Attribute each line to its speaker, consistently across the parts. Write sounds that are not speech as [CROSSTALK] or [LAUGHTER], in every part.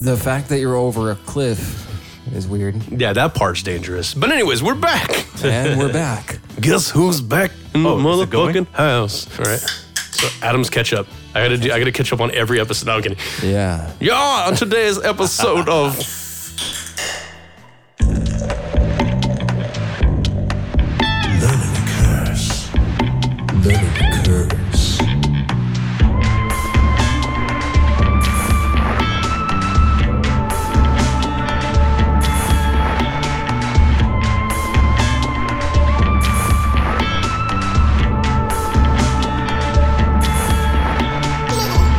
Speaker 1: The fact that you're over a cliff is weird.
Speaker 2: Yeah, that part's dangerous. But anyways, we're back.
Speaker 1: And
Speaker 3: [LAUGHS]
Speaker 1: we're back.
Speaker 2: [LAUGHS] Guess who's back in the
Speaker 3: Oh, is it going?
Speaker 2: motherfucking house? All right. So Adam's catch up. I gotta do. I gotta catch up on every episode. No, I'm kidding.
Speaker 1: Yeah.
Speaker 2: Yeah, on today's [LAUGHS] episode of.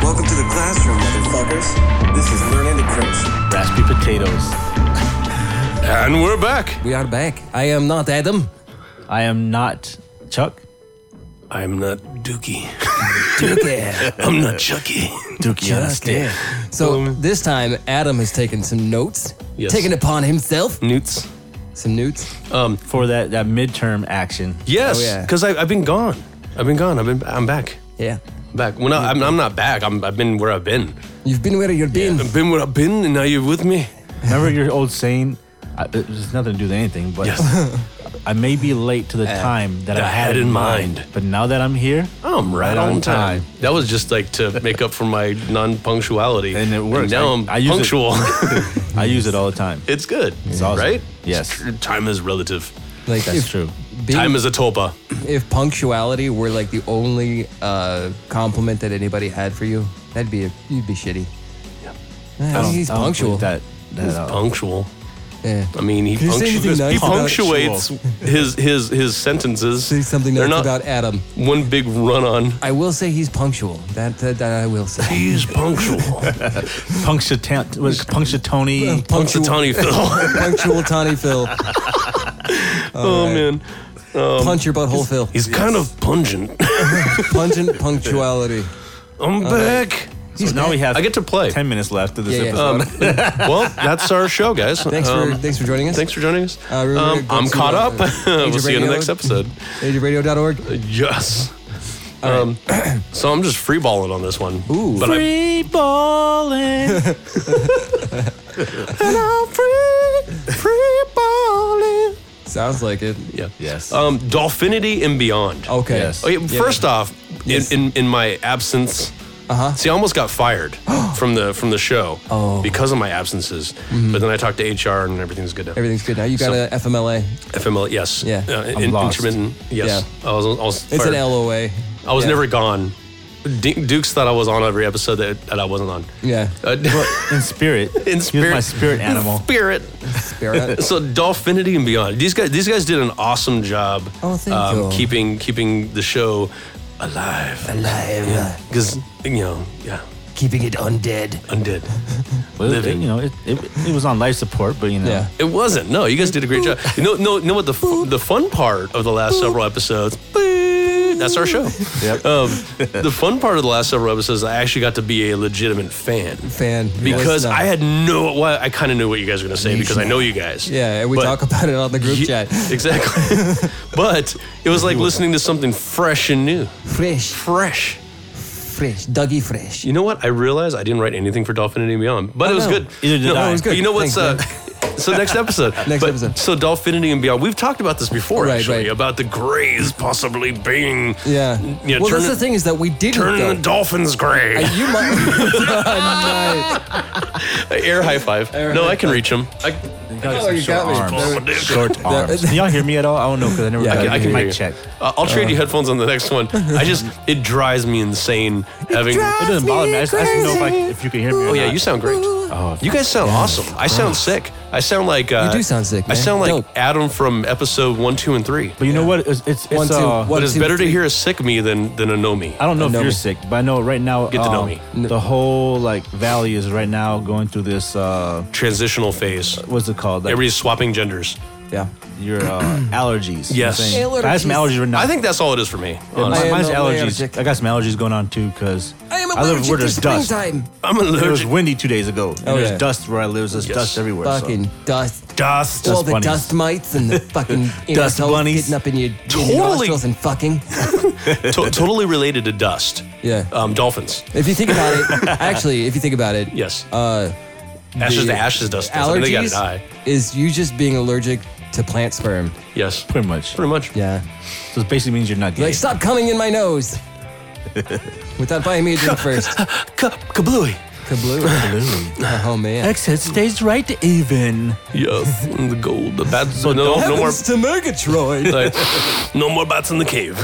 Speaker 4: Welcome to the classroom, motherfuckers. This is Learning to Curse.
Speaker 3: Raspy potatoes.
Speaker 2: And we're back.
Speaker 1: We are back. I am not Adam.
Speaker 3: I am not Chuck.
Speaker 2: I'm not Dookie.
Speaker 3: [LAUGHS]
Speaker 1: Okay.
Speaker 2: I'm not Chucky.
Speaker 3: Dookie on a
Speaker 1: Okay. So this time, Adam has taken some notes,
Speaker 2: Yes.
Speaker 1: taken upon himself
Speaker 2: Newts.
Speaker 1: some notes.
Speaker 3: For that, that midterm action.
Speaker 1: Oh,
Speaker 2: Yes,
Speaker 1: yeah.
Speaker 2: because I've been gone. I've been gone. I've been. I'm back.
Speaker 1: Yeah.
Speaker 2: Back. Well, no, I'm, I'm not back. I'm, I've been where I've been.
Speaker 1: You've been where you've been.
Speaker 2: I've been where I've been, and now you're with me.
Speaker 3: Remember your old saying? I, it- it's nothing to do with anything, but
Speaker 2: Yes.
Speaker 3: [LAUGHS]
Speaker 2: Uh,
Speaker 3: I may be late to the time that, I had in mind. But now that I'm here,
Speaker 2: I'm right, on, time. That was just like to make up for my non-punctuality.
Speaker 3: And it works.
Speaker 2: now
Speaker 3: I-
Speaker 2: I'm
Speaker 3: I use it. [LAUGHS]
Speaker 2: punctual. [LAUGHS]
Speaker 3: I use it all the time.
Speaker 2: it's good. It's
Speaker 3: awesome.
Speaker 2: Right?
Speaker 3: Yes.
Speaker 2: Time is relative.
Speaker 1: Like
Speaker 3: That's
Speaker 1: if
Speaker 3: true.
Speaker 1: being-
Speaker 2: Time is a topa.
Speaker 1: if punctuality were like the only uh, compliment that anybody had for you, that'd be a, you'd be shitty. Yeah.
Speaker 3: I don't-
Speaker 1: he's
Speaker 3: I don't believe
Speaker 1: punctual.
Speaker 3: That, that uh, at all.
Speaker 2: Punctual.
Speaker 1: Yeah.
Speaker 2: I mean, he,
Speaker 1: Can you say
Speaker 2: punctu-
Speaker 1: anything nice
Speaker 2: he
Speaker 1: about-
Speaker 2: punctuates his his his sentences.
Speaker 1: Say something
Speaker 2: They're
Speaker 1: nice
Speaker 2: not
Speaker 1: about Adam.
Speaker 2: one big run on.
Speaker 1: I will say he's punctual. That that, that I will say. [LAUGHS]
Speaker 2: He's punctual.
Speaker 3: Punctuata- was Punctatoni.
Speaker 1: Punctual, [LAUGHS]
Speaker 2: Tony Phil. [LAUGHS] oh,
Speaker 1: punctual Tony
Speaker 2: [LAUGHS]
Speaker 1: Phil.
Speaker 2: Um, man,
Speaker 1: Punch your butthole Phil.
Speaker 2: he's kind of pungent. [LAUGHS]
Speaker 1: Pungent punctuality.
Speaker 2: I'm back.
Speaker 3: So now we have
Speaker 2: I get to play.
Speaker 3: 10 minutes left of this
Speaker 1: Yeah, yeah.
Speaker 3: episode.
Speaker 2: Um, well, that's our show, guys.
Speaker 1: Thanks for
Speaker 2: Um,
Speaker 1: thanks for joining us.
Speaker 2: thanks for joining us.
Speaker 1: Uh, remember to
Speaker 2: um,
Speaker 1: go
Speaker 2: I'm
Speaker 1: to,
Speaker 2: caught
Speaker 1: uh,
Speaker 2: up. [LAUGHS] we'll see you in the
Speaker 1: Radio.
Speaker 2: next episode.
Speaker 1: [LAUGHS] AgeRadio.org.
Speaker 2: Uh, Yes. Um, [CLEARS THROAT] so I'm just freeballing on this one.
Speaker 1: Ooh.
Speaker 2: But I,
Speaker 3: Free balling.
Speaker 2: [LAUGHS] [LAUGHS] free, free balling.
Speaker 1: Sounds like it.
Speaker 2: Yeah.
Speaker 3: Yes.
Speaker 2: Um, Dolphinity and Beyond.
Speaker 1: Okay.
Speaker 3: Yes.
Speaker 2: Okay,
Speaker 1: Yeah.
Speaker 2: First off,
Speaker 1: Yes.
Speaker 2: in, in, in my absence,
Speaker 1: Uh-huh.
Speaker 2: see, I almost
Speaker 1: [GASPS]
Speaker 2: got fired from the from the show
Speaker 1: Oh. Mm-hmm.
Speaker 2: because of my absences. But then I talked to HR and everything's good now.
Speaker 1: Everything's good now. You got
Speaker 2: So-
Speaker 1: a FMLA.
Speaker 2: FML, yes.
Speaker 1: Yeah.
Speaker 2: Uh,
Speaker 3: I'm
Speaker 2: in-
Speaker 3: lost.
Speaker 2: Intermittent, yes. I was, I was
Speaker 1: It's
Speaker 2: fired.
Speaker 1: an LOA.
Speaker 2: I was
Speaker 1: Yeah.
Speaker 2: never gone. D- Dukes thought I was on every episode that, that I wasn't on.
Speaker 1: Yeah.
Speaker 2: Uh, [LAUGHS]
Speaker 3: In spirit. He
Speaker 2: in
Speaker 3: was
Speaker 2: spirit,
Speaker 3: my spirit
Speaker 2: In
Speaker 3: animal.
Speaker 2: spirit.
Speaker 1: Spirit.
Speaker 2: So Dolphinity and Beyond. These guys, these guys did an awesome job. um,
Speaker 1: Oh, thank you.
Speaker 2: Keeping keeping the show [LAUGHS] alive.
Speaker 1: Alive.
Speaker 2: Because you know, yeah,
Speaker 1: Keeping it undead.
Speaker 2: undead.
Speaker 3: Well, it-
Speaker 2: Living.
Speaker 3: you know, it, it, it was on life support, but you know.
Speaker 1: Yeah.
Speaker 2: It wasn't. No, you guys did a great job. You know, no, know what the f- the fun part of the last several episodes. That's our show.
Speaker 3: Yep.
Speaker 2: Um, the fun part of the last several episodes, I actually got to be a legitimate fan.
Speaker 1: Fan.
Speaker 2: Because
Speaker 1: Voice
Speaker 2: I
Speaker 1: now.
Speaker 2: had no, well, I kind of knew what you guys were going to say because I know you guys.
Speaker 1: Yeah, and we
Speaker 2: But-
Speaker 1: talk about it on the group
Speaker 2: Ye-
Speaker 1: chat.
Speaker 2: [LAUGHS]
Speaker 1: [LAUGHS]
Speaker 2: Exactly. but it was like listening to something fresh and new.
Speaker 1: Fresh,
Speaker 2: Fresh.
Speaker 1: fresh, Dougie Fresh.
Speaker 2: You know what? I realized I didn't write anything for Dolphinity and Beyond, but
Speaker 1: Oh,
Speaker 2: it was
Speaker 1: no.
Speaker 2: good.
Speaker 3: Either did I.
Speaker 2: but
Speaker 3: It was
Speaker 1: good.
Speaker 2: You know what's
Speaker 1: Thanks,
Speaker 2: uh, so next episode.
Speaker 1: [LAUGHS] Next
Speaker 2: But-
Speaker 1: episode.
Speaker 2: So Dolphinity and Beyond. We've talked about this before,
Speaker 1: Right,
Speaker 2: actually,
Speaker 1: right.
Speaker 2: about the Greys possibly being
Speaker 1: Yeah.
Speaker 2: You
Speaker 1: well,
Speaker 2: know, turn
Speaker 1: that's
Speaker 2: it-
Speaker 1: the thing is that we didn't.
Speaker 2: turning
Speaker 1: though.
Speaker 2: the Dolphins gray.
Speaker 1: you might. [LAUGHS] Oh,
Speaker 2: [LAUGHS] Air high five. no, I can reach him. I,
Speaker 3: Got
Speaker 1: Oh,
Speaker 3: some
Speaker 1: you
Speaker 3: short
Speaker 1: got me.
Speaker 3: arms.
Speaker 1: There-
Speaker 3: Short arms.
Speaker 1: that-
Speaker 3: Can y'all hear me at all? I don't know because I never
Speaker 1: Yeah,
Speaker 3: got
Speaker 1: I can-
Speaker 2: I
Speaker 3: I
Speaker 2: can
Speaker 3: mic
Speaker 2: hear you.
Speaker 3: check.
Speaker 2: Uh, I'll trade you headphones on the next one. I just it drives me insane having.
Speaker 3: It doesn't bother me. I just, I just know if, I, if you can hear me. Or
Speaker 2: Oh yeah, you sound great. you guys sound awesome. I sound sick. I sound like uh,
Speaker 1: Oh, You do sound sick,
Speaker 2: I
Speaker 1: man.
Speaker 2: sound like
Speaker 1: Dope.
Speaker 2: Adam from episode one, two, and three.
Speaker 3: But you know what? It's it's, it's
Speaker 1: One, two,
Speaker 3: uh,
Speaker 1: one.
Speaker 2: But it's
Speaker 1: two,
Speaker 2: better to
Speaker 1: three.
Speaker 2: hear a sick me than than a no me.
Speaker 3: I don't know if
Speaker 1: Know
Speaker 3: you're
Speaker 1: me.
Speaker 3: sick, but I know right now.
Speaker 2: Get to know
Speaker 3: um,
Speaker 2: me.
Speaker 3: The whole like valley is right now going through this. uh
Speaker 2: Transitional phase.
Speaker 3: What's it called? Like,
Speaker 2: Everybody's swapping genders.
Speaker 1: yeah.
Speaker 3: your
Speaker 2: [CLEARS THROAT]
Speaker 3: uh, allergies. You know
Speaker 2: Yes.
Speaker 3: what I'm saying? I have some allergies right now.
Speaker 2: I think that's all it is for me.
Speaker 1: I
Speaker 2: Honestly.
Speaker 1: am
Speaker 3: mine's allergies.
Speaker 1: allergic.
Speaker 3: I got some allergies going on too because
Speaker 1: I am
Speaker 3: live
Speaker 1: allergic
Speaker 3: where
Speaker 1: to
Speaker 3: there's dust.
Speaker 1: springtime.
Speaker 2: I'm
Speaker 3: It was
Speaker 2: allergic.
Speaker 3: windy two days ago. And
Speaker 1: Oh,
Speaker 3: there's
Speaker 1: yeah.
Speaker 3: dust where I live. There's
Speaker 2: Yes.
Speaker 3: dust everywhere. so-
Speaker 1: Fucking dust.
Speaker 2: Dust.
Speaker 1: All
Speaker 3: Dust
Speaker 1: the
Speaker 3: bunnies.
Speaker 1: dust mites and
Speaker 3: [LAUGHS]
Speaker 1: the fucking inner
Speaker 3: Dust
Speaker 1: toes
Speaker 3: bunnies.
Speaker 1: getting up in your, in your
Speaker 2: Totally.
Speaker 1: nostrils and fucking.
Speaker 2: To- totally related to dust.
Speaker 1: Yeah.
Speaker 2: Um, dolphins.
Speaker 3: [LAUGHS]
Speaker 1: If you think about it, actually, if you think about it,
Speaker 2: Yes.
Speaker 1: uh,
Speaker 2: Ashes
Speaker 1: the
Speaker 2: to ashes, dust to dust. I mean, they gotta
Speaker 1: allergies
Speaker 2: die.
Speaker 1: is you just being allergic to plant sperm.
Speaker 2: Yes,
Speaker 3: Pretty much.
Speaker 2: pretty much.
Speaker 1: Yeah.
Speaker 3: So it basically means you're not gay.
Speaker 1: Like, stop coming in my
Speaker 3: [LAUGHS]
Speaker 1: nose. Without buying me a drink first.
Speaker 2: Ka- kablooey.
Speaker 1: Kablooey. Oh, man.
Speaker 3: Exit stays right even.
Speaker 2: Yes, the gold, the bats. no, no more.
Speaker 1: Happens to
Speaker 3: [LAUGHS]
Speaker 1: Murgatroyd.
Speaker 2: Like, [LAUGHS] no more bats in the [LAUGHS] cave.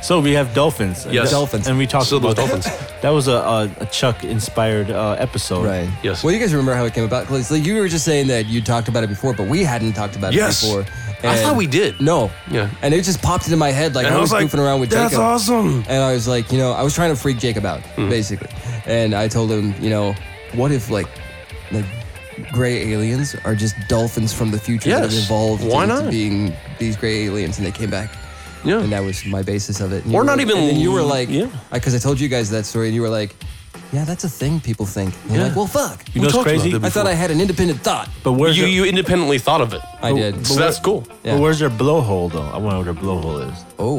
Speaker 3: So we have dolphins.
Speaker 2: Yes.
Speaker 1: Dolphins.
Speaker 3: And we talked
Speaker 2: So those
Speaker 3: about
Speaker 2: dolphins.
Speaker 3: That was a, a, a Chuck inspired uh, episode.
Speaker 1: Right.
Speaker 2: Yes.
Speaker 1: Well, you guys remember how it came about? 'Cause, like, you were just saying that you talked about it before, but we hadn't talked about
Speaker 2: Yes.
Speaker 1: it before.
Speaker 2: I thought we did.
Speaker 1: No.
Speaker 2: Yeah.
Speaker 1: And it just popped into my head. Like,
Speaker 2: And
Speaker 1: I
Speaker 2: I
Speaker 1: was,
Speaker 2: was like,
Speaker 1: goofing around with
Speaker 2: "That's
Speaker 1: Jacob.
Speaker 2: awesome." Mm.
Speaker 1: And I was like, you know, I was trying to freak Jacob out, basically. And I told him, you know, what if, like, like, gray aliens are just dolphins from the future that have
Speaker 2: Yes.
Speaker 1: evolved
Speaker 2: Why
Speaker 1: into
Speaker 2: not?
Speaker 1: being these gray aliens and they came back?
Speaker 2: Yeah.
Speaker 1: And that was my basis of it. And
Speaker 2: Or
Speaker 1: you
Speaker 2: not
Speaker 1: were-
Speaker 2: even-
Speaker 1: And then you were like,
Speaker 2: yeah.
Speaker 1: Because I told you guys that story, and you were like, yeah, that's a thing people think. And I'm
Speaker 2: Yeah.
Speaker 1: like, well, fuck.
Speaker 3: You know what's
Speaker 2: talked about
Speaker 3: crazy?
Speaker 2: them
Speaker 1: I thought I had an independent thought.
Speaker 3: But where's
Speaker 2: you
Speaker 3: the-
Speaker 2: you independently thought of it.
Speaker 1: I did.
Speaker 2: Oh, so that's cool.
Speaker 1: Yeah.
Speaker 3: But where's their blowhole though? I wonder where their blowhole is.
Speaker 1: Oh,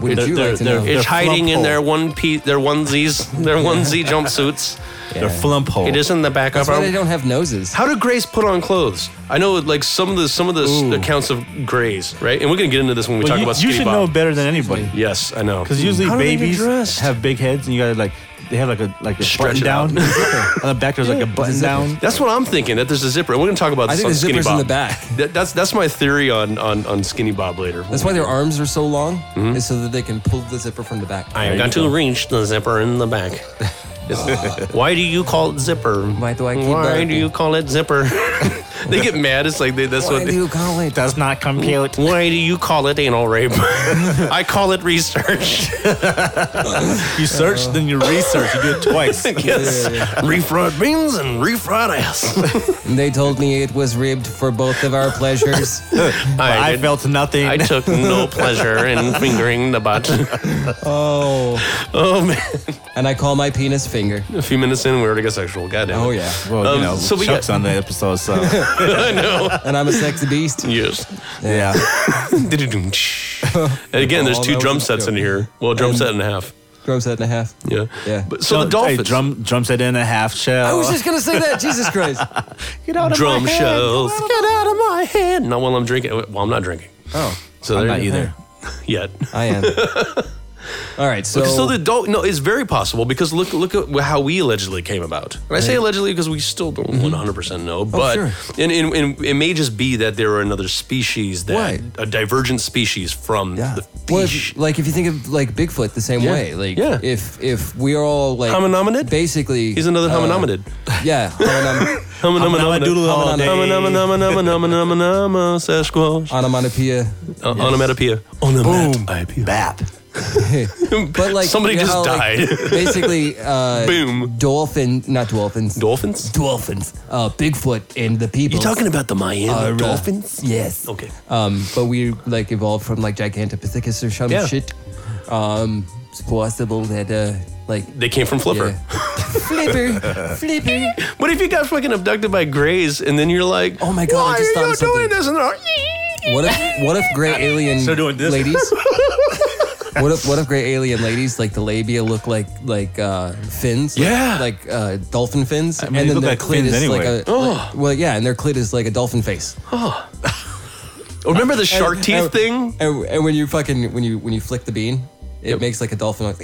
Speaker 1: would
Speaker 3: They're-
Speaker 1: you
Speaker 3: they're-
Speaker 1: like to
Speaker 3: they're-
Speaker 1: know?
Speaker 2: It's hiding
Speaker 3: flump
Speaker 2: in their
Speaker 3: hole.
Speaker 2: one piece, their onesies, their onesie jumpsuits.
Speaker 3: Their flump hole.
Speaker 2: It is in the back
Speaker 1: That's
Speaker 2: of
Speaker 1: why
Speaker 2: our.
Speaker 1: they don't have noses.
Speaker 2: How do Grays put on clothes? I know, like some of the some of the s- accounts of Grays, right? And we're gonna get into this when we
Speaker 3: Well,
Speaker 2: talk
Speaker 3: you,
Speaker 2: about
Speaker 3: you
Speaker 2: Skinny
Speaker 3: should
Speaker 2: Bob.
Speaker 3: know better than anybody.
Speaker 2: Yes, I know.
Speaker 3: Because usually
Speaker 2: How do they get
Speaker 3: babies
Speaker 2: dressed?
Speaker 3: have big heads, and you gotta like they have like a like a
Speaker 2: Stretch
Speaker 3: button
Speaker 2: it out.
Speaker 3: down [LAUGHS] on the back. There's like a button
Speaker 1: zipper.
Speaker 3: down.
Speaker 2: That's what I'm thinking. That there's a zipper. And we're gonna talk about
Speaker 1: I
Speaker 2: this
Speaker 1: think
Speaker 2: on
Speaker 1: the
Speaker 2: Skinny
Speaker 1: zipper's in
Speaker 2: Bob.
Speaker 1: the back.
Speaker 2: That, that's that's my theory on on on Skinny Bob later.
Speaker 1: That's why their arms are so long, is so that they can pull the zipper from the back.
Speaker 2: Mm-hmm. I got to reach the zipper in the
Speaker 1: [LAUGHS]
Speaker 2: back. why do you call it zipper?
Speaker 1: Why do I keep
Speaker 2: Why
Speaker 1: burping?
Speaker 2: do you call it
Speaker 1: [LAUGHS]
Speaker 2: zipper? they get mad. It's like they, that's
Speaker 1: Why
Speaker 2: what.
Speaker 1: do
Speaker 2: They,
Speaker 1: you call it?
Speaker 3: Does not compute.
Speaker 2: why do you call it anal
Speaker 1: [LAUGHS]
Speaker 2: rape? I call it research.
Speaker 3: You search, then you research. You do it
Speaker 2: [LAUGHS]
Speaker 3: twice.
Speaker 2: yes. Refried beans and refried
Speaker 1: [LAUGHS]
Speaker 2: ass.
Speaker 1: And they told me it was ribbed for both of our pleasures.
Speaker 3: I
Speaker 2: did-
Speaker 3: felt nothing.
Speaker 2: I took no pleasure in fingering the butt.
Speaker 1: [LAUGHS] oh.
Speaker 2: [LAUGHS] Oh man.
Speaker 1: And I call my penis finger.
Speaker 2: A few minutes in, we already got sexual. Goddamn.
Speaker 1: Oh, yeah.
Speaker 3: well,
Speaker 2: Um,
Speaker 3: you know,
Speaker 2: so we
Speaker 3: Chuck's
Speaker 2: got-
Speaker 3: on the episode,
Speaker 2: [LAUGHS]
Speaker 3: so
Speaker 2: I know.
Speaker 1: And I'm a sexy beast.
Speaker 2: Yes.
Speaker 3: yeah.
Speaker 1: [LAUGHS]
Speaker 2: and again, there's
Speaker 1: Oh,
Speaker 2: two
Speaker 1: that
Speaker 2: drum
Speaker 1: was a
Speaker 2: sets in
Speaker 1: joke.
Speaker 2: here. Well, drum
Speaker 1: And-
Speaker 2: set and a half.
Speaker 1: Drum set and a half.
Speaker 2: Yeah.
Speaker 1: Yeah.
Speaker 2: But, so, the
Speaker 3: Hey,
Speaker 2: dolphins.
Speaker 3: drum drum set in a half shell.
Speaker 1: I was just going to say that. Jesus Christ.
Speaker 3: get out
Speaker 2: drum shells. Get out of my head. Not while I'm drinking. Well, I'm not drinking.
Speaker 1: Oh,
Speaker 2: So
Speaker 3: I'm
Speaker 2: there
Speaker 3: not
Speaker 2: you go.
Speaker 3: either.
Speaker 2: Yet.
Speaker 1: I
Speaker 2: [LAUGHS]
Speaker 1: am. All right. [LAUGHS] So,
Speaker 2: So the dol no, it's very possible because look look at how we allegedly came about. And I say allegedly because we still don't 100 percent know, but
Speaker 1: Mm-hmm. Oh, sure.
Speaker 2: and, and, and it may just be that there are another species that
Speaker 1: Right.
Speaker 2: a divergent species from
Speaker 1: Yeah.
Speaker 2: the
Speaker 1: Well,
Speaker 2: fish.
Speaker 1: if, like if you think of like Bigfoot the same way, like
Speaker 2: Yeah.
Speaker 1: if if we are all like
Speaker 2: Hominominid?
Speaker 1: basically
Speaker 2: He's another
Speaker 1: uh,
Speaker 2: hominominid.
Speaker 1: [LAUGHS] yeah,
Speaker 2: [LAUGHS]
Speaker 1: hominominid,
Speaker 3: Hominominid.
Speaker 1: all day.
Speaker 2: Sasquatch.
Speaker 1: onomatopoeia.
Speaker 2: [LAUGHS] Uh, Onomatopoeia. Onomatopoeia.
Speaker 3: Bap.
Speaker 1: But like
Speaker 2: Somebody
Speaker 1: you know
Speaker 2: just
Speaker 1: how, like,
Speaker 2: died. [LAUGHS]
Speaker 1: basically, uh,
Speaker 2: Boom.
Speaker 1: dolphin, not dolphins,
Speaker 2: Dolphins?
Speaker 1: dolphins, uh, Bigfoot and the people.
Speaker 2: You're talking about the Miami
Speaker 1: are, uh,
Speaker 2: dolphins?
Speaker 1: Yes.
Speaker 2: Okay.
Speaker 1: Um, but we like evolved from like Gigantopithecus or some
Speaker 2: Yeah.
Speaker 1: shit. Um, it's possible that uh, like [LAUGHS]
Speaker 2: They came from Flipper.
Speaker 1: yeah.
Speaker 2: [LAUGHS]
Speaker 1: flipper, flipper.
Speaker 2: What if you got fucking abducted by Grays and then you're like,
Speaker 1: Oh my God, I
Speaker 2: why
Speaker 1: just
Speaker 2: are
Speaker 1: thought
Speaker 2: you
Speaker 1: of something.
Speaker 2: doing this? And they're like,
Speaker 1: What if what if gray alien
Speaker 3: They're doing this.
Speaker 1: ladies? What if what if gray alien ladies like the labia look like like uh, fins? Like-
Speaker 2: Yeah.
Speaker 1: like, uh, dolphin fins,
Speaker 3: mean, they look like fins anyway.
Speaker 1: like a like- well, yeah, and their clit is like a dolphin face.
Speaker 2: Remember the shark
Speaker 1: And-
Speaker 2: teeth
Speaker 1: and-
Speaker 2: thing?
Speaker 1: And, and when you fucking when you when you flick the bean, it
Speaker 2: Yep.
Speaker 1: makes like a dolphin. Like,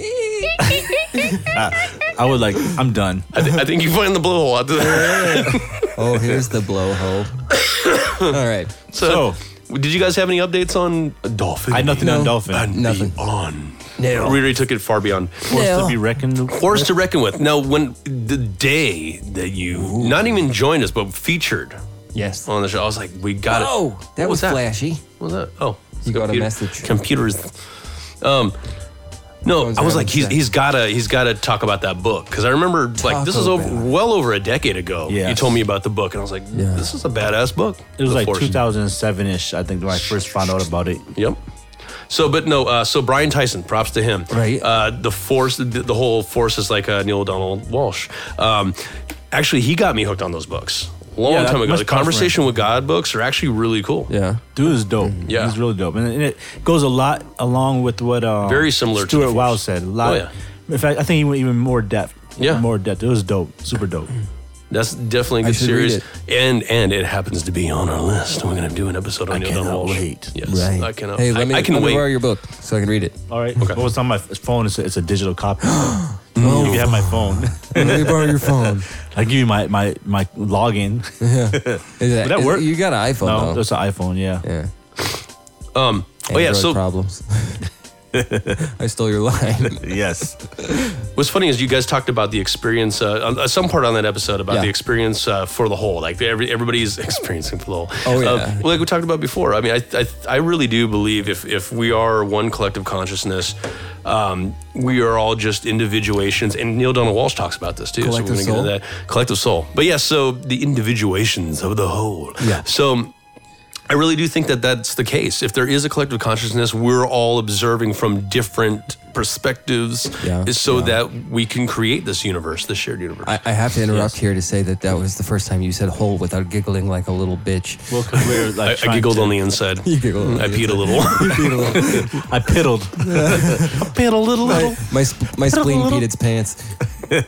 Speaker 3: I was like, I'm done.
Speaker 2: I, thi- I think you find the blowhole after that.
Speaker 1: oh, here's the blowhole. All right,
Speaker 2: So,
Speaker 3: So-
Speaker 2: did you guys have any updates on dolphin?
Speaker 3: I had nothing
Speaker 1: No.
Speaker 3: on dolphin.
Speaker 2: And
Speaker 1: Nothing.
Speaker 2: beyond.
Speaker 1: No.
Speaker 2: We really took it far beyond.
Speaker 3: Forced
Speaker 1: No.
Speaker 3: to be reckoned.
Speaker 2: Force to reckon with. Now, when the day that you not even joined us, but featured
Speaker 1: yes.
Speaker 2: on the show, I was like, we got it.
Speaker 1: Oh, that
Speaker 2: Oh, What
Speaker 1: was flashy.
Speaker 2: What was that? Oh, it's
Speaker 1: You got a
Speaker 2: computer-
Speaker 1: message.
Speaker 2: Computers. Um, no,
Speaker 1: Phones
Speaker 2: I was
Speaker 1: are
Speaker 2: like, he's
Speaker 1: having
Speaker 2: he's gotta he's gotta talk about that book because I remember like this is
Speaker 1: Taco
Speaker 2: over
Speaker 1: Bell.
Speaker 2: well over a decade ago. You
Speaker 3: Yes.
Speaker 2: told me about the book, and I was like,
Speaker 1: Yeah.
Speaker 2: this is a badass book.
Speaker 3: It was
Speaker 2: The
Speaker 3: like
Speaker 2: Force.
Speaker 3: 2007 ish. I think when I first found out about it.
Speaker 2: Yep. So, but no. Uh, so Brian Tyson, props to him.
Speaker 1: Right.
Speaker 2: Uh, the force, the, the whole force is like uh, Neil Donald Walsh. Um, actually, he got me hooked on those books a long
Speaker 3: Yeah, that
Speaker 2: time ago.
Speaker 3: must
Speaker 2: The
Speaker 3: come from
Speaker 2: Conversation with God books are actually really cool.
Speaker 1: Yeah.
Speaker 3: Dude is dope.
Speaker 2: Mm-hmm. Yeah.
Speaker 3: he's really dope, and, and it goes a lot along with what um,
Speaker 2: Very similar to the
Speaker 3: Stuart
Speaker 2: Force.
Speaker 3: Wow said. A lot.
Speaker 2: Oh, yeah.
Speaker 3: In fact, I think he went even more depth.
Speaker 2: Yeah. Mm.
Speaker 3: more depth. It was dope. Super dope.
Speaker 2: That's definitely a
Speaker 1: I
Speaker 2: good
Speaker 1: should read
Speaker 2: series,
Speaker 1: it.
Speaker 2: and and it happens to be on our list. We're gonna do an episode on
Speaker 3: I
Speaker 2: Neil Donald
Speaker 3: cannot
Speaker 2: Walsh.
Speaker 3: wait.
Speaker 2: Yes,
Speaker 1: Right.
Speaker 2: I cannot.
Speaker 1: Hey, let
Speaker 2: I,
Speaker 1: me,
Speaker 2: I can
Speaker 1: let me
Speaker 2: wait.
Speaker 1: borrow your book so I can read it.
Speaker 3: All right. Okay. Well, it's on my phone. It's a, it's a
Speaker 2: [GASPS]
Speaker 3: digital copy. so
Speaker 2: Oh.
Speaker 3: You can have my phone. [LAUGHS]
Speaker 1: let me borrow your phone.
Speaker 3: I give you my my my login.
Speaker 1: Is that,
Speaker 3: that
Speaker 1: is-
Speaker 3: work?
Speaker 1: You got an
Speaker 3: no,
Speaker 1: iPhone though.
Speaker 3: it's an iPhone. Yeah.
Speaker 1: Yeah.
Speaker 2: um. Oh yeah.
Speaker 1: Android
Speaker 2: So
Speaker 1: problems. [LAUGHS] I stole your line.
Speaker 3: Yes.
Speaker 2: What's funny is you guys talked about the experience, uh, on- uh, some part on that episode about
Speaker 1: Yeah.
Speaker 2: the experience uh, for the whole, like every, everybody's [LAUGHS] experiencing for the whole.
Speaker 1: Oh, yeah.
Speaker 2: Uh, like we talked about before. I mean, I, I, I really do believe if, if we are one collective consciousness, um, we are all just individuations. And Neil Donald Walsh talks about this too.
Speaker 1: Collective
Speaker 2: so we're gonna get into that. Collective soul. But yeah, so the individuations of the whole.
Speaker 1: Yeah.
Speaker 2: So um, I really do think that that's the case. If there is a collective consciousness, we're all observing from different perspectives
Speaker 1: Yeah,
Speaker 2: is so
Speaker 1: yeah.
Speaker 2: that we can create this universe, this shared universe.
Speaker 1: I, I have to interrupt here to say that that was the first time you said "hole" without giggling like a little
Speaker 2: [LAUGHS]
Speaker 1: bitch.
Speaker 3: Well, 'cause we're
Speaker 2: I,
Speaker 3: like
Speaker 2: I
Speaker 3: trying
Speaker 2: giggled
Speaker 3: to-
Speaker 2: on the inside.
Speaker 1: [LAUGHS] You giggled on
Speaker 2: I
Speaker 1: the
Speaker 2: peed a little.
Speaker 1: [LAUGHS]
Speaker 3: I piddled. [LAUGHS] I piddled a little.
Speaker 1: my my, sp- my spleen peed its pants.
Speaker 3: I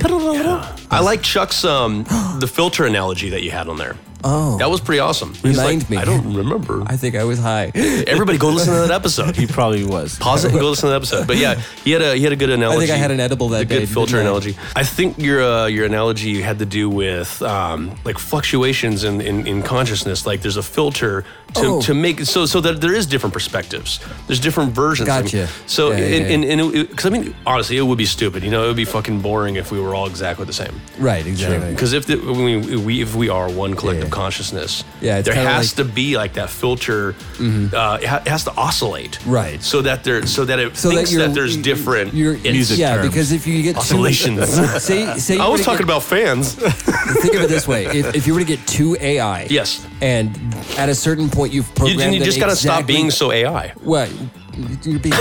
Speaker 3: piddled a little.
Speaker 2: I like Chuck's um the filter analogy that you had on there.
Speaker 1: Oh.
Speaker 2: that was pretty awesome. He's
Speaker 1: Remind
Speaker 2: like,
Speaker 1: me.
Speaker 2: I don't remember.
Speaker 1: I think I was high. [LAUGHS] I
Speaker 2: Everybody, go listen to
Speaker 1: [LAUGHS]
Speaker 2: that episode.
Speaker 3: He probably was.
Speaker 2: pause it and go listen to the episode. But yeah, he had a he had a good analogy.
Speaker 1: think I had an edible that
Speaker 2: a
Speaker 1: day.
Speaker 2: good filter
Speaker 1: didn't I?
Speaker 2: analogy. I think your uh, your analogy had to do with um, like fluctuations in, in, in consciousness. Like there's a filter to,
Speaker 1: Oh.
Speaker 2: to make so so that there is different perspectives. There's different versions.
Speaker 1: Gotcha.
Speaker 2: So
Speaker 1: Yeah, yeah,
Speaker 2: and
Speaker 1: yeah.
Speaker 2: and and because I mean honestly, it would be stupid. You know, it would be fucking boring if we were all exactly the same.
Speaker 1: Right, exactly.
Speaker 2: Because if the, we, we if we are one
Speaker 1: Yeah.
Speaker 2: collective consciousness,
Speaker 1: Yeah, it's
Speaker 2: there
Speaker 1: kinda
Speaker 2: has
Speaker 1: like- Mm-hmm.
Speaker 2: to be like that filter. Uh, it, ha- it has to oscillate,
Speaker 1: Right.
Speaker 2: So that there, so that it
Speaker 1: So that
Speaker 2: thinks that,
Speaker 1: you're-
Speaker 2: there's different
Speaker 1: Your
Speaker 2: music.
Speaker 1: yeah,
Speaker 3: terms.
Speaker 1: because if you get too much-
Speaker 2: Oscillations.
Speaker 1: [LAUGHS] say say you
Speaker 2: I
Speaker 1: were
Speaker 2: was
Speaker 1: to
Speaker 2: talking
Speaker 1: get,
Speaker 2: about
Speaker 1: [LAUGHS]
Speaker 2: fans.
Speaker 1: about. Think of it this
Speaker 2: [LAUGHS]
Speaker 1: way: if, if you were to get two AI,
Speaker 2: Yes.
Speaker 1: and at a certain point you've
Speaker 2: you,
Speaker 1: programmed,
Speaker 2: you
Speaker 1: them
Speaker 2: just gotta stop
Speaker 1: exactly-
Speaker 2: being so
Speaker 1: [LAUGHS]
Speaker 2: AI.
Speaker 1: Well, you're being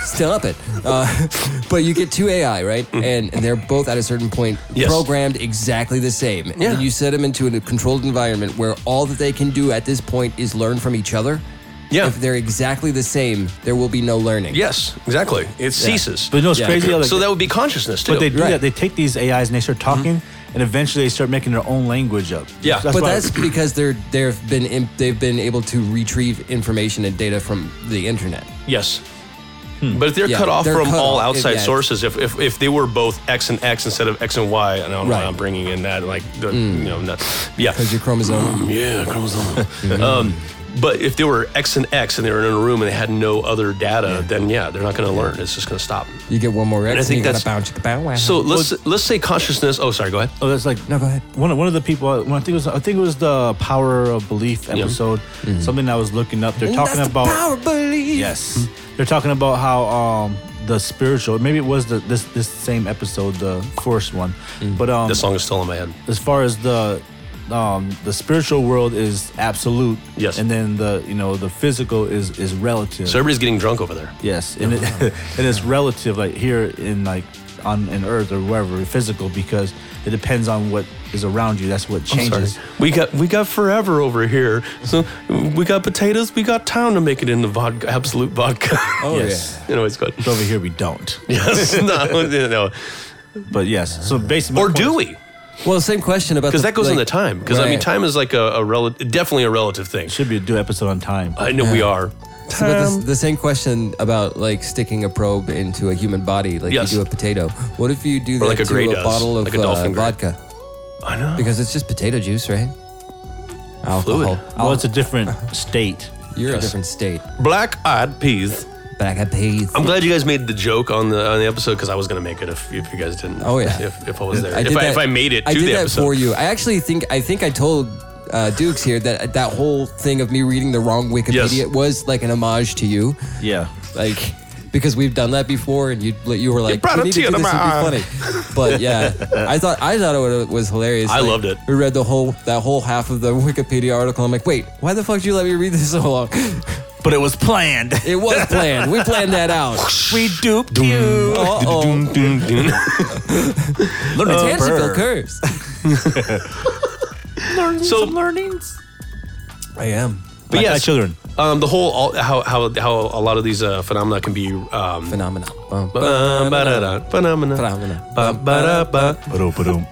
Speaker 1: stop it. Uh, but you get two AI, right? And, and they're both at a certain point
Speaker 2: Yes.
Speaker 1: programmed exactly the same. And
Speaker 2: Yeah.
Speaker 1: then you set them into a controlled environment where all that they can do at this point is learn from each other.
Speaker 2: Yeah.
Speaker 1: If they're exactly the same, there will be no learning.
Speaker 2: Yes, exactly. It ceases.
Speaker 3: But you know what's
Speaker 1: Yeah.
Speaker 3: crazy? Like,
Speaker 2: so that would be consciousness too.
Speaker 3: But they do
Speaker 1: Right. Mm-hmm.
Speaker 3: that. They take these AIs and they start talking, and eventually they start making their own language up.
Speaker 2: Yeah.
Speaker 1: but
Speaker 3: why-
Speaker 1: that's because they're they've been in, they've been able to retrieve information and data from the internet.
Speaker 2: Yes.
Speaker 3: Hmm.
Speaker 2: But if they're
Speaker 1: Yeah,
Speaker 2: cut off
Speaker 1: they're
Speaker 2: from
Speaker 1: cut
Speaker 2: all
Speaker 1: off.
Speaker 2: outside
Speaker 1: Yeah, it's-
Speaker 2: sources, if, if if they were both X and X instead of X and Y, and I don't know why
Speaker 1: Right. Mm.
Speaker 2: I'm bringing in that, like, the, you know, not, yeah.
Speaker 1: Because your chromosome.
Speaker 2: Mm, Yeah, chromosome. [LAUGHS] um, but if they were X and X and they were in a room and they had no other data, then yeah, they're not going to learn. It's just going to stop.
Speaker 1: You get one more X, and,
Speaker 2: think
Speaker 1: you gotta
Speaker 2: that's-
Speaker 1: bounce. bow, wow.
Speaker 2: So let's let's say consciousness. Oh, sorry. Go ahead.
Speaker 3: Oh, that's like
Speaker 1: No, go ahead.
Speaker 3: One of, one of the people. When I think it was I think it was the power of belief episode. Something I was looking up. They're talking
Speaker 1: Mm-hmm. That's the
Speaker 3: about
Speaker 1: power of belief.
Speaker 3: yes. They're talking about how um the spiritual. Maybe it was the this this same episode, the first one. But um,
Speaker 2: Mm. This song is still in my head.
Speaker 3: as far as the um, the spiritual world is absolute.
Speaker 2: Yes.
Speaker 3: And then the you know the physical is is relative.
Speaker 2: So everybody's getting drunk over there.
Speaker 3: Yes, and it,
Speaker 2: Uh-huh.
Speaker 3: [LAUGHS] and it's relative, like here in like on in Earth or wherever, physical, because it depends on what is around you. That's what
Speaker 2: Sorry.
Speaker 3: changes.
Speaker 2: We got we got forever over here. So we got potatoes. We got time to make it into vodka, absolute vodka.
Speaker 1: Oh
Speaker 3: Yes.
Speaker 2: [LAUGHS] Anyways, go ahead.
Speaker 3: Over here, we don't.
Speaker 2: Yes. [LAUGHS] No. no.
Speaker 3: But yes, so basically,
Speaker 2: Or do we?
Speaker 1: yeah. Well, same question about
Speaker 2: Because that goes
Speaker 1: like-
Speaker 2: in the time. Because I mean,
Speaker 1: Right.
Speaker 2: time is like a, a relative, definitely a relative thing.
Speaker 3: Should be a do episode on time.
Speaker 2: I know we are.
Speaker 1: So about this, the same question about like sticking a probe into a human body, like
Speaker 2: Yes.
Speaker 1: you do a potato. What if you do that
Speaker 2: like a
Speaker 1: to
Speaker 2: gray
Speaker 1: a
Speaker 2: does,
Speaker 1: bottle of
Speaker 2: like a dolphin
Speaker 1: uh,
Speaker 2: gray.
Speaker 1: vodka?
Speaker 2: I know.
Speaker 1: Because it's just potato juice, right? Alcohol.
Speaker 2: Fluid.
Speaker 1: Oh.
Speaker 3: well, it's a different state.
Speaker 1: You're
Speaker 2: Yes.
Speaker 1: a different state.
Speaker 2: Black eyed peas.
Speaker 1: Back at peas.
Speaker 2: I'm glad you guys made the joke on the on the episode because I was gonna make it if, if you guys didn't.
Speaker 1: Oh, yeah.
Speaker 2: If, if I was there.
Speaker 1: I
Speaker 2: if,
Speaker 1: did
Speaker 2: I,
Speaker 1: that-
Speaker 2: if I made it to
Speaker 1: I did
Speaker 2: the
Speaker 1: that
Speaker 2: episode.
Speaker 1: for you. I actually think I think I told uh, Dukes here that that whole thing of me reading the wrong Wikipedia
Speaker 2: Yes.
Speaker 1: was like an homage to you,
Speaker 3: Yeah.
Speaker 1: like because we've done that before, and you you were like,
Speaker 2: brought
Speaker 1: "We
Speaker 2: a
Speaker 1: need to
Speaker 2: tear
Speaker 1: do
Speaker 2: to
Speaker 1: this
Speaker 2: my
Speaker 1: would be funny," but yeah, I thought I thought it was hilarious.
Speaker 2: I
Speaker 1: Like,
Speaker 2: loved it.
Speaker 1: We read the whole that whole half of the [LAUGHS] Wikipedia article. I'm like, wait, why the fuck did you let me read this so long? [LAUGHS]
Speaker 3: But it was planned.
Speaker 1: It was planned. we planned that
Speaker 2: [LAUGHS]
Speaker 1: out.
Speaker 3: we duped you.
Speaker 1: Uh-oh.
Speaker 3: Learn
Speaker 2: Uh, Oh,
Speaker 1: It's Hansonville curse. [LAUGHS]
Speaker 2: So- some
Speaker 3: learnings.
Speaker 1: I am. [LAUGHS]
Speaker 2: But
Speaker 3: Like
Speaker 2: yes,
Speaker 3: our children.
Speaker 2: Um, the whole all, how how how a lot of these uh, phenomena can be um,
Speaker 1: Phenomena.
Speaker 2: Ba- ba-da-da, phenomena.
Speaker 1: Phenomena.
Speaker 2: Ba- ba-da-ba.
Speaker 3: Ba-dum-ba-dum.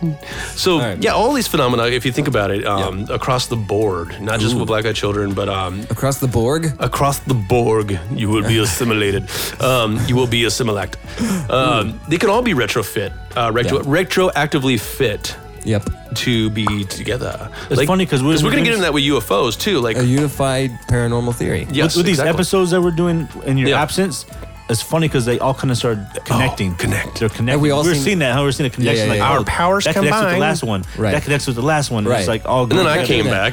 Speaker 2: So
Speaker 1: right.
Speaker 2: yeah, all these phenomena, if you think about it, um, across the board, not just with black-eyed children, but um,
Speaker 1: Across the Borg.
Speaker 2: across the Borg, you will be
Speaker 3: [LAUGHS]
Speaker 2: assimilated. um, you will be assimilacted. Um, they can all be retrofit, uh, retro-
Speaker 1: Yeah.
Speaker 2: retroactively fit
Speaker 1: Yep.
Speaker 2: to be together.
Speaker 3: It's funny 'cause we're-
Speaker 2: we're,
Speaker 3: we're
Speaker 2: gonna get
Speaker 3: doing-
Speaker 2: into that with UFOs too. Like
Speaker 1: A unified paranormal theory.
Speaker 2: yes,
Speaker 3: with, with these
Speaker 2: exactly.
Speaker 3: episodes that we're doing in your
Speaker 2: Yeah.
Speaker 3: absence, it's funny because they all kind of started connecting.
Speaker 2: connect.
Speaker 3: They're connecting.
Speaker 1: And we
Speaker 3: we
Speaker 1: all
Speaker 3: are
Speaker 1: seen-
Speaker 3: seeing that. How we're seeing a connection.
Speaker 1: yeah,
Speaker 3: like
Speaker 1: yeah.
Speaker 2: Our
Speaker 3: oh,
Speaker 2: powers
Speaker 3: that connects with
Speaker 2: combined.
Speaker 3: the last one.
Speaker 1: Right.
Speaker 3: That connects with the last one.
Speaker 1: Right.
Speaker 3: It's like all.
Speaker 2: And then I
Speaker 3: together.
Speaker 2: came back.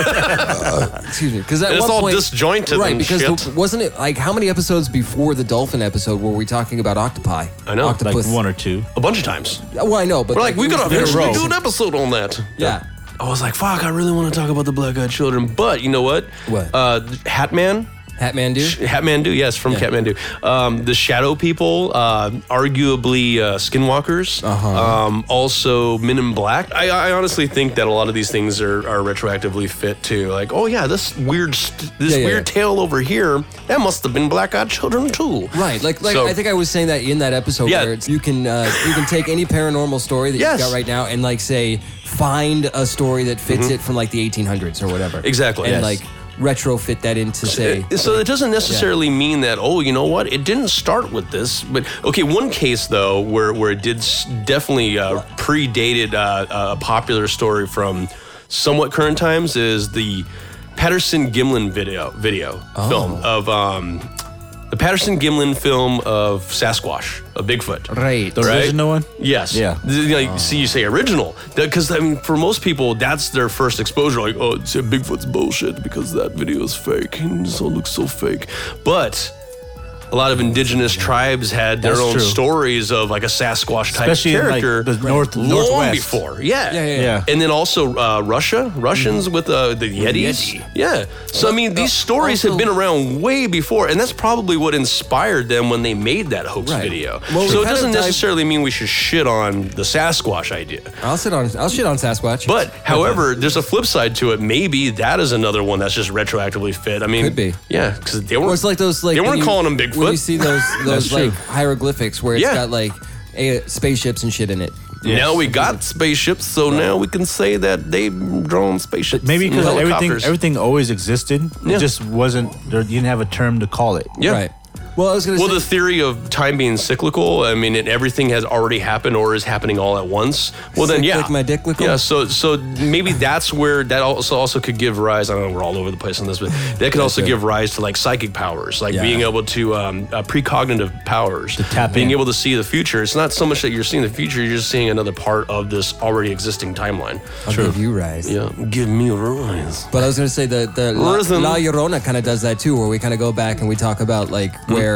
Speaker 1: [LAUGHS] Excuse me. Because
Speaker 2: It's all disjointed
Speaker 1: Right.
Speaker 2: and
Speaker 1: Because
Speaker 2: shit.
Speaker 1: the- wasn't it like how many episodes before the dolphin episode were we talking about octopi?
Speaker 2: I know,
Speaker 3: Like
Speaker 1: Octopus.
Speaker 3: one or two.
Speaker 2: a bunch of times.
Speaker 1: Well, I know, but
Speaker 2: We're like, we
Speaker 1: it was
Speaker 2: gotta
Speaker 1: their
Speaker 2: eventually
Speaker 1: row.
Speaker 2: do an episode on that.
Speaker 1: Yeah.
Speaker 2: I was like, fuck, I really want to talk about the black eyed children. But you know what?
Speaker 1: What?
Speaker 2: Uh, Hatman.
Speaker 1: Hatman
Speaker 2: Sh-
Speaker 1: dude.
Speaker 2: Hatmandu, yes, from Kathmandu. Um, the Shadow People, uh, arguably uh, Skinwalkers,
Speaker 1: Uh-huh.
Speaker 2: um, also Men in Black. I, I honestly think that a lot of these things are, are retroactively fit too. Like, oh yeah, this weird st- this
Speaker 1: Yeah, yeah,
Speaker 2: weird
Speaker 1: yeah.
Speaker 2: tale over here that must have been black eyed children too.
Speaker 1: Right, like, like
Speaker 2: So-
Speaker 1: I think I was saying that in that episode
Speaker 2: Yeah.
Speaker 1: where it's, you can uh, you can take any paranormal story that
Speaker 2: Yes.
Speaker 1: you've got right now and like say find a story that fits it from like the 1800s or whatever.
Speaker 2: Mm-hmm. Exactly.
Speaker 1: and
Speaker 2: Yes.
Speaker 1: like retrofit that into say
Speaker 2: Uh, So it doesn't necessarily mean that oh you know what it didn't start with this but okay one case though where where it did s- definitely uh, predated uh, a popular story from somewhat current times is the Patterson Gimlin video video
Speaker 1: Oh.
Speaker 2: film of um, the Patterson Gimlin film of Sasquatch a Bigfoot
Speaker 1: right.
Speaker 3: The original one.
Speaker 2: Yes.
Speaker 3: Yeah.
Speaker 2: Th- Like, see, you say original because I mean, for most people, that's their first exposure. Like, oh, it's a Bigfoot's bullshit because that video is fake and so it looks so fake. But a lot of indigenous tribes had their
Speaker 3: That's
Speaker 2: own
Speaker 3: true.
Speaker 2: stories of like a Sasquatch type
Speaker 3: Especially in, like,
Speaker 2: character
Speaker 3: the north-
Speaker 2: long
Speaker 3: northwest.
Speaker 2: before.
Speaker 1: Yeah,
Speaker 2: Yeah.
Speaker 1: yeah,
Speaker 3: yeah. Mm-hmm.
Speaker 2: And then also uh, Russia, Russians with uh, the Oh, Yetis.
Speaker 1: Yeti.
Speaker 2: Yeah. So I mean, these stories have
Speaker 1: also-
Speaker 2: been around way before, and that's probably what inspired them when they made that hoax
Speaker 1: Right.
Speaker 2: video.
Speaker 1: Well, we
Speaker 2: so
Speaker 1: kind
Speaker 2: it
Speaker 1: of
Speaker 2: doesn't
Speaker 1: dive-
Speaker 2: necessarily mean we should shit on the Sasquatch idea.
Speaker 1: I'll sit on I'll shit on Sasquatch.
Speaker 2: But however, there's a flip side to it. Maybe that is another one that's just retroactively fit. I mean,
Speaker 1: Could be.
Speaker 2: Yeah, because they weren't.
Speaker 1: Well, it's like those like
Speaker 2: they
Speaker 1: when
Speaker 2: weren't
Speaker 1: you-
Speaker 2: calling them
Speaker 1: When you
Speaker 2: Bigfoot.
Speaker 1: see
Speaker 2: [LAUGHS]
Speaker 1: those those like hieroglyphics where it's
Speaker 2: Yeah.
Speaker 1: got like a, spaceships and shit in it.
Speaker 2: Now we got spaceships, so now we can say that they drawn spaceships.
Speaker 3: Maybe
Speaker 2: and
Speaker 3: because everything
Speaker 2: helicopters.
Speaker 3: everything always existed.
Speaker 2: Yeah.
Speaker 3: It just wasn't. There, you didn't have a term to call it.
Speaker 2: Yeah.
Speaker 1: Right. Well, I was gonna
Speaker 2: Well,
Speaker 1: say
Speaker 2: the theory of time being cyclical, I mean, and everything has already happened or is happening all at once. Well, then, yeah.
Speaker 1: Cyclic my dicklical?
Speaker 2: Yeah, so so maybe that's where that also also could give rise. I don't know, we're all over the place on this, but that could also
Speaker 1: it.
Speaker 2: give rise to like psychic powers, like
Speaker 1: Yeah.
Speaker 2: being able to um, uh, precognitive powers,
Speaker 3: tap
Speaker 2: being
Speaker 3: in.
Speaker 2: able to see the future. It's not so much that you're seeing the future; you're just seeing another part of this already existing timeline.
Speaker 1: I'll give you rise.
Speaker 2: Yeah, give me a rise.
Speaker 1: But I was gonna say the the La,
Speaker 2: Rhythm.
Speaker 1: La Llorona kind of does that too, where we kind of go back and we talk about like
Speaker 2: Hmm.
Speaker 1: where.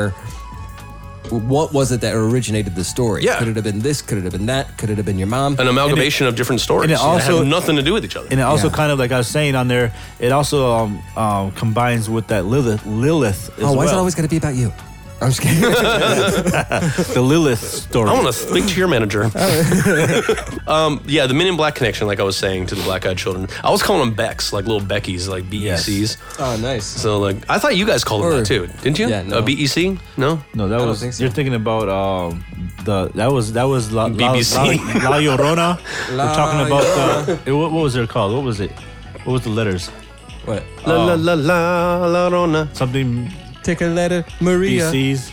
Speaker 1: What was it that originated the story?
Speaker 2: Yeah.
Speaker 1: Could it have been this? Could it have been that? Could it have been your mom?
Speaker 2: An amalgamation of different stories
Speaker 3: and it
Speaker 2: that
Speaker 3: also-
Speaker 2: have nothing to do with each other.
Speaker 3: And it also
Speaker 1: Yeah.
Speaker 3: kind of like I was saying on there, it also um, um, combines with that Lilith. Lilith. As
Speaker 1: oh, why is it
Speaker 3: well.
Speaker 1: always gonna be about you? I'm just kidding.
Speaker 2: [LAUGHS]
Speaker 3: the Lilith story?
Speaker 2: I want to speak to your manager. [LAUGHS] um, yeah, the Men in Black connection, like I was saying to the Black Eyed Children. I was calling them Becks, like little Beckies, like
Speaker 3: Yes.
Speaker 2: BECs.
Speaker 1: oh, nice.
Speaker 2: So like, I thought you guys called them
Speaker 1: Or-
Speaker 2: that too, didn't you? Uh,
Speaker 1: yeah, no.
Speaker 2: A BEC? No.
Speaker 3: No, that
Speaker 1: don't
Speaker 3: was
Speaker 1: think so.
Speaker 3: you're thinking about um, the that was that was La, La, La, La
Speaker 2: BBC.
Speaker 3: Llorona.
Speaker 1: [LAUGHS] La
Speaker 3: We're talking about the it, what, what was it called? What was it? What was the letters?
Speaker 1: What?
Speaker 2: La la la la la rona.
Speaker 3: Something
Speaker 1: Take a letter, Maria.
Speaker 3: BCs.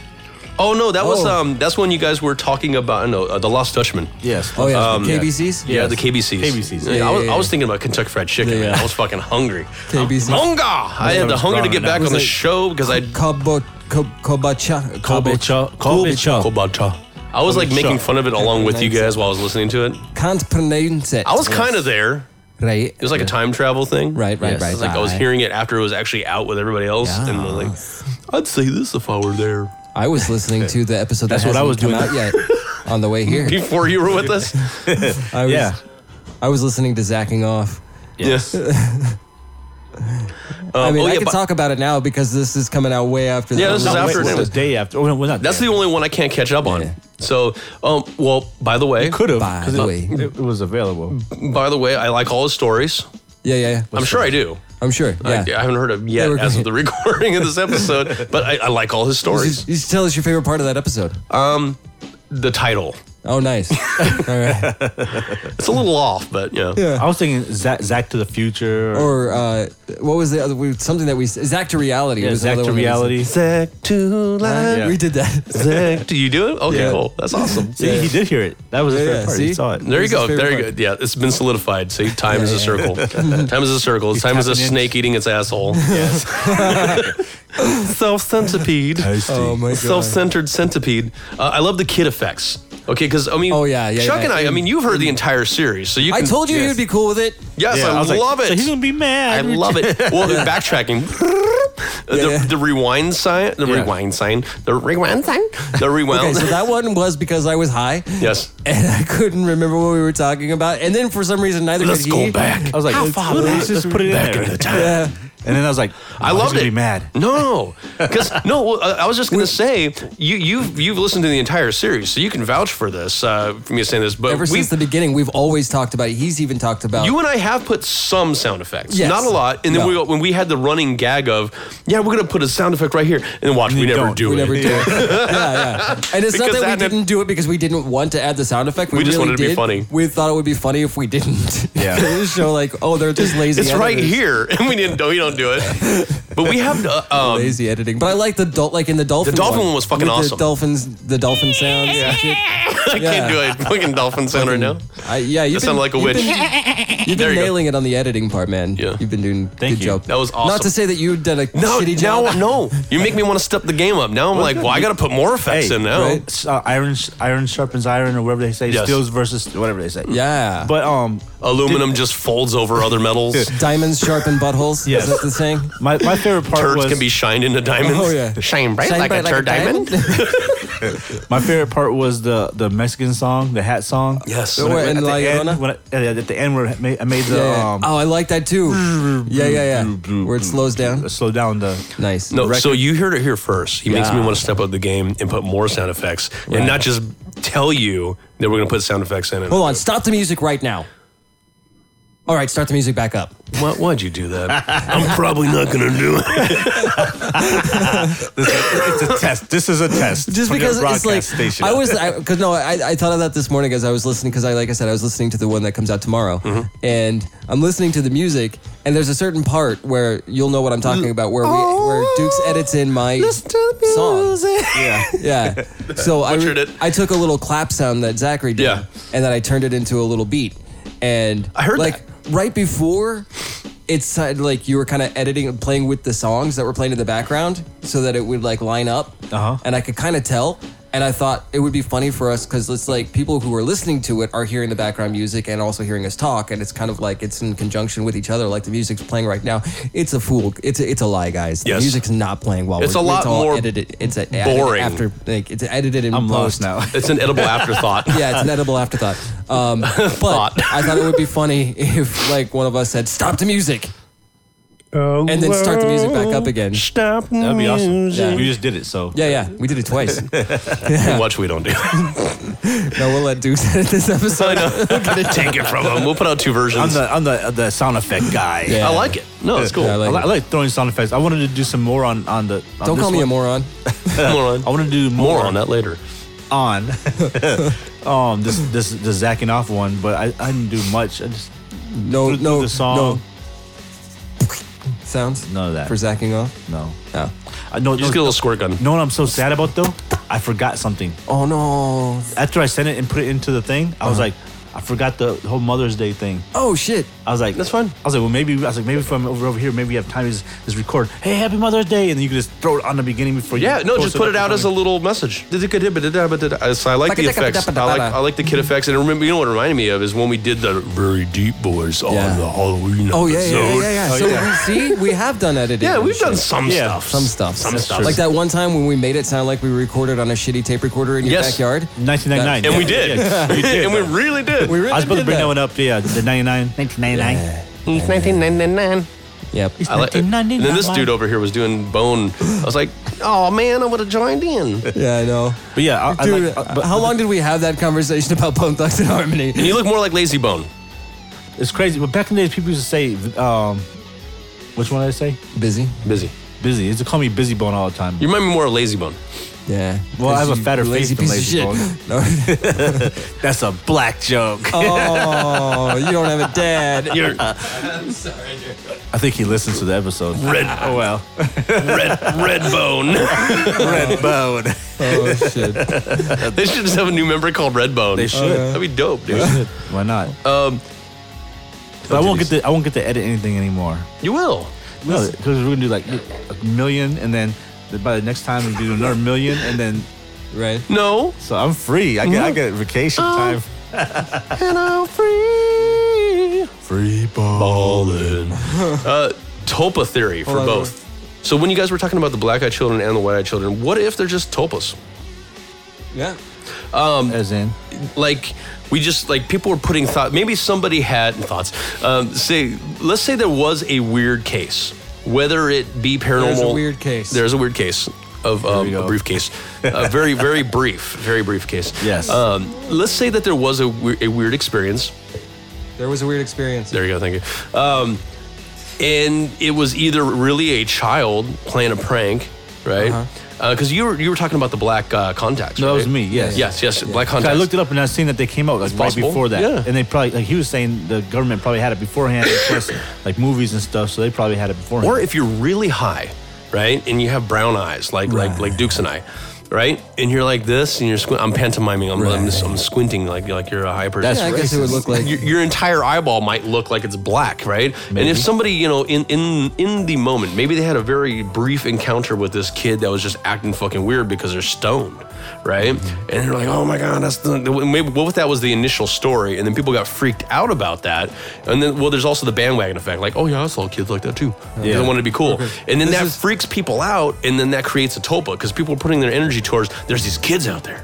Speaker 2: Oh no, that was
Speaker 1: Oh.
Speaker 2: um, that's when you guys were talking about no, uh, the Lost Dutchman.
Speaker 3: Yes.
Speaker 1: Oh yeah,
Speaker 2: Um,
Speaker 1: KBCs.
Speaker 2: Yeah,
Speaker 3: Yes.
Speaker 2: the KBCs.
Speaker 3: KBCs.
Speaker 2: Yeah,
Speaker 1: Yeah,
Speaker 2: I, was,
Speaker 1: yeah,
Speaker 2: I was
Speaker 1: yeah.
Speaker 2: thinking about Kentucky Fried Chicken.
Speaker 1: Yeah.
Speaker 2: Man. I was fucking hungry.
Speaker 1: KBCs.
Speaker 2: Hunger! I had the
Speaker 3: was
Speaker 2: hunger to
Speaker 3: gone
Speaker 2: get
Speaker 3: right
Speaker 2: back
Speaker 3: now.
Speaker 2: on
Speaker 1: It
Speaker 2: the
Speaker 1: was like-
Speaker 2: show because I
Speaker 1: Kobo, ko, kobacha,
Speaker 3: Kobacha- Kobacha.
Speaker 2: Kobacha. I was like
Speaker 3: Kobacha.
Speaker 2: making fun of it along with you guys while I was listening to it.
Speaker 1: Can't pronounce it.
Speaker 2: I was kind of there.
Speaker 1: right.
Speaker 2: It was like a time travel thing.
Speaker 1: Right, right,
Speaker 3: Yes.
Speaker 1: right.
Speaker 2: It's like I was
Speaker 1: right.
Speaker 2: hearing it after it was actually out with everybody else, and I was like, I'd say this if I were there
Speaker 1: Uh, I was listening to the episode.
Speaker 3: That's
Speaker 1: that
Speaker 3: what I
Speaker 1: hasn't
Speaker 3: was
Speaker 1: come
Speaker 3: doing.
Speaker 1: out yet on the way here.
Speaker 3: [LAUGHS]
Speaker 2: before you were with
Speaker 1: [LAUGHS]
Speaker 2: us.
Speaker 1: I was,
Speaker 3: Yeah.
Speaker 1: I was listening to Zacking Off.
Speaker 2: Yes.
Speaker 1: [LAUGHS]
Speaker 2: Um,
Speaker 1: I mean,
Speaker 2: oh,
Speaker 1: I
Speaker 2: yeah,
Speaker 1: can
Speaker 2: but-
Speaker 1: talk about it now because this is coming out way after.
Speaker 2: Yeah,
Speaker 1: the-
Speaker 2: this is
Speaker 3: No, wait,
Speaker 2: after-
Speaker 3: what was day after. Oh, well, not
Speaker 2: That's
Speaker 3: day
Speaker 2: the only one I can't catch up on.
Speaker 1: Yeah.
Speaker 2: So, um, well, by the way,
Speaker 3: could have
Speaker 1: By
Speaker 3: because
Speaker 1: the
Speaker 3: it,
Speaker 1: way. [LAUGHS]
Speaker 3: it, it was available.
Speaker 2: by the way, I like all his stories.
Speaker 1: Yeah, yeah. yeah.
Speaker 2: I'm sure I do.
Speaker 1: I'm sure. Yeah.
Speaker 2: I, I haven't heard of
Speaker 1: They
Speaker 2: yet
Speaker 1: were
Speaker 2: as of
Speaker 1: great.
Speaker 2: the [LAUGHS] recording of this episode, but I, I like all his stories.
Speaker 1: Just, just tell us your favorite part of that episode.
Speaker 2: Uh, The title.
Speaker 1: [LAUGHS] oh,
Speaker 2: [LAUGHS]
Speaker 1: nice. All right.
Speaker 3: [LAUGHS]
Speaker 2: It's a little off, but yeah.
Speaker 3: I was thinking Zach, Zach to the Future. Or,
Speaker 1: [LAUGHS] Or uh, what was the other? we- Something that we Zach to reality.
Speaker 3: yeah,
Speaker 1: was
Speaker 3: Zach
Speaker 1: another
Speaker 3: to
Speaker 1: one that
Speaker 3: Reality.
Speaker 2: Zach to
Speaker 1: [LAUGHS] We,
Speaker 2: life.
Speaker 1: we did that.
Speaker 2: Zach to you do it? Okay,
Speaker 1: Yeah.
Speaker 2: cool. That's awesome.
Speaker 3: [LAUGHS] See, he did hear it. That was his
Speaker 1: Yeah, yeah,
Speaker 3: favorite part. He
Speaker 1: see?
Speaker 3: saw it.
Speaker 2: There you
Speaker 1: This is
Speaker 2: go.
Speaker 1: his
Speaker 2: There you go.
Speaker 1: favorite
Speaker 2: Yeah, it's been solidified. See, time is a circle.
Speaker 1: [LAUGHS]
Speaker 2: time is a circle. time is a
Speaker 3: tapping in.
Speaker 2: snake eating its asshole. [LAUGHS] Self centipede.
Speaker 1: Oh my god.
Speaker 2: Self-centered centipede. Uh, I love the kid effects. Okay, because I mean,
Speaker 1: Oh, yeah, yeah,
Speaker 2: Chuck
Speaker 1: yeah.
Speaker 2: and I. I mean, you've heard the entire series, so you.
Speaker 1: I
Speaker 2: Can,
Speaker 1: told you
Speaker 2: Yes,
Speaker 1: you'd be cool with it.
Speaker 2: yes
Speaker 3: Yeah,
Speaker 2: I,
Speaker 3: I was like,
Speaker 2: love
Speaker 3: So
Speaker 2: it.
Speaker 3: he's gonna be mad.
Speaker 2: I love it. Well,
Speaker 1: [LAUGHS]
Speaker 2: backtracking.
Speaker 1: yeah.
Speaker 2: the, the rewind sign, the
Speaker 3: Yeah.
Speaker 2: rewind sign, the rewind sign,
Speaker 1: [LAUGHS]
Speaker 2: the
Speaker 1: Okay,
Speaker 2: rewind.
Speaker 1: so that one was because I was high.
Speaker 2: Oh. Yes.
Speaker 1: And I couldn't remember what we were talking about. And then for some reason, neither
Speaker 2: Let's
Speaker 1: could
Speaker 2: go
Speaker 1: he.
Speaker 2: back.
Speaker 3: I was like,
Speaker 2: How
Speaker 3: let's,
Speaker 2: far
Speaker 3: let's just put it in
Speaker 2: back
Speaker 3: there.
Speaker 2: in the time?
Speaker 1: Yeah.
Speaker 3: And then I was like,
Speaker 2: [LAUGHS] I
Speaker 3: oh, he's
Speaker 2: loved
Speaker 3: gonna
Speaker 2: it.
Speaker 3: Be mad.
Speaker 2: [LAUGHS] No, because no, well, I I was just gonna say you you've you've listened to the entire series, so you can vouch for this. Uh, for me saying this, but
Speaker 1: Ever
Speaker 2: we,
Speaker 1: since the beginning, we've always talked about it. He's even talked about
Speaker 2: you and I have put some sound effects,
Speaker 1: Yes.
Speaker 2: not a lot. And then
Speaker 1: No.
Speaker 2: we, when we had the running gag of, yeah, we're gonna put a sound effect right here, and then watch, we
Speaker 3: you
Speaker 2: never
Speaker 3: don't.
Speaker 2: do
Speaker 1: we
Speaker 2: it.
Speaker 1: never do it. Yeah, yeah. And it's
Speaker 2: Because
Speaker 1: not that
Speaker 2: that
Speaker 1: we
Speaker 2: nev-
Speaker 1: didn't do it because we didn't want to add the sound effect. We,
Speaker 2: We just
Speaker 1: really
Speaker 2: wanted it to be
Speaker 1: did.
Speaker 2: funny.
Speaker 1: We thought it would be funny if we didn't. [LAUGHS]
Speaker 3: Yeah.
Speaker 1: show like, oh, they're just lazy.
Speaker 2: [LAUGHS] It's right
Speaker 1: editors.
Speaker 2: here, [LAUGHS] and we didn't. No, we don't do
Speaker 1: [LAUGHS]
Speaker 2: it. But we have uh, um, [LAUGHS]
Speaker 1: Lazy editing, but I like the dol- like in the dolphin.
Speaker 2: dolphin one was fucking
Speaker 1: with The
Speaker 2: awesome.
Speaker 1: dolphins, the dolphin sounds. Yeah, and shit.
Speaker 2: I
Speaker 1: Yeah.
Speaker 2: can't do it. Fucking dolphin sound right now.
Speaker 1: I, yeah. You've
Speaker 2: That sounded
Speaker 1: been-
Speaker 2: like a
Speaker 1: you've
Speaker 2: witch.
Speaker 1: been- You've
Speaker 2: There
Speaker 1: been
Speaker 2: you go.
Speaker 1: nailing it on the editing part, man.
Speaker 2: Yeah.
Speaker 1: You've been doing
Speaker 3: Thank
Speaker 1: good
Speaker 3: you.
Speaker 1: job.
Speaker 2: That was awesome.
Speaker 1: Not to say that you did a
Speaker 2: No,
Speaker 1: shitty
Speaker 2: now
Speaker 1: job.
Speaker 2: no. You make me want to step the game up. Now I'm like, well, I got to put more effects
Speaker 3: Hey,
Speaker 2: in now.
Speaker 1: right?
Speaker 3: S- uh, iron, iron sharpens iron, or whatever they say.
Speaker 2: Yes.
Speaker 3: Steels versus whatever they say.
Speaker 1: Yeah.
Speaker 3: But um,
Speaker 2: Aluminum just folds over
Speaker 1: [LAUGHS]
Speaker 2: other metals.
Speaker 1: Diamonds sharpen buttholes.
Speaker 3: Yes.
Speaker 1: Is that the saying?
Speaker 3: my, my favorite part
Speaker 2: Turds
Speaker 3: was
Speaker 2: can be shined into diamonds.
Speaker 1: Oh, yeah.
Speaker 2: shine bright
Speaker 1: Shine
Speaker 2: like
Speaker 1: bright
Speaker 2: a turd diamond.
Speaker 3: [LAUGHS] my favorite part was the the Mexican song, the hat song.
Speaker 2: Yes.
Speaker 3: When I-
Speaker 1: Oh, and
Speaker 3: at, the
Speaker 1: La Llorona?
Speaker 3: end, when I, at the end, where I made, I made the
Speaker 1: [LAUGHS] Yeah.
Speaker 3: um,
Speaker 1: oh, I like that too.
Speaker 3: [LAUGHS]
Speaker 1: Yeah, yeah, yeah. Where it slows down.
Speaker 3: slow down the.
Speaker 1: Nice.
Speaker 2: No, so you heard it here first. He makes
Speaker 1: Yeah.
Speaker 2: me want to step up the game and put more sound effects, and not just tell you that we're going to put sound effects in. it.
Speaker 1: Hold on. Stop the music right now. All right, start the music back up.
Speaker 2: Why, why'd you do that? I'm probably not going to do
Speaker 1: [LAUGHS]
Speaker 2: it.
Speaker 3: This is, it's a test. This is a test.
Speaker 1: Just
Speaker 3: from your
Speaker 1: because it's
Speaker 3: broadcast
Speaker 1: like
Speaker 3: station.
Speaker 1: I was because no, I, I thought of that this morning as I was listening because I like I said I was listening to the one that comes out tomorrow,
Speaker 3: Mm-hmm.
Speaker 1: and I'm listening to the music and there's a certain part where you'll know what I'm talking about where we where Dukes edits in my song.
Speaker 3: yeah.
Speaker 2: [LAUGHS]
Speaker 1: Yeah. So I,
Speaker 2: Butchered it.
Speaker 1: I took a little clap sound that Zachary did,
Speaker 2: Yeah.
Speaker 1: and then I turned it into a little beat. And
Speaker 2: I heard
Speaker 1: like right before, it sounded like you were kind of editing and playing with the songs that were playing in the background, so that it would like line up.
Speaker 3: Uh-huh.
Speaker 1: And I could kind of tell. And I thought it would be funny for us because it's like people who are listening to it are hearing the background music and also hearing us talk, and it's kind of like it's in conjunction with each other. Like the music's playing right now. It's a fool. It's a, it's a lie, guys. The
Speaker 2: Yes.
Speaker 1: music's not playing while
Speaker 2: It's
Speaker 1: we're,
Speaker 2: a lot
Speaker 1: all
Speaker 2: more
Speaker 1: edited. It's a,
Speaker 2: boring.
Speaker 1: after like it's edited in
Speaker 3: I'm
Speaker 1: post
Speaker 3: lost now.
Speaker 2: It's an edible afterthought.
Speaker 1: Yeah, it's an edible afterthought.
Speaker 3: [LAUGHS]
Speaker 1: Um, but
Speaker 2: Thought.
Speaker 1: I thought it would be funny if like one of us said, "Stop the music," and then start [LAUGHS] the music back up again.
Speaker 2: Stop.
Speaker 3: That'd be awesome.
Speaker 1: Yeah.
Speaker 3: We just did it. So
Speaker 1: Yeah, yeah, we did it twice. no,
Speaker 2: [LAUGHS] Watch, we don't do.
Speaker 1: [LAUGHS] we'll let Duke edit
Speaker 3: [LAUGHS]
Speaker 1: this episode.
Speaker 2: Take it from him. We'll put out two
Speaker 3: I'm
Speaker 2: versions.
Speaker 3: the I'm the the sound effect guy.
Speaker 1: Yeah.
Speaker 2: I like it. No, it's cool.
Speaker 1: Yeah, I
Speaker 3: I,
Speaker 1: like
Speaker 3: li- I like throwing sound effects. I wanted to do some more on on the. On
Speaker 1: Don't
Speaker 3: this
Speaker 1: call me a
Speaker 3: one.
Speaker 1: moron.
Speaker 2: Moron.
Speaker 3: I want to do more,
Speaker 2: More on that later.
Speaker 3: on [LAUGHS] um this this the zacking off one, but I, I didn't do much. I just
Speaker 1: No,
Speaker 3: threw, threw
Speaker 1: no,
Speaker 3: the song.
Speaker 1: no. Sounds
Speaker 3: None of that.
Speaker 1: for zacking off.
Speaker 3: No,
Speaker 1: No.
Speaker 3: I know.
Speaker 2: You just get a little squirt gun.
Speaker 3: know what I'm so sad about though? I forgot something.
Speaker 1: Oh no.
Speaker 3: After I sent it and put it into the thing, I
Speaker 1: Uh-huh.
Speaker 3: was like, I forgot the whole Mother's Day thing.
Speaker 1: Oh shit.
Speaker 3: I was like,
Speaker 2: That's fine.
Speaker 3: I was like, well, maybe I was like, maybe if I'm over, over here, maybe we have time to just, just record. Hey, Happy Mother's Day, and then you can just throw it on the beginning before.
Speaker 2: Yeah,
Speaker 3: you
Speaker 2: no,
Speaker 3: post
Speaker 2: just put
Speaker 3: up
Speaker 2: it out
Speaker 3: or
Speaker 2: as a
Speaker 3: something.
Speaker 2: little message. So I like the effects. I like I like the kid effects, and remember, you know what it reminded me of is when we did the very deep boys on
Speaker 1: Yeah.
Speaker 2: the Halloween.
Speaker 1: Oh yeah, yeah,
Speaker 2: episode.
Speaker 1: yeah, yeah. yeah.
Speaker 3: Oh,
Speaker 1: so
Speaker 3: yeah.
Speaker 1: we see, we have done editing.
Speaker 2: Yeah,
Speaker 1: and
Speaker 2: we've done
Speaker 1: shit.
Speaker 2: some
Speaker 3: Yeah,
Speaker 2: stuff.
Speaker 1: some stuff.
Speaker 2: Some stuff.
Speaker 1: Like that one time when we made it sound like we recorded on a shitty tape recorder in your
Speaker 2: Yes.
Speaker 1: backyard.
Speaker 3: 1999,
Speaker 2: And we
Speaker 3: Yeah,
Speaker 2: did.
Speaker 3: yeah, we did.
Speaker 2: and we really did.
Speaker 1: We really
Speaker 3: I was about to
Speaker 1: did
Speaker 3: bring that.
Speaker 1: that.
Speaker 3: one up. Yeah, the 99.
Speaker 5: 1999. He's 1999.
Speaker 1: Yep.
Speaker 3: Uh,
Speaker 2: I like, and then this dude over here was doing bone. I was like, oh man, I would have joined in.
Speaker 1: Yeah, I know.
Speaker 3: But yeah, I, I
Speaker 1: Dude,
Speaker 3: like, uh, but
Speaker 1: how long did we have that conversation about Bone Thugs and Harmony?
Speaker 2: And you look more like Lazy Bone.
Speaker 3: It's crazy. But back in the days, people used to say, um, Which one did I say?
Speaker 1: Busy.
Speaker 2: Busy.
Speaker 3: Busy. They used to call me Busy Bone all the time.
Speaker 2: You remind me more of Lazy [LAUGHS] Bone.
Speaker 1: Yeah.
Speaker 3: Well, I have a
Speaker 1: You
Speaker 3: fatter
Speaker 1: lazy
Speaker 3: face than
Speaker 1: piece of
Speaker 3: Lazy
Speaker 1: shit. No. [LAUGHS]
Speaker 3: That's a black joke.
Speaker 1: Oh, you don't have a
Speaker 3: [LAUGHS]
Speaker 1: dad.
Speaker 2: You're
Speaker 3: I think he listens to the episode. Red. Oh well.
Speaker 2: red, red bone.
Speaker 3: [LAUGHS] Red Bone.
Speaker 1: Oh shit.
Speaker 2: they should just have a new member called Red Bone.
Speaker 3: They should.
Speaker 2: That'd be dope, dude.
Speaker 3: Why not?
Speaker 2: Uh,
Speaker 3: Um. I won't get to I won't get to edit anything anymore.
Speaker 2: you will.
Speaker 3: No, because we're gonna do like a million, and then by the next time we do another million, and then
Speaker 1: Right.
Speaker 2: No.
Speaker 3: so I'm free. I get I get vacation
Speaker 2: Mm-hmm.
Speaker 3: time.
Speaker 2: And I'm free. Free balling. [LAUGHS] uh, topa theory for
Speaker 1: on, hold
Speaker 2: both. So when you guys were talking about the black-eyed children and the white-eyed children, what if they're just topas?
Speaker 1: Yeah.
Speaker 2: Um,
Speaker 3: As in,
Speaker 2: like we just like people were putting thought maybe somebody had thoughts um, say let's say there was a weird case whether it be paranormal
Speaker 1: There's a weird case.
Speaker 2: there's a weird case of um,
Speaker 3: we
Speaker 2: a
Speaker 3: go.
Speaker 2: briefcase a very very brief very brief case
Speaker 3: Yes.
Speaker 2: um, let's say that there was a, we- a weird experience
Speaker 1: There was a weird experience.
Speaker 2: there you go thank you um, and it was either really a child playing a prank right because you were you were talking about the black uh, contacts
Speaker 3: Uh-huh. No, that was
Speaker 2: right?
Speaker 3: me, yes.
Speaker 2: yes yes black
Speaker 3: I
Speaker 2: contacts
Speaker 3: looked it up and I seen that they came out like right
Speaker 2: possible.
Speaker 3: before that,
Speaker 2: Yeah.
Speaker 3: and they probably like he was saying the government probably had it beforehand, plus like movies and stuff, so they probably had it beforehand.
Speaker 2: Or if you're really high, right, and you have brown eyes, like like like Dukes and I, right, and you're like this, and you're squint. I'm pantomiming. I'm, I'm, just, I'm squinting like like you're a high person.
Speaker 1: yeah, I guess it would look like.
Speaker 2: your, your entire eyeball might look like it's black, right? And if somebody, you know, in in in the moment, maybe they had a very brief encounter with this kid that was just acting fucking weird because they're stoned, right?
Speaker 1: Mm-hmm.
Speaker 2: And they're like, "Oh my god, that's the the- maybe what if that was the initial story?" And then people got freaked out about that. And then well, there's also the bandwagon effect, like, "Oh yeah, I saw kids like that too." They
Speaker 3: Yeah.
Speaker 2: wanted to be cool, and then
Speaker 1: This
Speaker 2: that
Speaker 1: is-
Speaker 2: freaks people out, and then that creates a topa because people are putting their energy towards there's these kids out there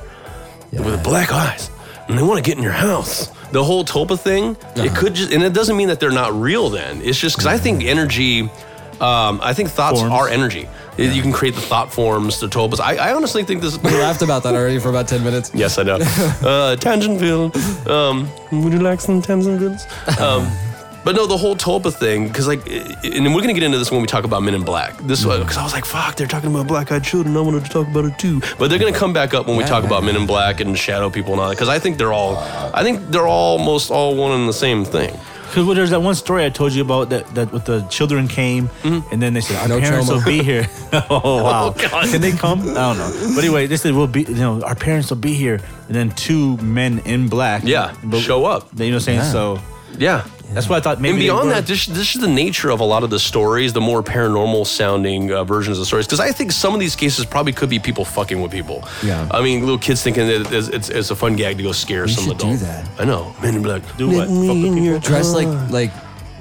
Speaker 2: with black eyes and they want to get in your house. The whole Topa thing, it could just, and it doesn't mean that they're not real then. It's just because I think energy, um, I think thoughts
Speaker 3: Forms.
Speaker 2: are energy. You- You can create the thought forms, the Topas. I, I honestly think this.
Speaker 1: We laughed about that already for about ten minutes.
Speaker 2: yes, I know. Uh, Tangentville. Um, would you like some Tangentvilles? Um, but no, the whole Topa thing, because like, i- and we're gonna get into this when we talk about Men in Black. This, because I was like, fuck, they're talking about black-eyed children. I wanted to talk about it too. But they're gonna come back up when we talk about Men in Black and Shadow People and all that, because I think they're all, I think they're almost all one and the same thing.
Speaker 3: Because well, there's that one story I told you about that, that with the children came
Speaker 2: Mm-hmm.
Speaker 3: and then they said our
Speaker 1: No
Speaker 3: parents
Speaker 1: trauma.
Speaker 3: will
Speaker 2: [LAUGHS]
Speaker 3: be here. [LAUGHS] oh wow!
Speaker 2: God.
Speaker 3: Can they come? I don't know. But anyway, they said we'll be. You know, our parents will be here, and then two men in black.
Speaker 2: Yeah,
Speaker 3: but-
Speaker 2: show up.
Speaker 3: You know what I'm saying? So
Speaker 2: Yeah.
Speaker 3: that's what I thought. Maybe
Speaker 2: and
Speaker 3: they
Speaker 2: beyond
Speaker 3: were-
Speaker 2: that, this, this is the nature of a lot of the stories, the more paranormal sounding uh, versions of stories. Because I think some of these cases probably could be people fucking with people.
Speaker 1: Yeah.
Speaker 2: I mean, little kids thinking that it's, it's, it's a fun gag to go scare some
Speaker 1: should do
Speaker 2: adult.
Speaker 1: that.
Speaker 2: I know. Men in black.
Speaker 3: do what? Fuck with people.
Speaker 1: Dress like like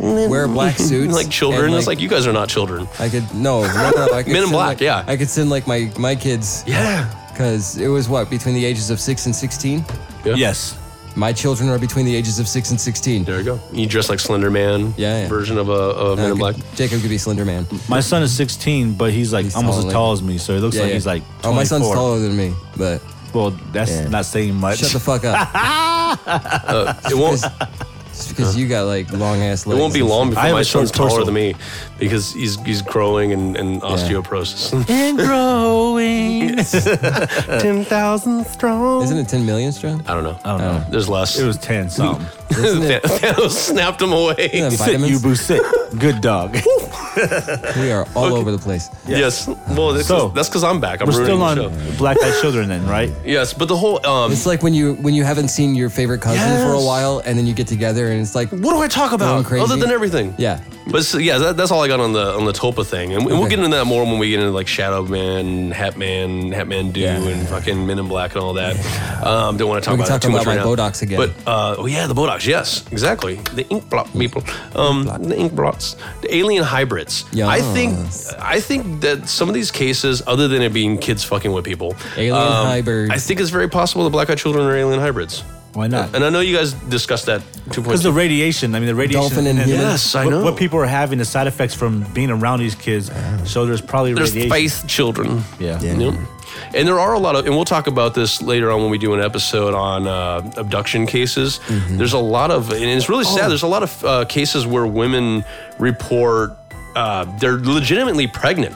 Speaker 1: wear
Speaker 2: [LAUGHS]
Speaker 1: black suits.
Speaker 2: Like children.
Speaker 1: and,
Speaker 2: it's like you guys are not children.
Speaker 1: I could no, no, no I could
Speaker 2: Men in
Speaker 1: send,
Speaker 2: Black,
Speaker 1: like-
Speaker 2: yeah.
Speaker 1: I could send like my my kids
Speaker 2: Yeah.
Speaker 1: because it was what between the ages of six and sixteen.
Speaker 3: Yes.
Speaker 1: My children are between the ages of six and sixteen.
Speaker 2: There you go. You dress like Slender Man.
Speaker 1: Yeah, yeah.
Speaker 2: Version of a, a
Speaker 1: Uh,
Speaker 2: Men in
Speaker 1: could-
Speaker 2: Black.
Speaker 1: Jacob could be Slender Man.
Speaker 3: My son is 16, but he's like
Speaker 1: He's
Speaker 3: almost
Speaker 1: tall,
Speaker 3: as
Speaker 1: like-
Speaker 3: tall as me, so it looks
Speaker 1: Yeah,
Speaker 3: like
Speaker 1: yeah.
Speaker 3: he's like.
Speaker 1: oh, my son's
Speaker 3: 24.
Speaker 1: taller than me, but
Speaker 3: Well, that's
Speaker 1: Yeah.
Speaker 3: not saying much. [LAUGHS]
Speaker 1: shut the fuck up.
Speaker 2: It won't.
Speaker 1: Just because you got like long ass legs.
Speaker 2: It won't be
Speaker 1: and
Speaker 2: long
Speaker 1: shit.
Speaker 2: before
Speaker 3: I have
Speaker 2: my
Speaker 3: a short
Speaker 2: son's taller
Speaker 3: torso.
Speaker 2: than me because he's he's growing and, and osteoporosis. [LAUGHS]
Speaker 3: and
Speaker 1: [LAUGHS]
Speaker 3: growing.
Speaker 5: Ten thousand strong.
Speaker 1: Isn't it ten million strong?
Speaker 2: I don't know.
Speaker 3: I don't know.
Speaker 2: There's less.
Speaker 3: It was 10 something.
Speaker 1: Isn't
Speaker 2: [LAUGHS]
Speaker 1: it?
Speaker 2: Thanos snapped him away.
Speaker 1: Isn't it
Speaker 3: Sit, you
Speaker 1: vitamins?
Speaker 3: boo, sit. Good dog.
Speaker 1: We are all over the place.
Speaker 2: [LAUGHS] Yes. Well, that's
Speaker 3: So-
Speaker 2: that's because I'm back. I'm
Speaker 3: We're
Speaker 2: ruining
Speaker 3: still on
Speaker 2: the show.
Speaker 3: Black Eyed Children then, right?
Speaker 2: Yes, but the whole um,
Speaker 1: It's like when you when you haven't seen your favorite cousin for a
Speaker 2: Yes.
Speaker 1: while, and then you get together, and it's like,
Speaker 2: what do I talk about
Speaker 1: crazy.
Speaker 2: other than everything?
Speaker 1: yeah,
Speaker 2: But so, yeah, that, that's all I got on the on the Topa thing, and, we- we'll
Speaker 1: Okay.
Speaker 2: get into that more when we get into like Shadow Man, Hat Man, Hat Man Do,
Speaker 1: Yeah.
Speaker 2: and fucking Men in Black and all that. Um, don't want to talk
Speaker 1: We
Speaker 2: about
Speaker 1: can
Speaker 2: that too
Speaker 1: talk
Speaker 2: much
Speaker 1: about
Speaker 2: right
Speaker 1: my
Speaker 2: now.
Speaker 1: Bodox again.
Speaker 2: But uh, oh yeah, the Bodox. Yes, exactly. The ink blot people. Um, the ink blots. The alien hybrids.
Speaker 1: Yes.
Speaker 2: I think I think that some of these cases, other than it being kids fucking with people, um,
Speaker 1: Alien hybrids.
Speaker 2: I think it's very possible the black eyed children are alien hybrids.
Speaker 3: Why not?
Speaker 2: And I know you guys discussed that two
Speaker 3: Because
Speaker 2: points.
Speaker 3: the radiation, I mean, the radiation.
Speaker 1: Dolphin and human.
Speaker 2: Yes, I
Speaker 3: what-
Speaker 2: know.
Speaker 3: What people are having, the side effects from being around these kids. So there's probably
Speaker 2: There's
Speaker 3: radiation.
Speaker 2: faith children.
Speaker 3: Yeah.
Speaker 2: Yep. And there are a lot of, and we'll talk about this later on when we do an episode on uh, abduction cases.
Speaker 3: Mm-hmm. Oh.
Speaker 2: There's a lot of, and it's really sad. There's a lot of uh, cases where women report uh, they're legitimately pregnant.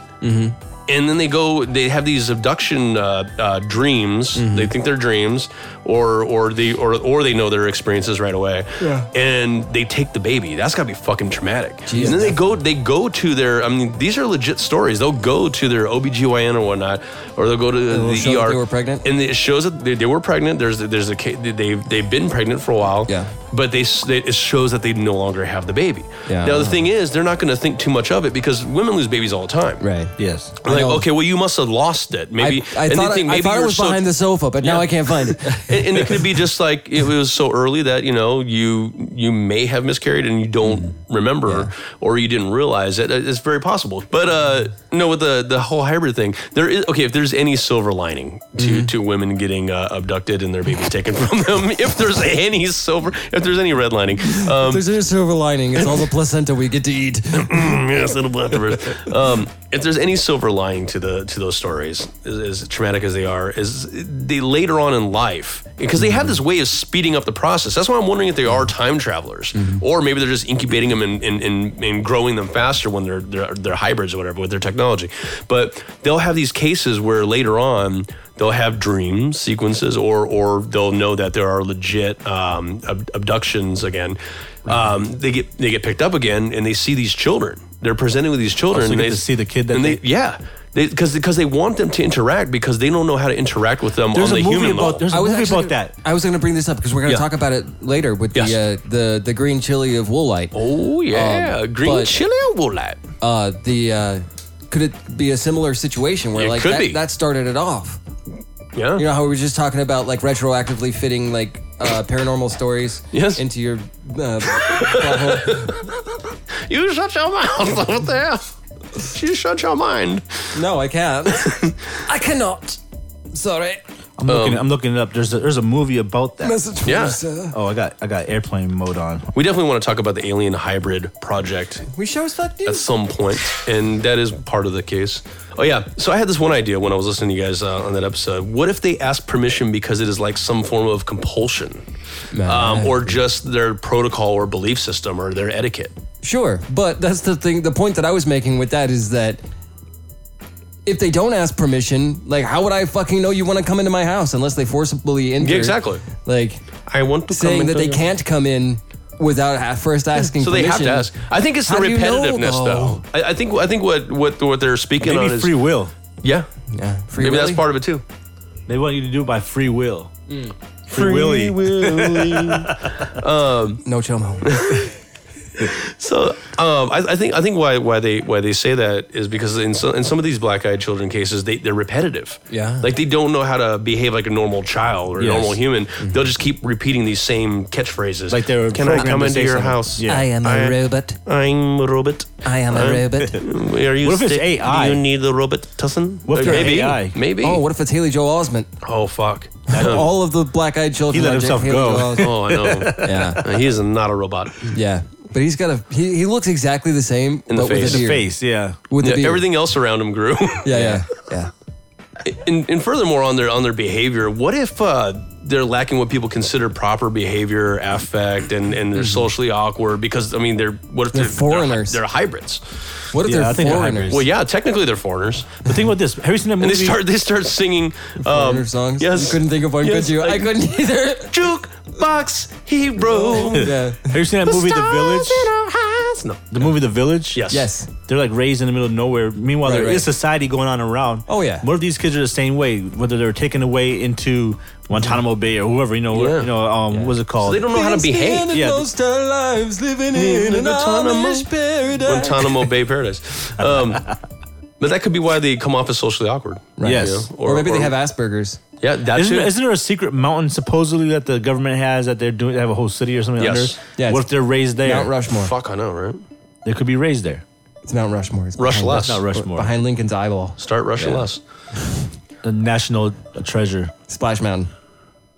Speaker 2: And then they go, they have these abduction uh, uh, dreams.
Speaker 1: Mm-hmm.
Speaker 2: They think they're dreams, or or they or or they know their experiences right away. Yeah. And they take the baby. That's gotta be fucking traumatic. and then they go, they go to their. I mean, these are legit stories. They'll go to their OBGYN or whatnot, or they'll go to
Speaker 1: it'll
Speaker 2: the
Speaker 1: show that
Speaker 2: ER.
Speaker 1: they were pregnant?
Speaker 2: And it shows that they, they were pregnant. There's there's a ca- they they've been pregnant for a while.
Speaker 1: Yeah.
Speaker 2: But they s- it shows that they no longer have the baby.
Speaker 1: Yeah.
Speaker 2: Now the thing is, they're not going to think too much of it because women lose babies all the time.
Speaker 1: Right.
Speaker 3: Yes.
Speaker 2: I'm like,
Speaker 1: I know.
Speaker 2: okay, well, you must have lost it. Maybe
Speaker 1: I, I
Speaker 2: and they
Speaker 1: thought,
Speaker 2: think
Speaker 1: I, I
Speaker 2: maybe
Speaker 1: thought
Speaker 2: you
Speaker 1: it
Speaker 2: were
Speaker 1: was
Speaker 2: so-
Speaker 1: behind the sofa, but now
Speaker 2: Yeah.
Speaker 1: I can't find it.
Speaker 2: [LAUGHS] and, and it
Speaker 1: [LAUGHS]
Speaker 2: could be just like it was so early that you know you you may have miscarried and you don't
Speaker 1: Mm.
Speaker 2: remember or you didn't realize it. It's very possible. But uh, no, with the the whole hybrid thing, there is okay. If there's any silver lining to
Speaker 1: Mm-hmm.
Speaker 2: to women getting uh, abducted and their babies taken [LAUGHS] from them, if there's any silver, if there's any red lining, um,
Speaker 1: There's a silver lining. It's all the placenta we get to eat.
Speaker 2: Mm, yes, little blackbirds. Um, if there's any silver lining to the to those stories, as, as traumatic as they are, is they later on in life because they have this way of speeding up the process. That's why I'm wondering if they are time travelers, or maybe they're just incubating them and, and, and, and growing them faster when they're, they're they're hybrids or whatever with their technology. But they'll have these cases where later on they'll have dream sequences or or they'll know that there are legit um, ab- abductions again um, they get they get picked up again and they see these children they're presented with these children
Speaker 3: so
Speaker 2: and
Speaker 3: they get
Speaker 2: they
Speaker 3: to see the kid that
Speaker 2: and they,
Speaker 3: they-
Speaker 2: yeah because because they want them to interact because they don't know how to interact with them
Speaker 3: There's
Speaker 2: on
Speaker 3: a
Speaker 2: the
Speaker 3: movie
Speaker 2: human
Speaker 3: about-
Speaker 2: level.
Speaker 3: there's-
Speaker 1: I was
Speaker 3: Movie
Speaker 1: actually
Speaker 3: about
Speaker 1: gonna-
Speaker 3: that.
Speaker 1: I was going to bring this up because we're going to
Speaker 2: Yeah.
Speaker 1: talk about it later with the
Speaker 2: Yes.
Speaker 1: uh, the the green chili of woolite.
Speaker 2: oh yeah,
Speaker 1: Um,
Speaker 2: green
Speaker 1: but-
Speaker 2: chili will light.
Speaker 1: Uh, the uh, could it be a similar situation where
Speaker 2: It
Speaker 1: like
Speaker 2: could
Speaker 1: that,
Speaker 2: be.
Speaker 1: that started it off?
Speaker 2: Yeah,
Speaker 1: You know how we were just talking about like retroactively fitting like uh, paranormal stories
Speaker 2: Yes.
Speaker 1: into your uh, [LAUGHS] butthole?
Speaker 2: you shut your mouth. [LAUGHS] what the hell? You shut your mind.
Speaker 1: No, I
Speaker 2: [LAUGHS]
Speaker 1: can't. I cannot. Sorry.
Speaker 3: I'm looking.
Speaker 2: Um,
Speaker 3: I'm looking it up. There's a, there's a movie about that.
Speaker 1: Message from
Speaker 2: Yeah.
Speaker 1: you, sir.
Speaker 3: Oh, I got I got airplane mode on.
Speaker 2: We definitely want to talk about the alien hybrid project
Speaker 1: We sure as fuck do.
Speaker 2: at some point, and that is part of the case. Oh yeah, so I had this one idea when I was listening to you guys uh, on that episode. What if they ask permission because it is like some form of compulsion, um, or just their protocol or belief system or their etiquette?
Speaker 1: Sure, but that's the thing. The point that I was making with that is that if they don't ask permission, like, how would I fucking know you want to come into my house unless they forcibly enter?
Speaker 2: Yeah, exactly.
Speaker 1: Like,
Speaker 2: I want to
Speaker 1: saying
Speaker 2: come
Speaker 1: that
Speaker 2: into
Speaker 1: they
Speaker 2: your-
Speaker 1: can't come in without ha- first asking.
Speaker 2: So they have to
Speaker 1: permission.
Speaker 2: ask. I think it's the
Speaker 1: How do you know,
Speaker 2: repetitiveness,
Speaker 1: though?
Speaker 2: though. I, I think I think what what what they're speaking on
Speaker 3: Maybe
Speaker 2: is
Speaker 3: free will.
Speaker 2: yeah.
Speaker 1: Yeah, free
Speaker 2: Maybe
Speaker 1: willy?
Speaker 2: that's part of it too.
Speaker 3: They want you to do it by free will.
Speaker 2: Mm.
Speaker 3: Free, willy.
Speaker 1: No
Speaker 2: [LAUGHS]
Speaker 1: chomo.
Speaker 2: So um, I, I think I think why why they why they say that is because in some in some of these black eyed children cases they they're repetitive.
Speaker 1: Yeah.
Speaker 2: like they don't know how to behave like a normal child or a
Speaker 3: Yes.
Speaker 2: normal human. They'll just keep repeating these same catchphrases.
Speaker 3: Like they were
Speaker 2: Can I
Speaker 3: programmed
Speaker 2: come
Speaker 3: to
Speaker 2: into
Speaker 3: say
Speaker 2: your
Speaker 3: something."
Speaker 2: house?
Speaker 3: Yeah. I
Speaker 1: am
Speaker 2: a I-
Speaker 1: robot.
Speaker 2: I'm a robot.
Speaker 1: I am
Speaker 2: I'm-
Speaker 1: robot.
Speaker 2: Are you
Speaker 3: What if it's
Speaker 2: sick?
Speaker 3: AI?
Speaker 2: Do you need the robot tussin?
Speaker 3: What if they're
Speaker 2: maybe,
Speaker 3: AI?
Speaker 2: [LAUGHS] Maybe.
Speaker 1: oh, what if it's Haley Joel
Speaker 2: [LAUGHS]
Speaker 1: Osment?
Speaker 2: Oh, fuck.
Speaker 1: All of the black-eyed children.
Speaker 3: He let
Speaker 1: are
Speaker 3: himself
Speaker 1: Haley
Speaker 3: go.
Speaker 1: Joel Osment.
Speaker 2: [LAUGHS] oh, I know.
Speaker 1: [LAUGHS] yeah,
Speaker 2: Uh, He is not a robot.
Speaker 1: yeah. But he's got a. He, he looks exactly the same.
Speaker 2: In the
Speaker 1: but
Speaker 2: face.
Speaker 1: With a
Speaker 2: In
Speaker 1: beard.
Speaker 3: Face. Yeah.
Speaker 1: With a
Speaker 2: Yeah,
Speaker 1: beard.
Speaker 2: everything else around him grew.
Speaker 1: Yeah, yeah, yeah.
Speaker 2: [LAUGHS] and, and furthermore on their on their behavior what if uh, they're lacking what people consider proper behavior affect and and they're socially awkward because i mean they're what if
Speaker 1: Mm-hmm. They're
Speaker 2: they're,
Speaker 1: foreigners.
Speaker 2: they're, hy- they're hybrids
Speaker 1: What if
Speaker 3: Yeah,
Speaker 1: they're
Speaker 3: I think they're
Speaker 1: foreigners?
Speaker 3: hybrids.
Speaker 2: well yeah technically they're foreigners
Speaker 3: But think about this. Have you seen that
Speaker 2: and
Speaker 3: movie?
Speaker 2: they start they start singing um,
Speaker 1: Foreigner songs.
Speaker 2: yes
Speaker 1: You couldn't think of one,
Speaker 2: yes,
Speaker 1: could you? I,
Speaker 2: like,
Speaker 1: couldn't either.
Speaker 2: jukebox
Speaker 1: [LAUGHS]
Speaker 2: hero
Speaker 1: Yeah.
Speaker 3: [LAUGHS] Have you seen that movie, The
Speaker 2: Stars
Speaker 3: Village?
Speaker 2: in our eyes. no
Speaker 3: The movie, The Village.
Speaker 2: [LAUGHS] yes
Speaker 1: Yes.
Speaker 3: They're like raised in the middle of nowhere. Meanwhile,
Speaker 1: Right,
Speaker 3: there is
Speaker 1: right.
Speaker 3: society going on around.
Speaker 1: Oh, yeah.
Speaker 3: What if these kids are the same way? Whether they're taken away into Guantanamo Bay or whoever, you know, where-
Speaker 2: Yeah.
Speaker 3: you know, um, what's it called?
Speaker 2: they don't know how to behave
Speaker 3: Yeah.
Speaker 1: Lost our lives living in an
Speaker 2: Guantanamo.
Speaker 1: Amish paradise.
Speaker 2: guantanamo bay
Speaker 3: [LAUGHS]
Speaker 2: paradise um, but that could be why they come off as socially awkward
Speaker 1: Right.
Speaker 3: Yes.
Speaker 1: Or, maybe they have Asperger's.
Speaker 2: yeah that's
Speaker 3: Isn't,
Speaker 2: it.
Speaker 3: isn't there a secret mountain supposedly that the government has that they're doing? They have a whole city or something
Speaker 2: Yes.
Speaker 3: under.
Speaker 1: Yeah,
Speaker 3: What
Speaker 1: it's-
Speaker 3: if they're raised there?
Speaker 1: Mount Rushmore.
Speaker 2: fuck i know right
Speaker 3: They could be raised there.
Speaker 1: It's Mount Rushmore. It's
Speaker 2: Rush
Speaker 1: behind-
Speaker 2: less.
Speaker 3: Not Rushmore.
Speaker 1: Behind Lincoln's eyeball.
Speaker 2: Start rushing less.
Speaker 3: The national treasure.
Speaker 1: Splash Mountain.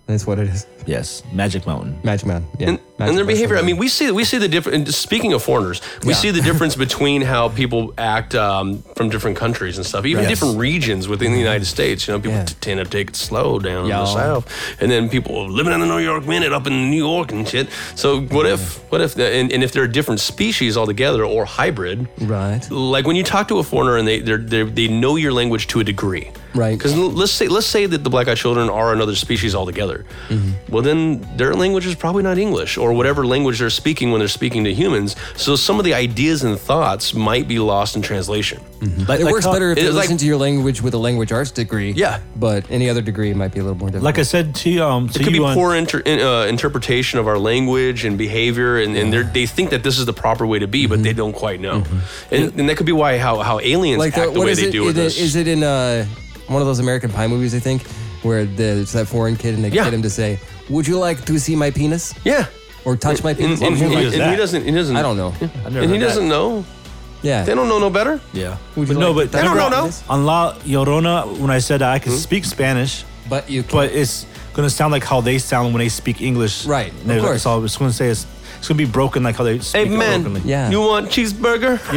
Speaker 1: That's what it is.
Speaker 3: Yes, Magic Mountain.
Speaker 1: Magic Mountain. Yeah.
Speaker 2: And
Speaker 1: Not
Speaker 2: and their
Speaker 1: the best
Speaker 2: behavior. I
Speaker 1: thing.
Speaker 2: mean, we see we see the difference. Speaking of foreigners, we
Speaker 1: Yeah.
Speaker 2: see the
Speaker 1: [LAUGHS]
Speaker 2: difference between how people act um, from different countries and stuff, even
Speaker 3: Yes.
Speaker 2: different regions within the United States. You know, people
Speaker 1: Mm-hmm. Yeah.
Speaker 2: t- tend to take it slow down in the
Speaker 1: Yeah.
Speaker 2: south, and then people living in the New York minute up in New York and shit. So what if what if the, and, and if they're a different species altogether or hybrid?
Speaker 1: Right.
Speaker 2: Like when you talk to a foreigner and they they're, they they know your language to a degree,
Speaker 1: Right.
Speaker 2: Because let's say let's say that the black-eyed children are another species altogether.
Speaker 1: Mm-hmm.
Speaker 2: Well, then their language is probably not English or whatever language they're speaking when they're speaking to humans. So some of the ideas and thoughts might be lost in translation.
Speaker 1: It works better if
Speaker 2: it
Speaker 1: you
Speaker 2: was like-
Speaker 1: listen to your language with a language arts degree.
Speaker 2: Yeah.
Speaker 1: But any other degree might be a little more difficult.
Speaker 3: Like I said to um, to
Speaker 2: It could be
Speaker 3: you on,
Speaker 2: poor inter, in, uh, interpretation of our language and behavior, and, and they're, they think that this is the proper way to be, but they don't quite know. And, and that could be why how, how
Speaker 1: Mm-hmm.
Speaker 2: aliens
Speaker 1: like uh,
Speaker 2: act the, way
Speaker 1: is
Speaker 2: they
Speaker 1: it,
Speaker 2: do with
Speaker 1: it-
Speaker 2: this.
Speaker 1: is it in uh, one of those American Pie movies? I think where the, it's that foreign kid and they
Speaker 2: Yeah.
Speaker 1: get him to say, "Would you like to see my penis?"
Speaker 2: yeah.
Speaker 1: Or touch my penis.
Speaker 2: And,
Speaker 1: Would
Speaker 2: and,
Speaker 1: you
Speaker 2: he,
Speaker 1: like-
Speaker 3: is
Speaker 2: and
Speaker 3: that?
Speaker 2: he doesn't. He doesn't.
Speaker 1: I don't know.
Speaker 3: I've never
Speaker 2: And he
Speaker 3: heard that.
Speaker 2: doesn't know.
Speaker 1: Yeah.
Speaker 2: They don't know no better.
Speaker 3: Yeah.
Speaker 1: Would you
Speaker 3: But no,
Speaker 1: like
Speaker 3: but
Speaker 1: to touch
Speaker 2: No,
Speaker 1: my
Speaker 2: no, no. Hmm?
Speaker 1: penis?
Speaker 3: on La Llorona, when I said that I can speak Spanish,
Speaker 1: But you.
Speaker 3: but it's gonna sound like how they sound when they speak English.
Speaker 1: Right,
Speaker 3: They're
Speaker 1: of
Speaker 3: like-
Speaker 1: course.
Speaker 3: So it's gonna say it's, it's gonna be broken like how they speak
Speaker 2: Hey
Speaker 3: it
Speaker 2: man,
Speaker 3: brokenly.
Speaker 1: Yeah.
Speaker 2: you want cheeseburger? Um,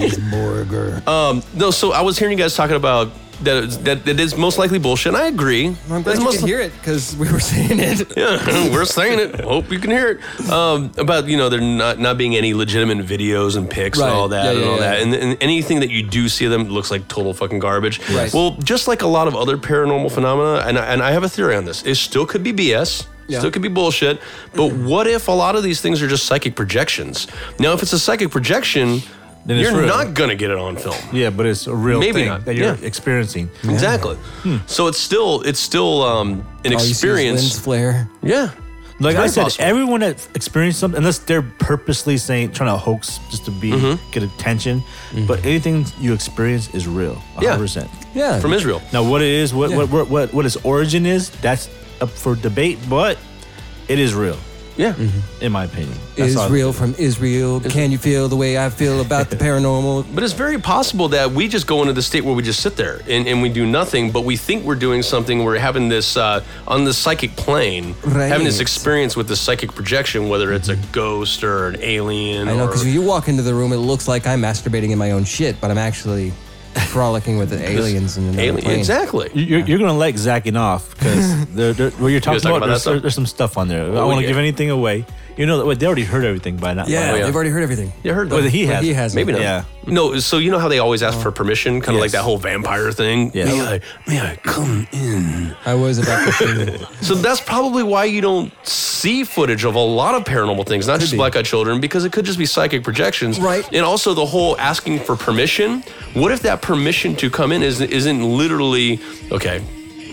Speaker 3: Yeah. [LAUGHS]
Speaker 2: [LAUGHS] Uh, No, so I was hearing you guys talking about that it's- that that is most likely bullshit. And I agree.
Speaker 1: I'm glad
Speaker 2: That's
Speaker 1: you
Speaker 2: most
Speaker 1: could hear it because we were saying it.
Speaker 2: yeah, we're saying it. Hope you can hear it. Um, about you know there not not being any legitimate videos and pics
Speaker 1: Right.
Speaker 2: and all that
Speaker 1: Yeah,
Speaker 2: and
Speaker 1: yeah,
Speaker 2: all
Speaker 1: yeah.
Speaker 2: that, and, and anything that you do see of them looks like total fucking garbage.
Speaker 1: Right.
Speaker 2: Well, just like a lot of other paranormal phenomena, and I, and I have a theory on this. It still could be BS.
Speaker 1: Yeah.
Speaker 2: Still could be bullshit. But what if a lot of these things are just psychic projections? Now, if it's a psychic projection,
Speaker 3: it's
Speaker 2: you're
Speaker 3: real.
Speaker 2: not gonna get it on film.
Speaker 3: yeah, but it's a real
Speaker 2: Maybe
Speaker 3: thing
Speaker 2: not.
Speaker 3: that you're
Speaker 2: Yeah.
Speaker 3: experiencing.
Speaker 2: Exactly.
Speaker 3: Hmm.
Speaker 2: So it's still it's still um,
Speaker 1: All Oh,
Speaker 2: an
Speaker 1: you see is
Speaker 2: [LAUGHS] experience.
Speaker 1: lens flare.
Speaker 2: Yeah. It's
Speaker 3: Like I
Speaker 2: very
Speaker 3: said,
Speaker 2: possible.
Speaker 3: everyone that experienced something, unless they're purposely saying trying to hoax just to be
Speaker 2: Mm-hmm.
Speaker 3: get attention, but anything you experience is real,
Speaker 2: Yeah.
Speaker 3: 100.
Speaker 1: Yeah.
Speaker 2: From Israel.
Speaker 3: Now, what it is, what,
Speaker 1: Yeah.
Speaker 3: what what what what its origin is, that's up for debate, but it is real,
Speaker 2: Yeah.
Speaker 1: Mm-hmm.
Speaker 3: in my opinion. That's all.
Speaker 1: Israel from Israel. Can you feel the way I feel
Speaker 2: [LAUGHS]
Speaker 1: about the paranormal?
Speaker 2: But it's very possible that we just go into the state where we just sit there and, and we do nothing, but we think we're doing something. We're having this uh, on the psychic plane,
Speaker 1: Right. Mm-hmm.
Speaker 2: having this experience with the psychic projection, whether it's a ghost or an alien.
Speaker 1: I know
Speaker 2: or,
Speaker 1: because you walk into the room, it looks like I'm masturbating in my own shit, but I'm actually frolicking with the aliens in another
Speaker 2: alien.
Speaker 1: plane.
Speaker 2: Exactly.
Speaker 3: You- You're, you're gonna let Zach
Speaker 2: [LAUGHS]
Speaker 3: off because they're, they're, what you're talking
Speaker 2: guys talking
Speaker 3: about,
Speaker 2: about that
Speaker 3: there's,
Speaker 2: stuff?
Speaker 3: there's some stuff on there. I
Speaker 2: Oh,
Speaker 3: don't want to
Speaker 2: yeah.
Speaker 3: give anything away. You know, that- wait, they already heard everything by now.
Speaker 1: Yeah,
Speaker 2: Oh, yeah.
Speaker 1: they've already heard everything.
Speaker 2: You heard that?
Speaker 3: Whether he has,
Speaker 1: He has
Speaker 2: Maybe not.
Speaker 3: Yeah.
Speaker 2: No, so you know how they always ask
Speaker 1: Oh.
Speaker 2: for permission, kind of like
Speaker 3: Yes.
Speaker 2: that whole vampire thing.
Speaker 3: Yes.
Speaker 2: May I, may I come in?
Speaker 1: I was about to say
Speaker 2: So that's probably why you don't see footage of a lot of paranormal things, not just
Speaker 1: be.
Speaker 2: black eyed children, because it could just be psychic projections.
Speaker 1: Right.
Speaker 2: And also the whole asking for permission. What if that permission to come in isn't, isn't literally, okay,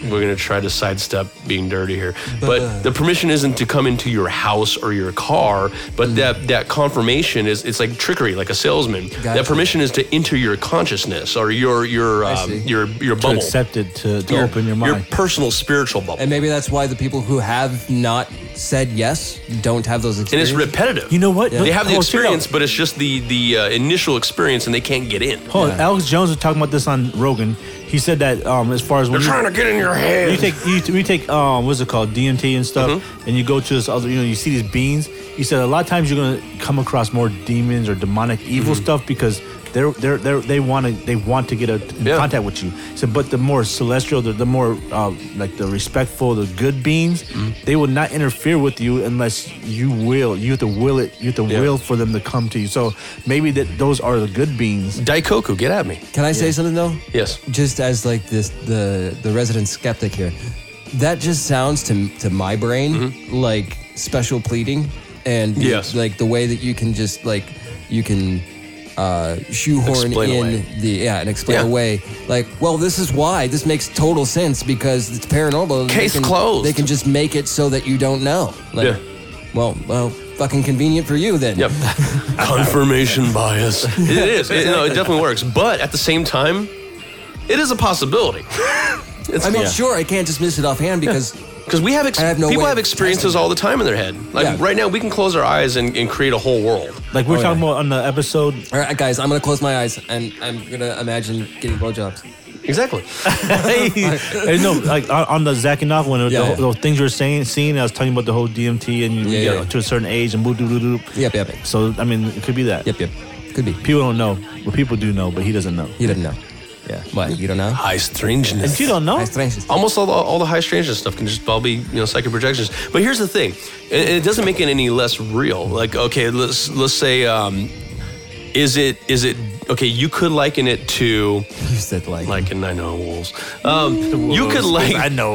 Speaker 2: we're going to try to sidestep being dirty here, but
Speaker 1: Uh.
Speaker 2: the permission isn't to come into your house or your car, but
Speaker 1: Mm.
Speaker 2: that, that confirmation is, it's like trickery, like a salesman.
Speaker 1: Gotcha.
Speaker 2: That permission is to enter your consciousness or your, your, um,
Speaker 1: see.
Speaker 2: your, your
Speaker 3: to
Speaker 2: bubble.
Speaker 3: accept it to, to open your mind.
Speaker 2: personal spiritual bubble.
Speaker 1: [LAUGHS] and maybe that's why the people who have not said yes don't have those
Speaker 2: and it's
Speaker 1: experiences.
Speaker 2: repetitive.
Speaker 3: You know what?
Speaker 2: They have the
Speaker 3: Oh, check it out.
Speaker 2: experience, but it's just the the uh, initial experience, and they can't get in.
Speaker 3: Hold on, Oh, Alex Jones was talking about this on Rogan. He said that um, as far as when
Speaker 2: They're
Speaker 3: you-
Speaker 2: trying to get in your head.
Speaker 3: you take you, we take um what's it called DMT and stuff,
Speaker 2: Mm-hmm.
Speaker 3: and you go to this other you know you see these beings. He said a lot of times you're gonna come across more demons or demonic evil
Speaker 2: Mm-hmm.
Speaker 3: stuff because they're they're, they're they want to they want to get a, in
Speaker 2: Yeah.
Speaker 3: contact with you. He said, but the more celestial, the, the more uh, like the respectful, the good beings,
Speaker 2: Mm-hmm.
Speaker 3: they will not interfere with you unless you will. You have to will it. You have to
Speaker 2: Yeah.
Speaker 3: will for them to come to you. So maybe that those are the good beings.
Speaker 2: Daikoku, get at me.
Speaker 1: Can I say something though?
Speaker 2: Yes.
Speaker 1: Just as like this, the the resident skeptic here, that just sounds to to my brain like special pleading, and
Speaker 2: Mm-hmm. Yes.
Speaker 1: like the way that you can just like you can uh, shoehorn
Speaker 2: Explain
Speaker 1: in
Speaker 2: away.
Speaker 1: the yeah and explain
Speaker 2: Yeah.
Speaker 1: away like well this is why this makes total sense because it's paranormal. They
Speaker 2: Case
Speaker 1: can-
Speaker 2: closed.
Speaker 1: They can just make it so that you don't know. Like,
Speaker 2: Yeah.
Speaker 1: Well, well, fucking convenient for you then. [LAUGHS]
Speaker 2: Yep. [LAUGHS] Confirmation bias. It is. It, no, it definitely works. But at the same time, it is
Speaker 1: [LAUGHS]
Speaker 2: a possibility. It's,
Speaker 1: I mean, sure, I can't dismiss it offhand because
Speaker 2: Because we have, ex-
Speaker 1: I have no
Speaker 2: people
Speaker 1: way
Speaker 2: have
Speaker 1: of
Speaker 2: experiences
Speaker 1: testing
Speaker 2: all the time in their head. Like
Speaker 1: Yeah.
Speaker 2: right now, we can close our eyes and, and create a whole world.
Speaker 3: Like we we're
Speaker 1: Oh,
Speaker 3: talking about on the episode
Speaker 1: All right, guys, I'm gonna close my eyes and I'm gonna imagine getting blowjobs.
Speaker 2: Exactly.
Speaker 3: hey, no, like on on the Zach and Knock one,
Speaker 1: Yeah,
Speaker 3: the,
Speaker 1: yeah.
Speaker 3: the things you were saying, seeing, I was telling you about the whole DMT and you,
Speaker 1: Yeah,
Speaker 3: you get
Speaker 1: yeah.
Speaker 3: to a certain age and boo doo doo doo.
Speaker 1: Yep, yep.
Speaker 3: So I mean, it could be that.
Speaker 1: Yep, yep. Could be.
Speaker 3: People don't know, but people do know, but he doesn't know.
Speaker 1: You didn't know.
Speaker 3: Yeah.
Speaker 1: What? You don't know?
Speaker 2: [LAUGHS] High strangeness.
Speaker 3: If you don't know,
Speaker 1: Nice transition.
Speaker 2: Almost all the, all the high strangeness stuff can just all be you know psychic projections. But here's the thing, and and it doesn't make it any less real. Like okay, let's let's say, um, is it is it okay? You could liken it to
Speaker 1: You said like.
Speaker 2: like and I know wolves.
Speaker 3: [LAUGHS]
Speaker 2: Um, you could like
Speaker 3: I know.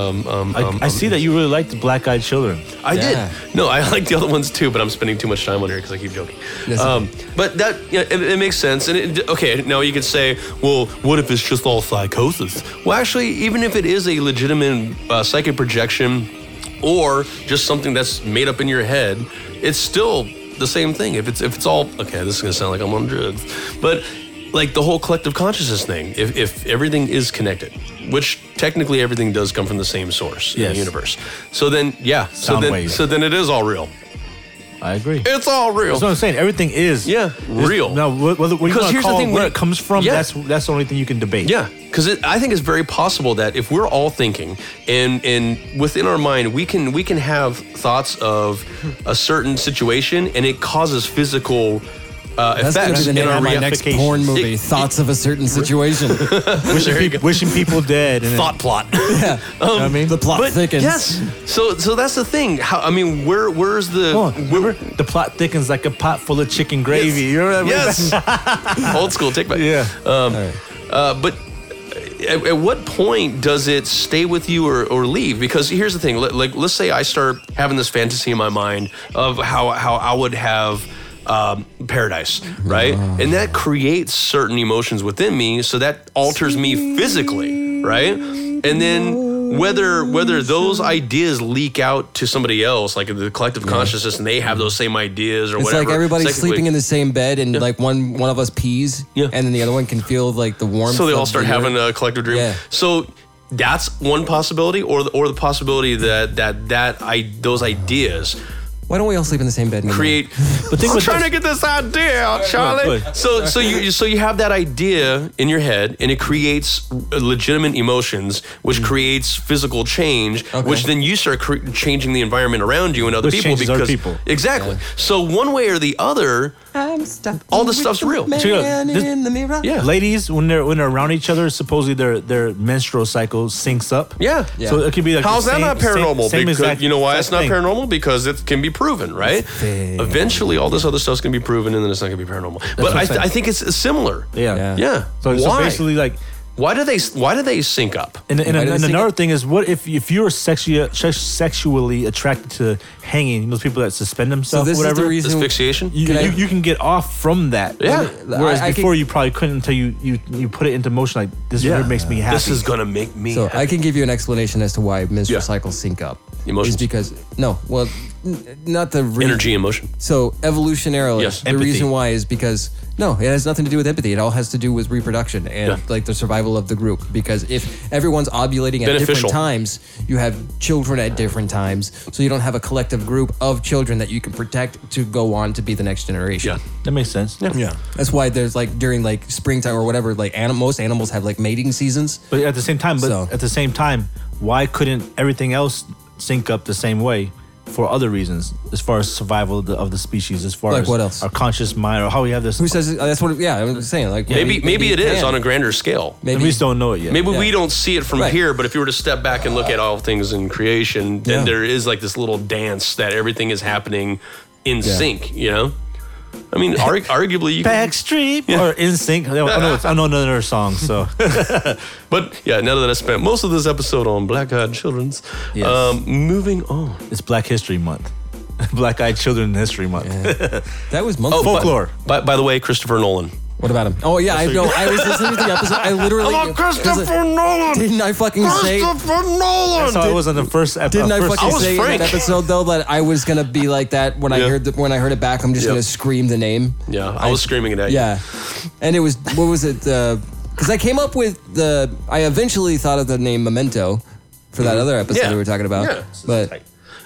Speaker 2: um, um,
Speaker 3: I,
Speaker 2: um,
Speaker 3: I see that you really like the Black Eyed Children.
Speaker 2: I
Speaker 1: Yeah.
Speaker 2: did. No, I [LAUGHS] like the other ones too, but I'm spending too much time on here because I keep joking.
Speaker 1: Yes.
Speaker 2: Um, but that you know, it, it makes sense. And it, okay, now you could say, well, what if it's just all psychosis? Well, actually, even if it is a legitimate uh, psychic projection or just something that's made up in your head, it's still the same thing. If it's if it's all okay, this is gonna sound like I'm on drugs, but like the whole collective consciousness thing, if, if everything is connected, which technically everything does come from the same source in
Speaker 3: Yes.
Speaker 2: the universe. So then, yeah, so
Speaker 3: Sound
Speaker 2: then,
Speaker 3: waves.
Speaker 2: so then it is all real.
Speaker 3: I agree. That's
Speaker 2: It's all real.
Speaker 3: what I'm saying. Everything is
Speaker 2: Yeah,
Speaker 3: is-
Speaker 2: real.
Speaker 3: No, wh- whether what you
Speaker 2: Because
Speaker 3: want to
Speaker 2: here's the
Speaker 3: call
Speaker 2: thing,
Speaker 3: it, where
Speaker 2: when-
Speaker 3: it comes from,
Speaker 2: Yeah.
Speaker 3: that's that's the only thing you can debate.
Speaker 2: yeah, because I think it's very possible that if we're all thinking and and within our mind we can we can have thoughts of a certain situation and it causes physical uh,
Speaker 1: That's going to
Speaker 2: effects
Speaker 1: be the
Speaker 2: in
Speaker 1: name
Speaker 2: our
Speaker 1: of my next
Speaker 2: reality.
Speaker 3: ramifications.
Speaker 1: porn movie.
Speaker 2: [LAUGHS] It-
Speaker 1: Thoughts of a certain situation. [LAUGHS]
Speaker 2: Um,
Speaker 3: wishing,
Speaker 2: There you
Speaker 3: peop-
Speaker 2: go.
Speaker 3: wishing people dead. And
Speaker 2: Thought plot. Yeah. [LAUGHS]
Speaker 3: you know what I mean,
Speaker 1: the plot
Speaker 2: But
Speaker 1: thickens.
Speaker 2: yes, so so that's the thing. How, I mean, where where's the
Speaker 3: Come on, remember the plot thickens like a pot full of chicken gravy. You remember that?
Speaker 2: Yes. [LAUGHS] Old school take back.
Speaker 3: Yeah.
Speaker 1: All
Speaker 2: Um,
Speaker 1: right.
Speaker 2: uh, but at, at what point does it stay with you or, or leave? Because here's the thing. Let, like, let's say I start having this fantasy in my mind of how, how I would have um, paradise, right? And that creates certain emotions within me. So that alters me physically, right? And then whether whether those ideas leak out to somebody else, like in the collective consciousness, and they have those same ideas or
Speaker 1: It's
Speaker 2: whatever.
Speaker 1: like everybody's
Speaker 2: psychically-
Speaker 1: sleeping in the same bed, and like one one of us pees,
Speaker 2: Yeah.
Speaker 1: and then the other one can feel like the warmth.
Speaker 2: so they all
Speaker 1: of
Speaker 2: start
Speaker 1: the
Speaker 2: having
Speaker 1: urine.
Speaker 2: a collective dream.
Speaker 1: Yeah.
Speaker 2: So that's one possibility, or the, or the possibility that that that I those ideas
Speaker 1: Why don't we all sleep in the same bed? and
Speaker 2: create. But
Speaker 3: think
Speaker 2: I'm
Speaker 3: with
Speaker 2: trying
Speaker 3: this-
Speaker 2: to get this idea, out, Charlie.
Speaker 3: good.
Speaker 2: So so you you- so you have that idea in your head, and it creates legitimate emotions, which creates physical change,
Speaker 1: Okay.
Speaker 2: which then you start cre- changing the environment around you and other
Speaker 3: Which
Speaker 2: people
Speaker 3: changes other
Speaker 2: because
Speaker 3: people.
Speaker 2: exactly. So one way or the other,
Speaker 1: I'm stuck.
Speaker 2: All this stuff's real.
Speaker 1: Man
Speaker 3: Check it out. This-
Speaker 1: in the mirror.
Speaker 2: Yeah.
Speaker 3: Uh, Ladies, when they're when they're around each other, supposedly their their menstrual cycle syncs up.
Speaker 2: Yeah.
Speaker 1: Yeah.
Speaker 3: So it could be like the
Speaker 2: How's that
Speaker 3: same-
Speaker 2: not paranormal?
Speaker 3: Same, same
Speaker 2: because
Speaker 3: exact,
Speaker 2: you know why it's not
Speaker 3: exact thing.
Speaker 2: paranormal? Because it can be proven, right?
Speaker 1: thing.
Speaker 2: Eventually, all this other stuff's gonna be proven, and then it's not gonna be paranormal. but
Speaker 3: what
Speaker 2: I,
Speaker 3: I'm saying.
Speaker 2: I think it's similar.
Speaker 3: Yeah.
Speaker 1: Yeah.
Speaker 2: Yeah.
Speaker 3: So,
Speaker 2: why?
Speaker 3: so basically, like,
Speaker 2: why do they? Why do they sync up?
Speaker 3: and, and,
Speaker 1: Why do
Speaker 3: and,
Speaker 1: they sync
Speaker 3: another
Speaker 1: up?
Speaker 3: thing is, what if if you're sexually sexually attracted to hanging? Those people that suspend
Speaker 1: So
Speaker 3: themselves,
Speaker 1: this
Speaker 3: whatever.
Speaker 1: is the reason.
Speaker 2: Asphyxiation.
Speaker 3: You,
Speaker 1: Can
Speaker 3: you,
Speaker 1: I-
Speaker 3: you can get off from that.
Speaker 2: Yeah.
Speaker 3: Whereas
Speaker 1: I- I
Speaker 3: before
Speaker 1: can-
Speaker 3: you probably couldn't until you you, you put it into motion. Like this is what makes me happy.
Speaker 2: This is gonna make me.
Speaker 1: So
Speaker 2: happy.
Speaker 1: I can give you an explanation as to why menstrual
Speaker 2: Yeah.
Speaker 1: cycles sync up.
Speaker 2: Emotions.
Speaker 1: Is because no, well, n- not the re-
Speaker 2: energy, emotion.
Speaker 1: So evolutionarily,
Speaker 2: Yes.
Speaker 1: the
Speaker 3: Empathy.
Speaker 1: reason why is because no, it has nothing to do with empathy. It all has to do with reproduction and
Speaker 2: Yeah.
Speaker 1: like the survival of the group. Because if everyone's ovulating at
Speaker 2: Beneficial.
Speaker 1: different times, you have children at different times, so you don't have a collective group of children that you can protect to go on to be the next generation.
Speaker 2: Yeah.
Speaker 3: that makes sense.
Speaker 2: Yeah.
Speaker 1: That's why there's like during like springtime or whatever, like anim- most animals have like mating seasons.
Speaker 3: But at the same time, but
Speaker 1: So-
Speaker 3: at the same time, why couldn't everything else sync up the same way for other reasons, as far as survival of the, of the species, as far
Speaker 1: Like
Speaker 3: as
Speaker 1: what else?
Speaker 3: our conscious mind or how we have this?
Speaker 1: Who says uh, that's what? Yeah, I'm just saying like
Speaker 2: Maybe maybe it is
Speaker 1: can.
Speaker 2: on a grander scale.
Speaker 1: maybe
Speaker 3: we just don't know it yet.
Speaker 2: Maybe we
Speaker 1: Yeah.
Speaker 2: don't see it from
Speaker 1: Right.
Speaker 2: here, but if you were to step back and look at all things in creation, then
Speaker 1: Yeah.
Speaker 2: there is like this little dance that everything is happening in sync, you know? I mean, arg-
Speaker 1: [LAUGHS]
Speaker 2: arguably, you can,
Speaker 3: Backstreet or In Sync. I know, I know it's- I know another song, so
Speaker 2: but yeah, now that I spent most of this episode on Black Eyed Children's,
Speaker 3: Yes.
Speaker 2: um, moving on.
Speaker 3: it's Black History Month, [LAUGHS] Black Eyed Children History Month.
Speaker 1: that was monkey.
Speaker 2: by-
Speaker 3: folklore.
Speaker 2: By, by the way, Christopher Nolan.
Speaker 1: What about him? Oh yeah, I know. I
Speaker 2: [LAUGHS]
Speaker 1: was listening to the episode. I literally.
Speaker 2: Nolan!
Speaker 1: Didn't I fucking say?
Speaker 2: Nolan!
Speaker 3: So it was on the first episode.
Speaker 1: Didn't I
Speaker 3: first
Speaker 1: fucking
Speaker 2: was
Speaker 1: say in
Speaker 2: Frank.
Speaker 1: that episode though that I was gonna be like that when
Speaker 2: Yeah.
Speaker 1: I heard the, when I heard it back? I'm just
Speaker 2: Yeah.
Speaker 1: gonna scream the name.
Speaker 2: Yeah, I was screaming it at you.
Speaker 1: Yeah, and it was what was it? Because I came up with the. I eventually thought of the name Memento for that other episode
Speaker 2: Mm-hmm. Yeah.
Speaker 1: we were talking about.
Speaker 2: Yeah.
Speaker 1: But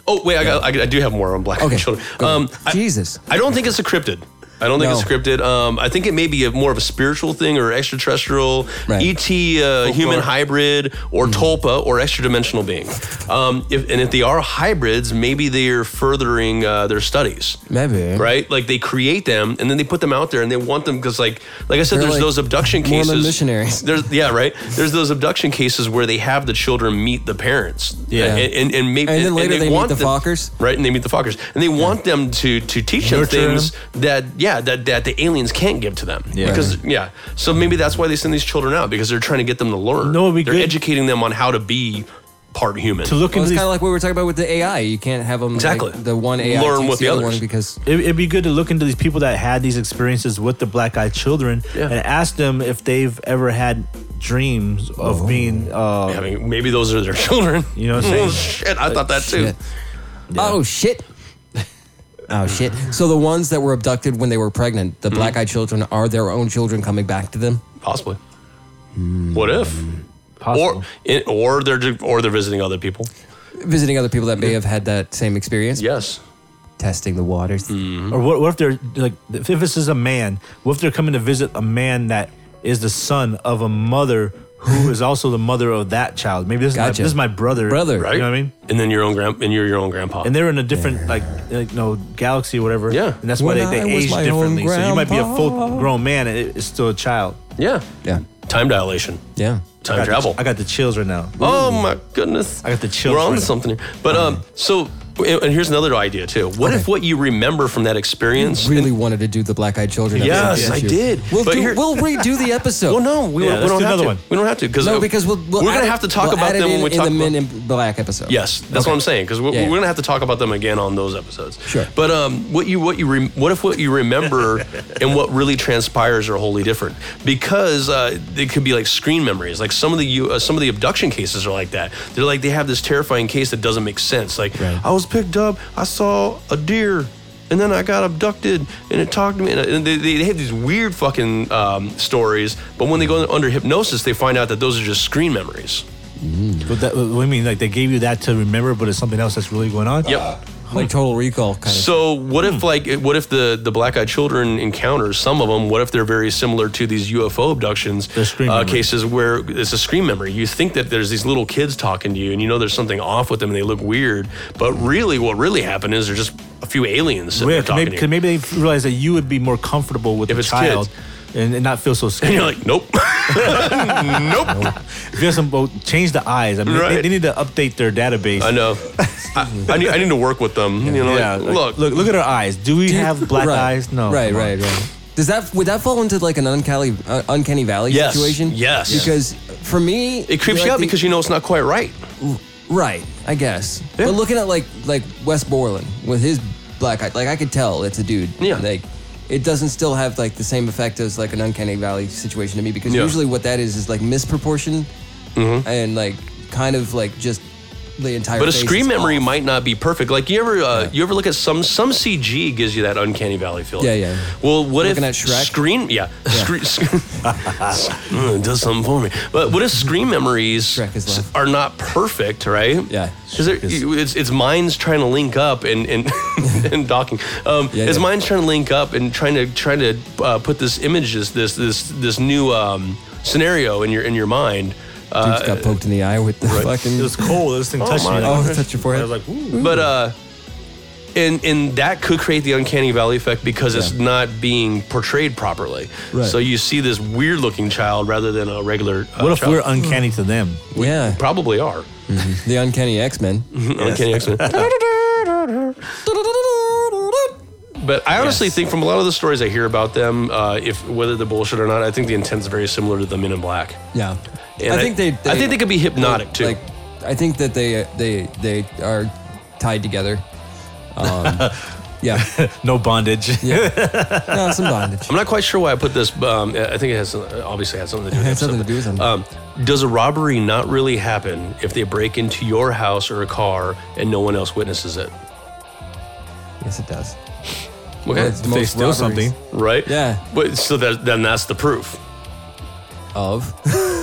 Speaker 2: Oh, wait, I, got, I, got- I do have more on Black Eyed
Speaker 1: okay,
Speaker 2: Children.
Speaker 1: go.
Speaker 2: Um, I-
Speaker 1: Jesus,
Speaker 2: I don't think it's a cryptid. I don't think it's
Speaker 1: No.
Speaker 2: scripted. Um, I think it may be a, more of a spiritual thing or extraterrestrial,
Speaker 1: Right.
Speaker 2: ET, uh, human hybrid, or Tulpa, or extra dimensional being. Um, if, and if they are hybrids, maybe they're furthering uh, their studies.
Speaker 1: Maybe.
Speaker 2: Right? Like they create them and then they put them out there and they want them because, like, like I said,
Speaker 1: They're
Speaker 2: there's
Speaker 1: like
Speaker 2: those abduction
Speaker 1: Mormon
Speaker 2: cases.
Speaker 1: missionaries.
Speaker 2: There's, yeah, right. There's those abduction cases where they have the children meet the parents.
Speaker 3: Yeah.
Speaker 2: And, and, and maybe
Speaker 1: And then later they meet
Speaker 2: want
Speaker 1: the
Speaker 2: them-
Speaker 1: Fockers.
Speaker 2: right? And they meet the Fockers, and they want them to to teach them
Speaker 3: Nurture
Speaker 2: things
Speaker 3: them.
Speaker 2: that yeah that that the aliens can't give to them.
Speaker 3: Yeah.
Speaker 2: Because yeah, so maybe that's why they send these children out because they're trying to get them to learn.
Speaker 3: No, it'd be
Speaker 2: they're
Speaker 3: good-
Speaker 2: educating them on how to be part human.
Speaker 3: to look
Speaker 1: Well, it's
Speaker 3: into
Speaker 1: kind of
Speaker 3: these,
Speaker 1: like what we were talking about with the AI. You can't have them like,
Speaker 2: Exactly.
Speaker 1: the one AI
Speaker 2: Learn
Speaker 1: teach
Speaker 2: with the
Speaker 1: other
Speaker 2: others.
Speaker 1: one because
Speaker 3: it, it'd be good to look into these people that had these experiences with the black eyed children
Speaker 2: Yeah.
Speaker 3: and ask them if they've ever had dreams
Speaker 1: Oh.
Speaker 3: of being uh,
Speaker 2: I mean, maybe those are their [LAUGHS] children.
Speaker 3: You know what I'm saying?
Speaker 2: Oh, [LAUGHS] shit, I thought that too.
Speaker 1: shit. Oh shit. Oh shit. So the ones that were abducted when they were pregnant, the
Speaker 2: Mm-hmm.
Speaker 1: black eyed children are their own children coming back to them.
Speaker 2: Possibly. What if? Or in, or they're ju- or they're visiting other people.
Speaker 1: Visiting other people that may have had that same experience.
Speaker 2: Yes.
Speaker 1: Testing the waters.
Speaker 2: Mm. Mm-hmm.
Speaker 3: Or what, what if they're like, if this is a man, what if they're coming to visit a man that is the son of a mother
Speaker 1: [LAUGHS]
Speaker 3: who is also the mother of that child? Maybe this, is,
Speaker 1: Gotcha.
Speaker 3: my, this is my brother.
Speaker 1: Brother.
Speaker 2: Right.
Speaker 3: You know what I mean?
Speaker 2: And then your own grand and you're your own grandpa.
Speaker 3: And they're in a different, like, like, you know, galaxy or whatever.
Speaker 2: Yeah.
Speaker 3: And that's why
Speaker 1: When
Speaker 3: they,
Speaker 1: I
Speaker 3: they
Speaker 1: was
Speaker 3: age
Speaker 1: my own
Speaker 3: differently. So you might be a
Speaker 1: grandpa.
Speaker 3: full grown man and it- it's still a child.
Speaker 2: yeah.
Speaker 1: Yeah.
Speaker 2: Time dilation.
Speaker 1: Yeah.
Speaker 2: Time
Speaker 3: I got the-
Speaker 2: travel.
Speaker 3: I got the chills right now.
Speaker 2: Oh my goodness!
Speaker 3: I got the chills
Speaker 2: We're on
Speaker 3: right
Speaker 2: to
Speaker 3: now.
Speaker 2: something here. But um, so and and here's another idea too. What if what you remember from that experience? and-
Speaker 1: Really wanted to do the black eyed children.
Speaker 2: Yes,
Speaker 1: episode this
Speaker 2: I
Speaker 1: year.
Speaker 2: did.
Speaker 1: We'll,
Speaker 2: But
Speaker 1: do,
Speaker 2: here-
Speaker 1: we'll redo the episode.
Speaker 2: [LAUGHS] well, no, we,
Speaker 3: Yeah,
Speaker 2: don't- we
Speaker 3: let's
Speaker 2: don't
Speaker 3: do
Speaker 2: have
Speaker 3: another
Speaker 2: to.
Speaker 3: one.
Speaker 2: We don't have to because
Speaker 1: No, because we'll, we
Speaker 2: are gonna have to talk
Speaker 1: we'll
Speaker 2: about
Speaker 1: add it
Speaker 2: them
Speaker 1: in,
Speaker 2: when we
Speaker 1: in
Speaker 2: talk
Speaker 1: the
Speaker 2: about
Speaker 1: Men in Black episode.
Speaker 2: Yes, that's
Speaker 1: Okay.
Speaker 2: what I'm saying because we're,
Speaker 1: Yeah, yeah.
Speaker 2: we're gonna have to talk about them again on those episodes.
Speaker 1: Sure.
Speaker 2: But um, what you what you rem- what if what you remember and what really transpires are wholly different because uh, they could be like screen memories. Like some of the you- uh, some of the abduction cases are like that. They're like they have this terrifying case that doesn't make sense. Like I was picked up, I saw a deer. And then I got abducted, and it talked to me. And uh, and they, they have these weird fucking um, stories. But when they go under hypnosis, they find out that those are just screen memories.
Speaker 3: But that, what I mean, like, they gave you that to remember, but it's something else that's really going on.
Speaker 2: Yep.
Speaker 1: Like Total Recall kind of.
Speaker 2: So what
Speaker 3: Hmm.
Speaker 2: if like it- what if the the black eyed children encounters some of them? What if they're very similar to these UFO abductions uh,
Speaker 3: They're screen memory.
Speaker 2: cases where it's a screen memory? You think that there's these little kids talking to you, and you know there's something off with them, and they look weird. But really, what really happened is there's just a few aliens sitting there
Speaker 3: Weird.
Speaker 2: talking
Speaker 3: Maybe,
Speaker 2: to you.
Speaker 3: cause maybe they realize that you would be more comfortable with
Speaker 2: If
Speaker 3: a
Speaker 2: it's
Speaker 3: child
Speaker 2: kids.
Speaker 3: and, and not feel so
Speaker 2: [LAUGHS] And you're
Speaker 3: scared.
Speaker 2: like, nope, nope.
Speaker 3: If you have some, well, change the eyes. I mean, they-
Speaker 2: Right.
Speaker 3: they, need to update their database.
Speaker 2: I know. I, I, need, I need to work with them. You know,
Speaker 3: yeah,
Speaker 2: like,
Speaker 3: like,
Speaker 2: look,
Speaker 3: look, look at her eyes. Do we have
Speaker 1: [LAUGHS]
Speaker 3: black
Speaker 1: right.
Speaker 3: eyes? No.
Speaker 1: Right,
Speaker 3: come on.
Speaker 1: right, right. Does that would that fall into like an uncanny uh, uncanny valley
Speaker 2: Yes,
Speaker 1: situation?
Speaker 2: yes.
Speaker 1: Because for me,
Speaker 2: It creeps you out because you know it's not quite right.
Speaker 1: right. I guess. But looking at like like Wes Borland with his black eye, like I could tell it's a dude.
Speaker 2: Yeah.
Speaker 1: Like it doesn't still have like the same effect as like an uncanny valley situation to me because
Speaker 2: Yeah. Mm-hmm.
Speaker 1: usually what that is is like misproportion and like kind of like just the entire.
Speaker 2: But a
Speaker 1: face
Speaker 2: screen
Speaker 1: is
Speaker 2: memory
Speaker 1: off.
Speaker 2: might not be perfect. Like you ever, uh, you ever look at some some CG gives you that uncanny valley feeling.
Speaker 1: Yeah, yeah.
Speaker 2: Well, what
Speaker 1: Looking
Speaker 2: if
Speaker 1: at Shrek?
Speaker 2: screen? Yeah, [LAUGHS] Screen, Mm, it does something for me. But what if screen memories
Speaker 1: Shrek is
Speaker 2: s-
Speaker 1: love.
Speaker 2: are not perfect, right?
Speaker 1: Yeah.
Speaker 2: 'Cause they're- you- it's it's minds trying to link up and
Speaker 1: [LAUGHS]
Speaker 2: and and docking. Um,
Speaker 1: Yeah,
Speaker 2: it's
Speaker 1: yeah.
Speaker 2: minds trying to link up and trying to trying to uh, put this image this this this this new um, scenario in your in your mind. Uh,
Speaker 1: Dude's got poked in the eye with the fucking.
Speaker 3: It was cold. This thing
Speaker 2: Oh
Speaker 3: touched me.
Speaker 2: my
Speaker 3: I
Speaker 1: [LAUGHS]
Speaker 2: [LAUGHS]
Speaker 1: oh,
Speaker 3: was-
Speaker 1: touch your forehead.
Speaker 3: I was like, ooh.
Speaker 2: but uh and and that could create the uncanny valley effect because it's
Speaker 1: Yeah.
Speaker 2: not being portrayed properly
Speaker 1: Right.
Speaker 2: so you see this weird looking child rather than a regular uh,
Speaker 3: what if
Speaker 2: child.
Speaker 3: we're uncanny to them?
Speaker 1: yeah,
Speaker 2: probably are
Speaker 1: the uncanny X Men.
Speaker 2: uncanny
Speaker 1: [LAUGHS]
Speaker 2: x-men but i honestly think from a lot of the stories i hear about them uh, if whether they're bullshit or not i think the intent's very similar to the men in black
Speaker 1: Yeah,
Speaker 2: And
Speaker 1: I, think they,
Speaker 2: i think they could be hypnotic too
Speaker 1: Like, I think that they they they are tied together.
Speaker 2: [LAUGHS]
Speaker 1: Um, yeah,
Speaker 3: No bondage.
Speaker 1: yeah, no, some bondage.
Speaker 2: I'm not quite sure why I put this. Um, I think it has obviously had something to do. With
Speaker 1: It had
Speaker 2: the
Speaker 1: something to do with
Speaker 2: episode.
Speaker 1: something.
Speaker 2: Um, does a robbery not really happen if they break into your house or a car and no one else witnesses it?
Speaker 1: Yes, it does.
Speaker 2: Okay,
Speaker 1: It's the
Speaker 3: If they
Speaker 1: most
Speaker 3: steal
Speaker 1: robberies
Speaker 3: something.
Speaker 2: right?
Speaker 1: Yeah.
Speaker 2: But so that then that's the proof. [LAUGHS]
Speaker 1: of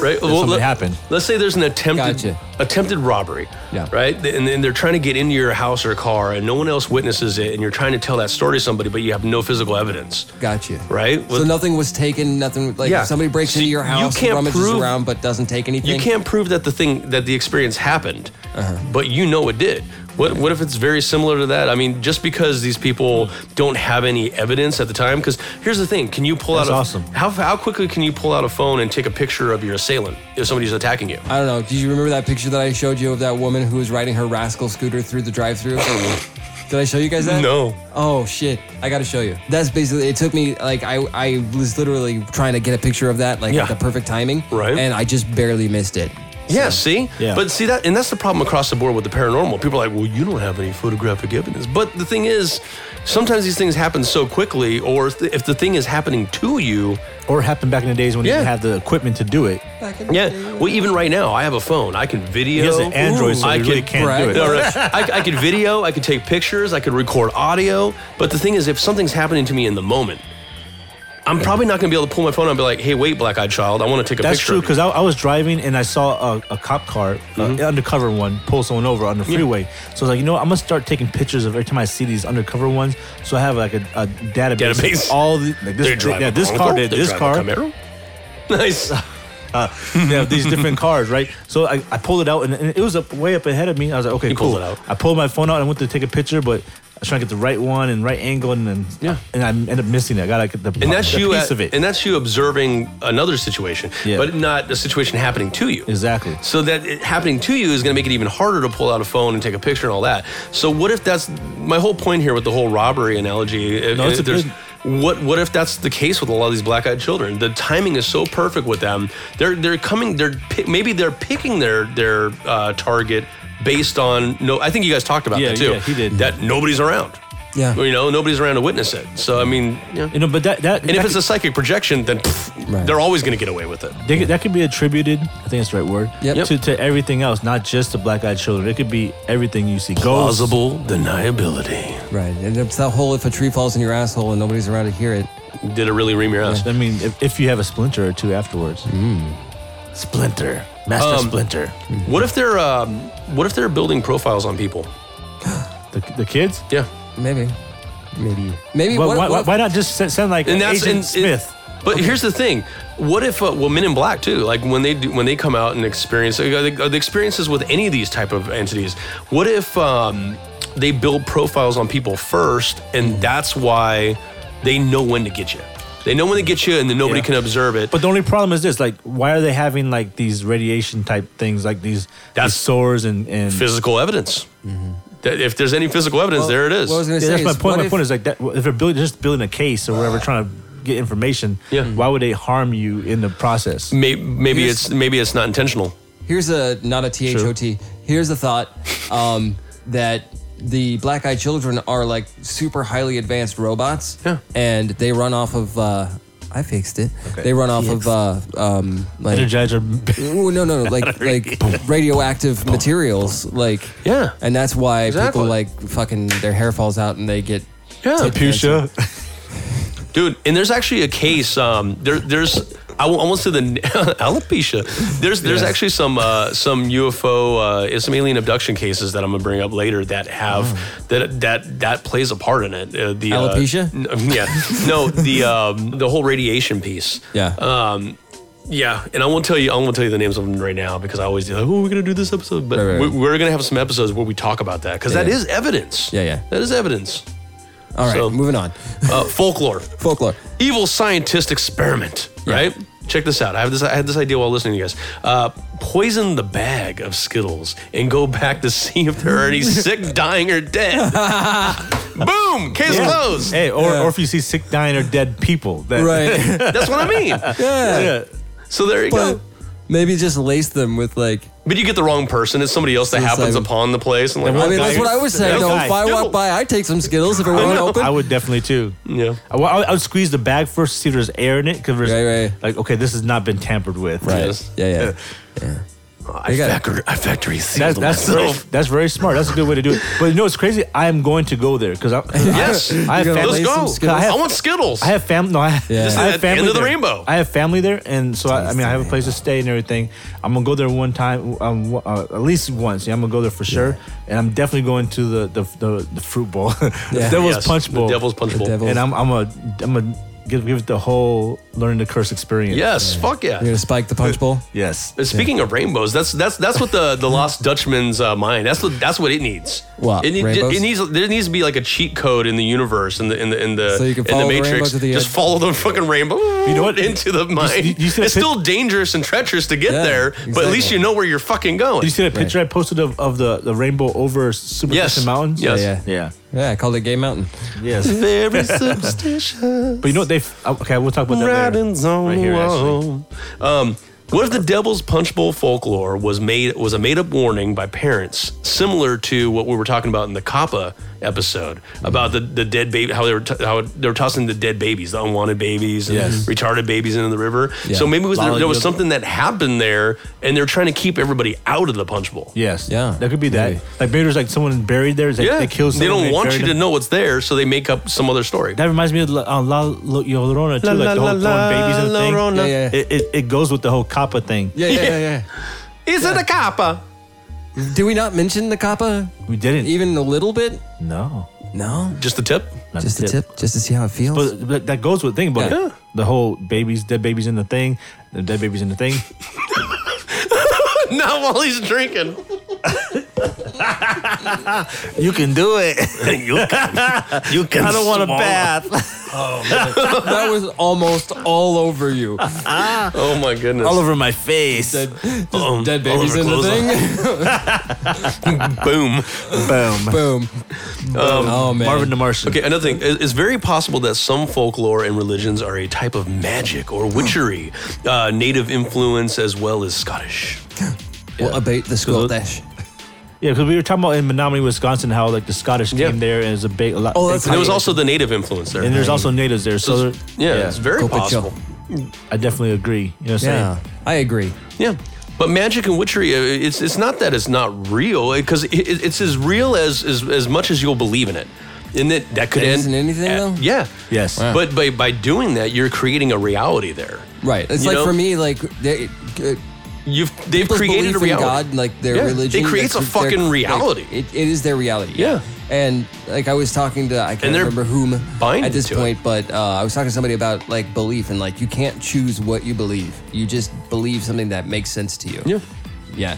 Speaker 2: right? Well,
Speaker 3: something happened.
Speaker 2: Let's say there's an attempted
Speaker 1: Gotcha.
Speaker 2: attempted robbery,
Speaker 1: Yeah.
Speaker 2: right? And then they're trying to get into your house or car, and no one else witnesses it, and you're trying to tell that story to somebody, but you have no physical evidence.
Speaker 1: Got you.
Speaker 2: Right?
Speaker 1: so
Speaker 2: Well-
Speaker 1: nothing was taken. Nothing like
Speaker 2: Yeah.
Speaker 1: if somebody breaks
Speaker 2: So
Speaker 1: into your
Speaker 2: you
Speaker 1: house,
Speaker 2: can't
Speaker 1: rummages
Speaker 2: prove-
Speaker 1: around, but doesn't take anything.
Speaker 2: You can't prove that the thing that the experience happened,
Speaker 3: Uh-huh.
Speaker 2: but you know it did. What what if it's very similar to that? I mean, just because these people don't have any evidence at the time, because here's the thing: can you pull
Speaker 3: That's
Speaker 2: out? A,
Speaker 3: awesome.
Speaker 2: How how quickly can you pull out a phone and take a picture of your assailant if somebody's attacking you?
Speaker 1: I don't know. Do you remember that picture that I showed you of that woman who was riding her rascal scooter through the drive-through? Did I show you guys that?
Speaker 2: No.
Speaker 1: Oh shit! I got to show you. That's basically. It took me like I I was literally trying to get a picture of that like
Speaker 2: Yeah.
Speaker 1: at the perfect timing,
Speaker 2: Right.
Speaker 1: And I just barely missed it.
Speaker 2: Yeah, see?
Speaker 3: Yeah.
Speaker 2: But see that and that's the problem across the board with the paranormal. People are like, well, you don't have any photographic evidence. But the thing is, sometimes these things happen so quickly, or if the, if the thing is happening to you,
Speaker 3: Or it happened back in the days when
Speaker 2: Yeah.
Speaker 3: you didn't have the equipment to do it.
Speaker 2: yeah. Well, even right now, I have a phone. I can video.
Speaker 3: He has an Android, so
Speaker 2: I
Speaker 3: he really
Speaker 2: can-
Speaker 3: can't do
Speaker 1: brag.
Speaker 3: it.
Speaker 2: No, no, I, I could video, I could take pictures, I could record audio. But the thing is, if something's happening to me in the moment, I'm probably not going to be able to pull my phone out and be like, hey, wait, black eyed child, I want to take a
Speaker 3: That's
Speaker 2: picture.
Speaker 3: true
Speaker 2: of Mm-hmm. you."
Speaker 3: because I, I was driving and I saw a, a cop car, an undercover one, pull someone over on the freeway. So I was like, you know, what? I'm gonna start taking pictures of every time I see these undercover ones. So I have like a, a database, of
Speaker 2: Database.
Speaker 3: all the like
Speaker 2: They
Speaker 3: this,
Speaker 2: drive
Speaker 3: yeah,
Speaker 2: a
Speaker 3: this
Speaker 2: Bronco,
Speaker 3: car, did
Speaker 2: they
Speaker 3: this
Speaker 2: drive a
Speaker 3: car,
Speaker 2: Camaro. [LAUGHS] Nice.
Speaker 3: they have these
Speaker 2: [LAUGHS]
Speaker 3: different cars, right? So I, I pulled it out and, and it was up way up ahead of me. I was like, okay,
Speaker 2: You
Speaker 3: cool.
Speaker 2: pulled it out.
Speaker 3: I pulled my phone out and went to take a picture, but I was trying to get the right one and right angle, and then
Speaker 2: Yeah.
Speaker 3: and I ended up missing it. I got like the,
Speaker 2: and that's
Speaker 3: the
Speaker 2: you
Speaker 3: piece
Speaker 2: at-
Speaker 3: of it.
Speaker 2: and that's you observing another situation
Speaker 3: Yeah.
Speaker 2: but not a situation happening to you
Speaker 3: Exactly.
Speaker 2: so that it happening to you is going to make it even harder to pull out a phone and take a picture and all that so what if that's my whole point here with the whole robbery analogy if-
Speaker 3: No, it's
Speaker 2: if
Speaker 3: a
Speaker 2: there's-
Speaker 3: good-
Speaker 2: what what if that's the case with a lot of these black-eyed children? The timing is so perfect with them. They're they're coming. They're pi- maybe they're picking their their uh, target based on no. I think you guys talked about
Speaker 3: Yeah,
Speaker 2: that too.
Speaker 3: yeah, he did.
Speaker 2: That nobody's around.
Speaker 1: Yeah.
Speaker 2: you know nobody's around to witness it. So I mean, yeah.
Speaker 3: you know, but that that
Speaker 2: And if
Speaker 3: that
Speaker 2: it's a psychic projection, then pff,
Speaker 1: Right.
Speaker 2: they're always going to get away with it.
Speaker 3: They, could- that could be attributed, I think that's the right word,
Speaker 1: Yep.
Speaker 3: to, to everything else, not just to black eyed children. It could be everything you see. Ghosts.
Speaker 2: Plausible deniability.
Speaker 1: Right. And it's that whole if a tree falls in your asshole and nobody's around to hear it.
Speaker 2: Did it really ream your ass?
Speaker 3: I mean, if, if you have a splinter or two afterwards. Um, Splinter. Master Splinter.
Speaker 2: What if they're um, what if they're building profiles on people?
Speaker 3: The, the kids?
Speaker 2: Yeah,
Speaker 1: Maybe. Maybe. Maybe.
Speaker 3: Well,
Speaker 1: what,
Speaker 3: why,
Speaker 1: what-
Speaker 3: why not just sa- sound like
Speaker 2: and that's
Speaker 3: Agent
Speaker 2: and,
Speaker 3: Smith?
Speaker 2: and- but here's the thing: what if uh, well, Men in Black too? Like when they do, when they come out and experience uh, the, uh, the experiences with any of these type of entities. What if um, they build profiles on people first, and that's why they know when to get you. They know when to get you, and then nobody
Speaker 3: Yeah.
Speaker 2: can observe it.
Speaker 3: but the only problem is this: like, why are they having like these radiation type things, like these,
Speaker 2: That's-
Speaker 3: these sores and and
Speaker 2: physical evidence. That if there's any physical evidence, there it is.
Speaker 1: What I was gonna
Speaker 3: Yeah,
Speaker 1: say
Speaker 3: that's my
Speaker 1: is,
Speaker 3: point.
Speaker 1: what
Speaker 3: My
Speaker 1: if-
Speaker 3: point is like that. If they're building, just building a case or whatever, trying to get information,
Speaker 2: Yeah.
Speaker 3: why would they harm you in the process?
Speaker 2: May- maybe,
Speaker 1: Here's-
Speaker 2: it's maybe it's not intentional.
Speaker 1: Here's a not a thot. Here's a thought um, that the black eyed children are like super highly advanced robots,
Speaker 2: Yeah.
Speaker 1: and they run off of. Uh, I fixed it. They run off of uh, um, like
Speaker 3: [LAUGHS] Energizer
Speaker 1: Ooh, no, no, no, like like radioactive materials, like
Speaker 2: Yeah.
Speaker 1: and that's why
Speaker 2: Exactly.
Speaker 1: people like fucking their hair falls out and they get
Speaker 2: Yeah.
Speaker 1: tit
Speaker 3: Pusha.
Speaker 2: dude. And there's actually a case. Um, there, there's I won't I won't say the n- [LAUGHS] alopecia. There's there's actually some uh, some UFO, uh, some alien abduction cases that I'm gonna bring up later that have that that that plays a part in it. Uh, the uh,
Speaker 1: Alopecia?
Speaker 2: n- yeah, no, the um, the whole radiation piece.
Speaker 1: Yeah.
Speaker 2: Um, yeah, and I won't tell you. I won't tell you the names of them right now because I always do. Like, oh, we're gonna do this episode, but
Speaker 1: Right, right,
Speaker 2: we-
Speaker 1: right.
Speaker 2: we're gonna have some episodes where we talk about that because that
Speaker 1: yeah.
Speaker 2: is evidence.
Speaker 1: Yeah, yeah.
Speaker 2: that is evidence.
Speaker 1: All right,
Speaker 2: So-
Speaker 1: moving on. [LAUGHS]
Speaker 2: Uh, folklore
Speaker 1: Folklore.
Speaker 2: evil scientist experiment, right? Check this out. I have this. I had this idea while listening to you guys. Uh, poison the bag of Skittles and go back to see if they're
Speaker 1: [LAUGHS]
Speaker 2: already sick, dying, or dead. Boom! Case closed.
Speaker 3: Hey, or, or if you see sick, dying, or dead people,
Speaker 2: [LAUGHS]
Speaker 3: that,
Speaker 1: Right.
Speaker 2: That's what I mean.
Speaker 1: yeah. [LAUGHS]
Speaker 3: [LAUGHS] Yeah.
Speaker 2: So there you
Speaker 1: But
Speaker 2: go.
Speaker 1: maybe just lace them with like
Speaker 2: But you get the wrong person. It's somebody else that
Speaker 1: Suicide.
Speaker 2: happens upon the place. And like,
Speaker 1: I mean,
Speaker 2: oh,
Speaker 1: that's what I was saying.
Speaker 2: that's
Speaker 1: Though, if I
Speaker 2: Skittles.
Speaker 1: walk by, I take some Skittles if it won't open.
Speaker 3: I would definitely too.
Speaker 2: Yeah.
Speaker 3: I, would- I would squeeze the bag first to see if there's air in it. Cause there's-
Speaker 1: Right, right.
Speaker 3: Like, okay, this has not been tampered with.
Speaker 1: Right.
Speaker 2: Yes.
Speaker 1: Yeah, yeah.
Speaker 2: I,
Speaker 1: got-
Speaker 2: factor, I factory sealed
Speaker 3: That's that's very,
Speaker 2: myself.
Speaker 3: that's very smart. That's a good way to do it. But you know, it's crazy. I am going to go
Speaker 1: [LAUGHS]
Speaker 3: there because I, 'cause I-
Speaker 2: Yes.
Speaker 3: I have
Speaker 1: You're gonna
Speaker 3: family.
Speaker 2: Let's
Speaker 1: lay some
Speaker 2: go.
Speaker 1: Skittles.
Speaker 2: I, want Skittles.
Speaker 3: I have family. No, I have,
Speaker 1: This is
Speaker 3: I have
Speaker 2: at the end of the
Speaker 3: there.
Speaker 2: rainbow.
Speaker 3: I have family there, and so I, I mean, I have a place to stay and everything. I'm gonna go there one time, um, uh, at least once. Yeah, I'm gonna go there for sure, and I'm definitely going to the the, the, the fruit bowl, [LAUGHS] the
Speaker 1: Yeah.
Speaker 3: devil's
Speaker 2: Yes,
Speaker 3: punch
Speaker 2: the
Speaker 3: bowl,
Speaker 2: Devil's Punch
Speaker 1: The
Speaker 2: Bowl.
Speaker 1: devil-
Speaker 3: and I'm I'm a I'm a give, give it the whole learn to curse experience.
Speaker 2: Yes, fuck yeah.
Speaker 1: You're gonna spike the punch bowl.
Speaker 3: Yes.
Speaker 2: And Speaking of rainbows, that's that's that's what the, the Lost Dutchman's uh, mind. That's what that's what it needs.
Speaker 1: What,
Speaker 2: it, need-
Speaker 1: rainbows?
Speaker 2: it needs there needs to be like a cheat code in the universe in the in the in the
Speaker 1: So you can
Speaker 2: in
Speaker 1: follow
Speaker 2: the
Speaker 1: the rainbow
Speaker 2: Matrix.
Speaker 1: to the
Speaker 2: Just
Speaker 1: edge.
Speaker 2: follow the fucking rainbow.
Speaker 3: You know what?
Speaker 2: Into the mind.
Speaker 3: you- you see that
Speaker 2: it's
Speaker 3: pic-
Speaker 2: still dangerous and treacherous to get
Speaker 1: Yeah,
Speaker 2: there, but at least
Speaker 1: exactly.
Speaker 2: you know where you're fucking going.
Speaker 3: Did you see that picture I posted of, of the, the rainbow over Superstition
Speaker 2: Yes.
Speaker 3: Mountains?
Speaker 2: Yes.
Speaker 1: Yeah,
Speaker 3: Yeah.
Speaker 1: Yeah, I called it Gay Mountain.
Speaker 2: [LAUGHS]
Speaker 3: Yes.
Speaker 2: Very superstitious.
Speaker 3: But you know what they? oh, Okay, we'll talk about that
Speaker 2: Writings
Speaker 3: later.
Speaker 2: on
Speaker 3: Right here,
Speaker 2: the
Speaker 3: actually.
Speaker 2: wall. Um, what if the Devil's Punch Bowl folklore was made was a made up warning by parents, similar to what we were talking about in the Kappa episode about the, the dead baby, how they were t- how they were tossing the dead babies, the unwanted babies, and
Speaker 3: Yes.
Speaker 2: retarded babies into the river.
Speaker 1: Yeah.
Speaker 2: So maybe it was there,
Speaker 3: Lolly-
Speaker 2: there was something that happened there, and they're trying to keep everybody out of the Punch Bowl.
Speaker 3: Yes.
Speaker 1: Yeah,
Speaker 3: That could be that.
Speaker 1: maybe.
Speaker 3: Like maybe there's like someone buried there. They,
Speaker 2: yeah.
Speaker 3: They killed.
Speaker 2: They
Speaker 3: Someone,
Speaker 2: don't want you
Speaker 3: buried
Speaker 2: to
Speaker 3: them.
Speaker 2: know what's there, so they make up some other story.
Speaker 3: That reminds me of La, uh, La Lo- Llorona too.
Speaker 2: La,
Speaker 3: like
Speaker 2: la,
Speaker 3: the whole
Speaker 2: la,
Speaker 3: throwing babies and
Speaker 2: la,
Speaker 3: thing.
Speaker 2: Llorona.
Speaker 1: Yeah, yeah.
Speaker 3: It, it, it goes with the whole Kappa thing.
Speaker 1: Yeah, yeah, yeah, yeah.
Speaker 2: Is it a Kappa?
Speaker 1: Did we not mention the Kappa
Speaker 3: We didn't
Speaker 1: even a little bit?
Speaker 3: no.
Speaker 1: No,
Speaker 2: Just the tip.
Speaker 3: not
Speaker 1: just a tip, just to see how it feels.
Speaker 3: But, but that goes with the thing about
Speaker 1: Yeah.
Speaker 3: it. the whole babies, dead babies in the thing, the dead babies in the thing.
Speaker 2: [LAUGHS] Not while he's drinking.
Speaker 3: you can do it.
Speaker 2: You can.
Speaker 3: [LAUGHS] I don't want a bath.
Speaker 1: [LAUGHS] that was almost all over you.
Speaker 2: Oh my goodness.
Speaker 3: [LAUGHS] All over my face.
Speaker 1: Dead, just
Speaker 2: Um,
Speaker 1: dead
Speaker 2: all
Speaker 1: babies
Speaker 2: over
Speaker 1: in the
Speaker 2: clothes on.
Speaker 1: thing.
Speaker 2: Boom.
Speaker 3: Boom.
Speaker 1: Boom. oh man.
Speaker 3: Marvin the Martian.
Speaker 2: Okay, another thing. It- It's very possible that some folklore and religions are a type of magic or witchery, uh, native influence as well as Scottish.
Speaker 1: What about the Scottish?
Speaker 3: Yeah, because we were talking about in Menominee, Wisconsin, how like the Scottish
Speaker 2: Yeah.
Speaker 3: came there and it's a big a lot.
Speaker 1: Oh, that's
Speaker 2: And there was
Speaker 1: Right.
Speaker 2: also the native influence there.
Speaker 3: and there's also natives there, so there-
Speaker 2: yeah, it's very
Speaker 1: Copa
Speaker 2: possible.
Speaker 3: I definitely agree. You know what I'm saying?
Speaker 1: Yeah, I agree.
Speaker 2: Yeah. But magic and witchery, uh, it's it's not that it's not real, because it, it, it's as real as, as as much as you'll believe in it. And that, that could
Speaker 1: It
Speaker 2: end
Speaker 1: isn't anything,
Speaker 2: uh,
Speaker 1: though?
Speaker 2: Yeah.
Speaker 3: Yes. Wow.
Speaker 2: But by, by doing that, you're creating a reality there.
Speaker 1: Right. It's
Speaker 2: You
Speaker 1: like
Speaker 2: know?
Speaker 1: for me, like they, uh,
Speaker 2: You've they've
Speaker 1: people's
Speaker 2: created
Speaker 1: belief
Speaker 2: a
Speaker 1: in
Speaker 2: reality.
Speaker 1: God, like their
Speaker 2: Yeah,
Speaker 1: religion.
Speaker 2: It creates a
Speaker 1: that's their-
Speaker 2: fucking
Speaker 1: like,
Speaker 2: reality.
Speaker 1: it, it is their reality.
Speaker 2: Yeah.
Speaker 1: And like I was talking to, I can't
Speaker 2: And they're
Speaker 1: remember whom
Speaker 2: binded
Speaker 1: at this
Speaker 2: to
Speaker 1: point, but uh, I was talking to somebody about like belief and like you can't choose what you believe. You just believe something that makes sense to you.
Speaker 2: yeah.
Speaker 1: Yeah.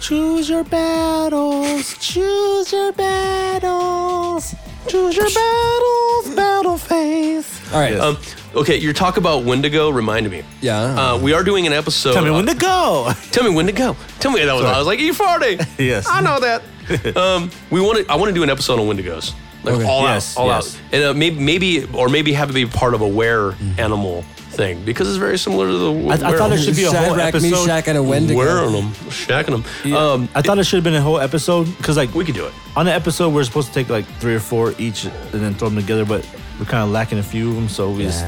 Speaker 3: Choose your battles. Choose your battles. Choose your battles. Battle face.
Speaker 1: All right.
Speaker 2: Um, okay, your talk about Wendigo reminded me.
Speaker 1: Yeah.
Speaker 2: Uh, we are doing an episode.
Speaker 3: Tell me when
Speaker 2: uh,
Speaker 3: to go.
Speaker 2: tell me when to go. Tell me that was. I was like E forty.
Speaker 3: [LAUGHS] Yes.
Speaker 2: I know that.
Speaker 3: [LAUGHS]
Speaker 2: um, we want to. I want to do an episode on Wendigos. Like
Speaker 1: Okay.
Speaker 2: all
Speaker 3: Yes,
Speaker 2: out, all
Speaker 3: yes.
Speaker 2: out, and uh, maybe, maybe, or maybe have it be part of a were animal thing because it's very similar to the.
Speaker 3: Mm-hmm. I thought it should be a whole
Speaker 1: Shadrach,
Speaker 3: episode.
Speaker 1: Meshach, and a Wendigo.
Speaker 2: were on them, shacking them. Um,
Speaker 3: I thought it should have been a whole episode because like
Speaker 2: we could do it.
Speaker 3: on an episode we're supposed to take like three or four each and then throw them together, but we're kind of lacking a few of them, so we just,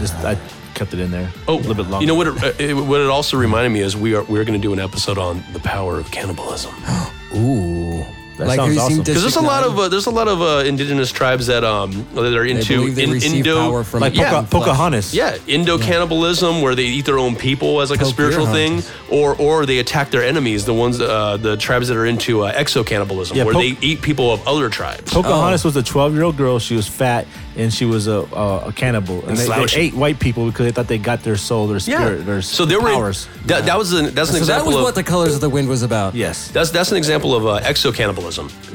Speaker 3: just I kept it in there.
Speaker 2: Oh,
Speaker 3: a little bit longer.
Speaker 2: You know what? It, uh, it, what it also reminded me is we are we're going to do an episode on the power of cannibalism
Speaker 3: Oh,
Speaker 1: Ooh.
Speaker 3: That sounds awesome. 'Cause
Speaker 2: because there's a
Speaker 1: District
Speaker 2: lot of
Speaker 1: Nine?
Speaker 2: uh, there's a lot of uh, indigenous tribes that um that are
Speaker 1: They
Speaker 2: into
Speaker 1: believe they
Speaker 2: in-
Speaker 1: receive
Speaker 2: Indo
Speaker 1: power from
Speaker 3: like
Speaker 1: eating
Speaker 3: Poca-
Speaker 1: flesh.
Speaker 3: Pocahontas.
Speaker 2: yeah Indo cannibalism where they eat their own people as like a
Speaker 1: Poke your
Speaker 2: spiritual thing
Speaker 1: Oh, hunters.
Speaker 2: or or they attack their enemies the ones uh, the tribes that are into uh, exo cannibalism
Speaker 3: Yeah,
Speaker 2: where
Speaker 3: poke-
Speaker 2: they eat people of other tribes. Oh.
Speaker 3: Pocahontas was a 12 year old girl. She was fat and she was a, a, a cannibal. And, they, they
Speaker 2: slouchy.
Speaker 3: ate white people because they thought they got their soul, their spirit, their
Speaker 2: so there were
Speaker 3: powers.
Speaker 2: that, that was an, that's
Speaker 1: So
Speaker 2: an
Speaker 1: that
Speaker 2: example
Speaker 1: was
Speaker 2: of
Speaker 1: what the colors of the wind was about.
Speaker 3: yes.
Speaker 2: that's that's an example of uh, exo cannibalism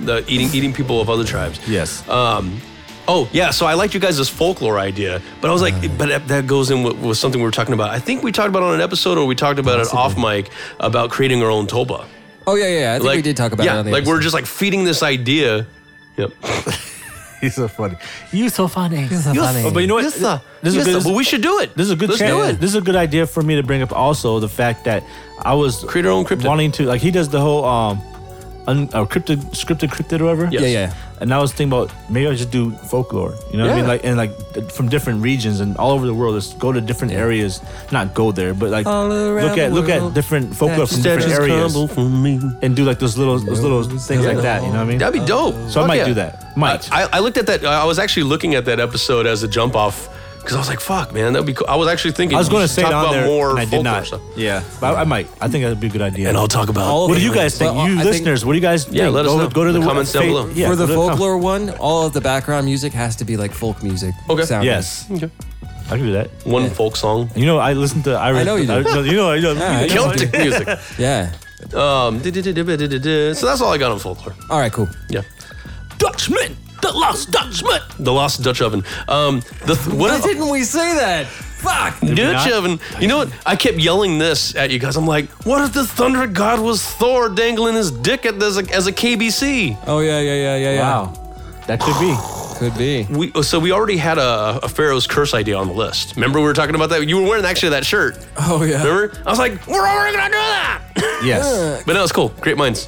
Speaker 2: the eating eating people of other tribes.
Speaker 3: yes.
Speaker 2: Um, oh yeah, so I liked you guys' this folklore idea, but I was like, but that- that goes in with, with something we were talking about. I think we talked about it on an episode, or we talked about it off mic about creating our own toba.
Speaker 1: Oh yeah, yeah. yeah. I think we did talk about
Speaker 2: yeah,
Speaker 1: it. On the
Speaker 2: like we're
Speaker 1: episode.
Speaker 2: just like feeding this idea. Yep.
Speaker 3: He's so funny. You so funny. You
Speaker 1: so funny.
Speaker 2: Oh,
Speaker 3: But you know what?
Speaker 2: Yes, sir.
Speaker 3: This is
Speaker 2: Yes,
Speaker 3: good-
Speaker 2: sir. But we should do it.
Speaker 3: This is a good.
Speaker 2: Let's
Speaker 3: chance-
Speaker 2: do it.
Speaker 3: This is a good idea for me to bring up. Also, the fact that I was
Speaker 2: Create our own cryptid.
Speaker 3: wanting to like he does the whole um un, uh, cryptid, scripted, cryptid, or whatever.
Speaker 2: Yes.
Speaker 1: Yeah, yeah.
Speaker 3: And I was thinking about maybe I just do folklore. You know what I mean?
Speaker 2: Yeah.
Speaker 3: Like and like th- from different regions and all over the world. Just go to different areas. Not go there, but like
Speaker 1: All around
Speaker 3: look at
Speaker 1: the
Speaker 3: look at
Speaker 1: world.
Speaker 3: different folklore
Speaker 1: That's
Speaker 3: from different areas
Speaker 2: me.
Speaker 3: and do like those little those little things like that. You know what I mean?
Speaker 2: That'd be dope.
Speaker 3: Uh, So I
Speaker 2: Fuck
Speaker 3: might
Speaker 2: yeah.
Speaker 3: do that. Might.
Speaker 2: I, I looked at that. I was actually looking at that episode as a jump off because I was like, "Fuck, man, that'd be cool." I was actually thinking.
Speaker 3: I was
Speaker 2: we
Speaker 3: going to
Speaker 2: should
Speaker 3: say it
Speaker 2: talk
Speaker 3: on
Speaker 2: about
Speaker 3: there,
Speaker 2: more
Speaker 3: and I did
Speaker 2: folklore
Speaker 3: not.
Speaker 2: stuff.
Speaker 3: Yeah, but I, I might. I think that'd be a good idea.
Speaker 2: and I'll talk about.
Speaker 1: All of
Speaker 3: what do
Speaker 1: it.
Speaker 3: you guys think?
Speaker 1: Well,
Speaker 3: you
Speaker 1: I
Speaker 3: listeners, what do you guys think?
Speaker 2: Yeah, let us
Speaker 3: go,
Speaker 2: know.
Speaker 3: Go to the,
Speaker 2: The comments down
Speaker 3: fa-
Speaker 2: below.
Speaker 3: yeah,
Speaker 1: For the
Speaker 3: go to com-
Speaker 1: folklore one, all of the background music has to be like folk music.
Speaker 2: Okay.
Speaker 1: sounding.
Speaker 3: Yes,
Speaker 2: Okay.
Speaker 3: I can do that.
Speaker 2: One folk song.
Speaker 3: You know, I listen to Irish.
Speaker 1: I know you do.
Speaker 3: no, you know, you know.
Speaker 1: Yeah, I
Speaker 3: you know
Speaker 1: know.
Speaker 3: [LAUGHS]
Speaker 2: Celtic music.
Speaker 1: Yeah.
Speaker 2: Um, du-du-du-du-du-du-du. so that's all I got on folklore.
Speaker 1: All right. Cool.
Speaker 2: Yeah. Dutchman, the lost Dutchman, the lost Dutch oven. Um, the th- what
Speaker 1: Why
Speaker 2: is it?
Speaker 1: didn't we say that? Fuck.
Speaker 2: Dutch
Speaker 3: not?
Speaker 2: oven. You know what? I kept yelling this at you guys. I'm like, what if the thunder god was Thor dangling his dick at this as a KBC?
Speaker 1: Oh yeah, yeah, yeah, yeah, yeah.
Speaker 3: Wow, that could be.
Speaker 1: Could be.
Speaker 2: We, so we already had a, a Pharaoh's curse idea on the list. Remember we were talking about that? You were wearing actually that shirt.
Speaker 1: Oh yeah.
Speaker 2: Remember? I was like, we're already gonna do that. [LAUGHS]
Speaker 3: Yes.
Speaker 2: but no, it's cool. Great minds.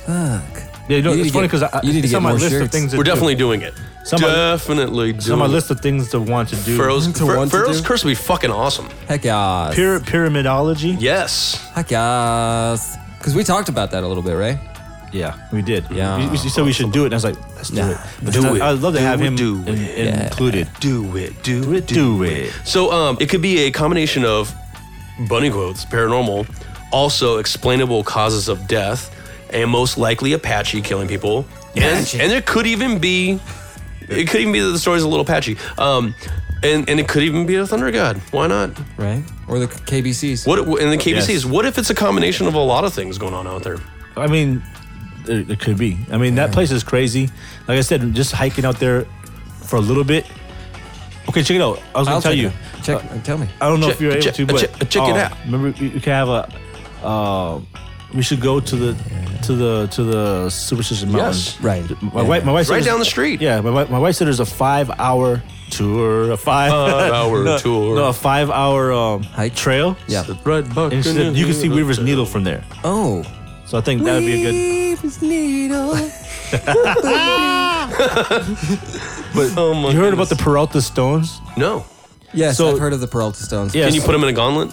Speaker 3: Yeah, you know,
Speaker 1: You need
Speaker 3: it's
Speaker 1: to
Speaker 3: funny
Speaker 1: get-
Speaker 3: because
Speaker 1: you need to
Speaker 3: it's
Speaker 1: get
Speaker 3: on my
Speaker 1: more
Speaker 3: list of
Speaker 1: shirts.
Speaker 3: things. To
Speaker 2: We're
Speaker 3: do.
Speaker 2: definitely doing it.
Speaker 3: Some are-
Speaker 2: definitely doing
Speaker 3: it's on my
Speaker 2: it.
Speaker 3: list of things to want to do.
Speaker 2: Pharaoh's,
Speaker 1: To
Speaker 2: Pharaoh-
Speaker 1: want to
Speaker 2: Pharaoh's
Speaker 1: do?
Speaker 2: curse would be fucking awesome.
Speaker 1: Heck yeah.
Speaker 3: Pyra- pyramidology.
Speaker 2: Yes.
Speaker 1: Heck yes. Because we talked about that a little bit, right?
Speaker 3: Yeah, we did.
Speaker 1: Yeah.
Speaker 3: you, you said we should do it, and I was like, let's do
Speaker 1: Yeah.
Speaker 3: it. But
Speaker 2: Do
Speaker 3: then I-
Speaker 2: it.
Speaker 3: I'd love to
Speaker 2: Do
Speaker 3: have
Speaker 2: it,
Speaker 3: him
Speaker 2: do
Speaker 3: in- in-
Speaker 1: Yeah.
Speaker 3: included.
Speaker 2: Do it. Do
Speaker 3: Do it.
Speaker 2: So um, it could be a combination of bunny quotes, paranormal, also explainable causes of death, and most likely Apache killing people. And, and it could even be, it could even be that the story's a little patchy. Um, and, and it could even be a thunder god. Why not?
Speaker 1: Right. Or the KBCs.
Speaker 2: What and the KBCs?
Speaker 3: Yes.
Speaker 2: What if it's a combination of a lot of things going on out there?
Speaker 3: I mean, it, it could be. I mean, that place is crazy. Like I said, just hiking out there for a little bit. Okay, check it out. I was gonna
Speaker 1: I'll
Speaker 3: tell
Speaker 1: check
Speaker 3: you.
Speaker 1: it. Check. tell me.
Speaker 3: I don't know
Speaker 2: Check-
Speaker 3: if you're able
Speaker 2: check-
Speaker 3: to, but oh,
Speaker 2: check- check it out.
Speaker 3: Remember, we, we can have a. Uh, we should go to the to the to the Superstition Mountain.
Speaker 1: Right.
Speaker 3: My wife, my wife said
Speaker 2: Right
Speaker 3: there's-
Speaker 2: down the street.
Speaker 3: Yeah, my wife, my wife said there's a five hour tour, a five [LAUGHS]
Speaker 2: Five-hour
Speaker 3: Uh, no,
Speaker 2: tour.
Speaker 3: no, a five hour um,
Speaker 1: Hike?
Speaker 3: trail.
Speaker 1: Yeah.
Speaker 2: Red buck.
Speaker 3: and she said you can see Weaver's Needle from there.
Speaker 1: Oh.
Speaker 3: So I think Uh, that would be a good.
Speaker 1: Weaver's
Speaker 3: [LAUGHS]
Speaker 1: needle.
Speaker 2: But oh my
Speaker 3: You heard about the Peralta stones?
Speaker 2: no?
Speaker 1: yes,
Speaker 3: So-
Speaker 1: I've heard of the Peralta Stones.
Speaker 3: Yeah.
Speaker 2: Can you put them in a gauntlet?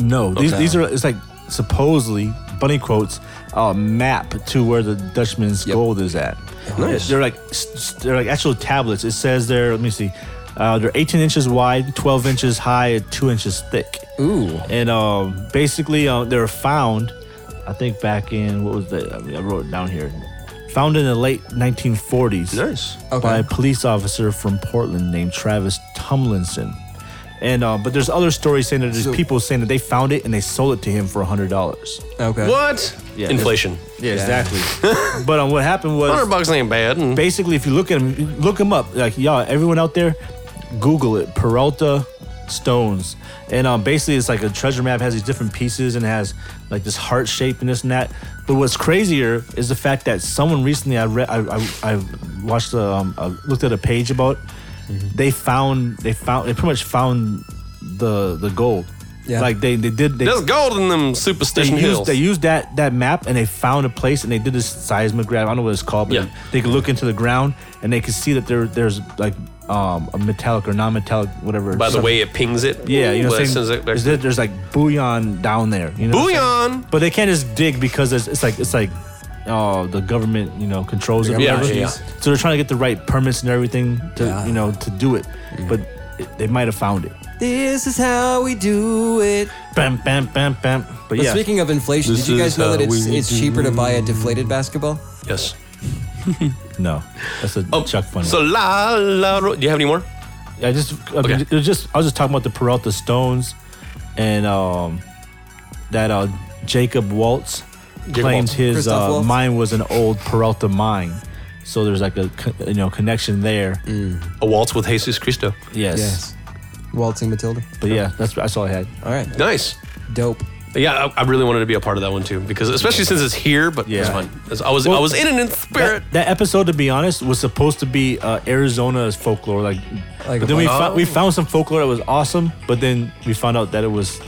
Speaker 3: No, these,
Speaker 1: Okay.
Speaker 3: these are it's like supposedly bunny quotes a map to where the Dutchman's
Speaker 1: Yep.
Speaker 3: gold is at.
Speaker 2: Nice.
Speaker 3: They're like s- they're like actual tablets. It says there. Let me see. Uh, they're 18 inches wide, 12 inches high, and two inches thick.
Speaker 1: Ooh.
Speaker 3: And um, basically, uh, they were found. I think back in what was the I, mean, I wrote it down here. Found in the late 1940s
Speaker 2: Nice.
Speaker 1: Okay.
Speaker 3: by a police officer from Portland named Travis Tomlinson. And uh, but there's other stories saying that there's
Speaker 1: So-
Speaker 3: people saying that they found it and they sold it to him for hundred dollars.
Speaker 1: Okay.
Speaker 2: What?
Speaker 3: Uh, Yeah.
Speaker 2: Inflation.
Speaker 3: Yeah, exactly. but um, what happened
Speaker 2: Hundred
Speaker 3: was
Speaker 2: bucks ain't bad. and-
Speaker 3: basically if you look at him, look him up, like y'all, everyone out there, Google it, Peralta stones, and um, basically it's like a treasure map has these different pieces and has like this heart shape and this and that. But what's crazier is the fact that someone recently I read, I, I, I watched, the, um, I looked at a page about. They found, they found, they pretty much found the the gold.
Speaker 1: Yeah.
Speaker 3: Like they they did. They,
Speaker 2: There's gold in them
Speaker 3: they
Speaker 2: superstition
Speaker 3: used,
Speaker 2: hills.
Speaker 3: they used that that map and they found a place and they did this seismograph. I don't know what it's called, but
Speaker 2: Yeah.
Speaker 3: they could look into the ground and they could see that there there's like um, a metallic or non-metallic whatever.
Speaker 2: By the
Speaker 3: something-
Speaker 2: way, it pings it.
Speaker 3: yeah, you know,
Speaker 2: Well,
Speaker 3: what I'm
Speaker 2: it
Speaker 3: saying?
Speaker 2: sends it back-
Speaker 3: there's, there's like bullion down there. You know what I'm saying?
Speaker 2: Bullion!
Speaker 3: But they can't just dig because it's, it's like it's like oh the government you know controls it. or
Speaker 2: Yeah,
Speaker 3: whatever.
Speaker 2: yeah, yeah.
Speaker 3: So they're trying to get the right permits and everything to
Speaker 1: Yeah.
Speaker 3: you know to do it, but it, they might have found it.
Speaker 1: This is how we do it.
Speaker 3: Bam, bam, bam, bam. But
Speaker 1: But
Speaker 3: yeah,
Speaker 1: speaking of inflation,
Speaker 2: This
Speaker 1: did you
Speaker 2: is
Speaker 1: guys know that
Speaker 2: how
Speaker 1: it's
Speaker 2: we
Speaker 1: it's cheaper to buy a deflated basketball?
Speaker 2: yes.
Speaker 3: no, that's a
Speaker 2: Oh,
Speaker 3: Chuck fun.
Speaker 2: So la la. ro- Do you have any more?
Speaker 3: I just, I mean,
Speaker 2: Okay.
Speaker 3: it was just, I was just talking about the Peralta Stones, and um, that uh, Jacob Waltz
Speaker 2: Jacob
Speaker 3: claims
Speaker 2: Waltz.
Speaker 3: his
Speaker 1: Christoph
Speaker 3: uh,
Speaker 1: Waltz.
Speaker 3: mine was an old Peralta mine, so there's like a co- you know connection there.
Speaker 1: Mm.
Speaker 2: A waltz with Jesus Christo.
Speaker 3: Yes.
Speaker 1: Waltzing Matilda.
Speaker 3: but yeah, that's that's all I had.
Speaker 1: All right.
Speaker 2: Nice.
Speaker 1: Dope.
Speaker 2: Yeah, I, I really wanted to be a part of that one too because especially since it's here. But
Speaker 3: Yeah.
Speaker 2: it's fun. It's- I was I
Speaker 3: Well,
Speaker 2: was in it in spirit.
Speaker 3: That, that episode, to be honest, was supposed to be uh, Arizona's folklore, like.
Speaker 1: Like
Speaker 3: but then we
Speaker 1: what? Oh.
Speaker 3: found we found some folklore that was awesome, but then we found out that it was
Speaker 1: uh,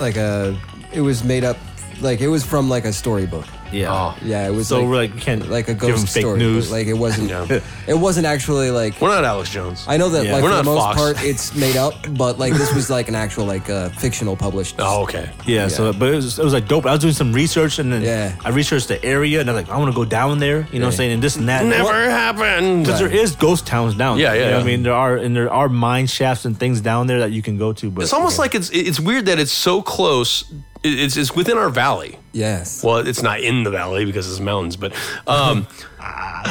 Speaker 1: Like a, it was made up, like it was from like a storybook.
Speaker 3: Yeah.
Speaker 2: Oh.
Speaker 1: Yeah, it was
Speaker 3: So
Speaker 1: like,
Speaker 3: we're like, we can't
Speaker 1: like a
Speaker 3: give 'em
Speaker 1: ghost
Speaker 3: fake
Speaker 1: story.
Speaker 3: news.
Speaker 1: Like it wasn't.
Speaker 2: Yeah.
Speaker 1: [LAUGHS] It wasn't actually like.
Speaker 2: We're not Alex Jones.
Speaker 1: I know that
Speaker 3: Yeah.
Speaker 1: like
Speaker 2: We're
Speaker 1: for the
Speaker 2: not
Speaker 1: most
Speaker 2: Fox.
Speaker 1: part it's made up, but like this was like an actual like uh, fictional published.
Speaker 2: Oh, okay.
Speaker 3: Yeah, so but it was, it was like dope. I was doing some research and then
Speaker 1: Yeah.
Speaker 3: I researched the area and I'm like, I want to go down there, you know what I'm
Speaker 1: Yeah.
Speaker 3: saying? And this and that.
Speaker 2: Never happened.
Speaker 3: Because there is ghost towns down
Speaker 2: Yeah,
Speaker 3: there.
Speaker 2: yeah,
Speaker 3: you know what
Speaker 2: yeah.
Speaker 3: I mean, there are and there are mine shafts and things down there that you can go to. But
Speaker 2: It's almost like it's it's weird that it's so close. It- It's it's within our valley.
Speaker 1: Yes.
Speaker 2: Well, it's not in the valley because it's mountains, but
Speaker 3: [LAUGHS]
Speaker 2: um,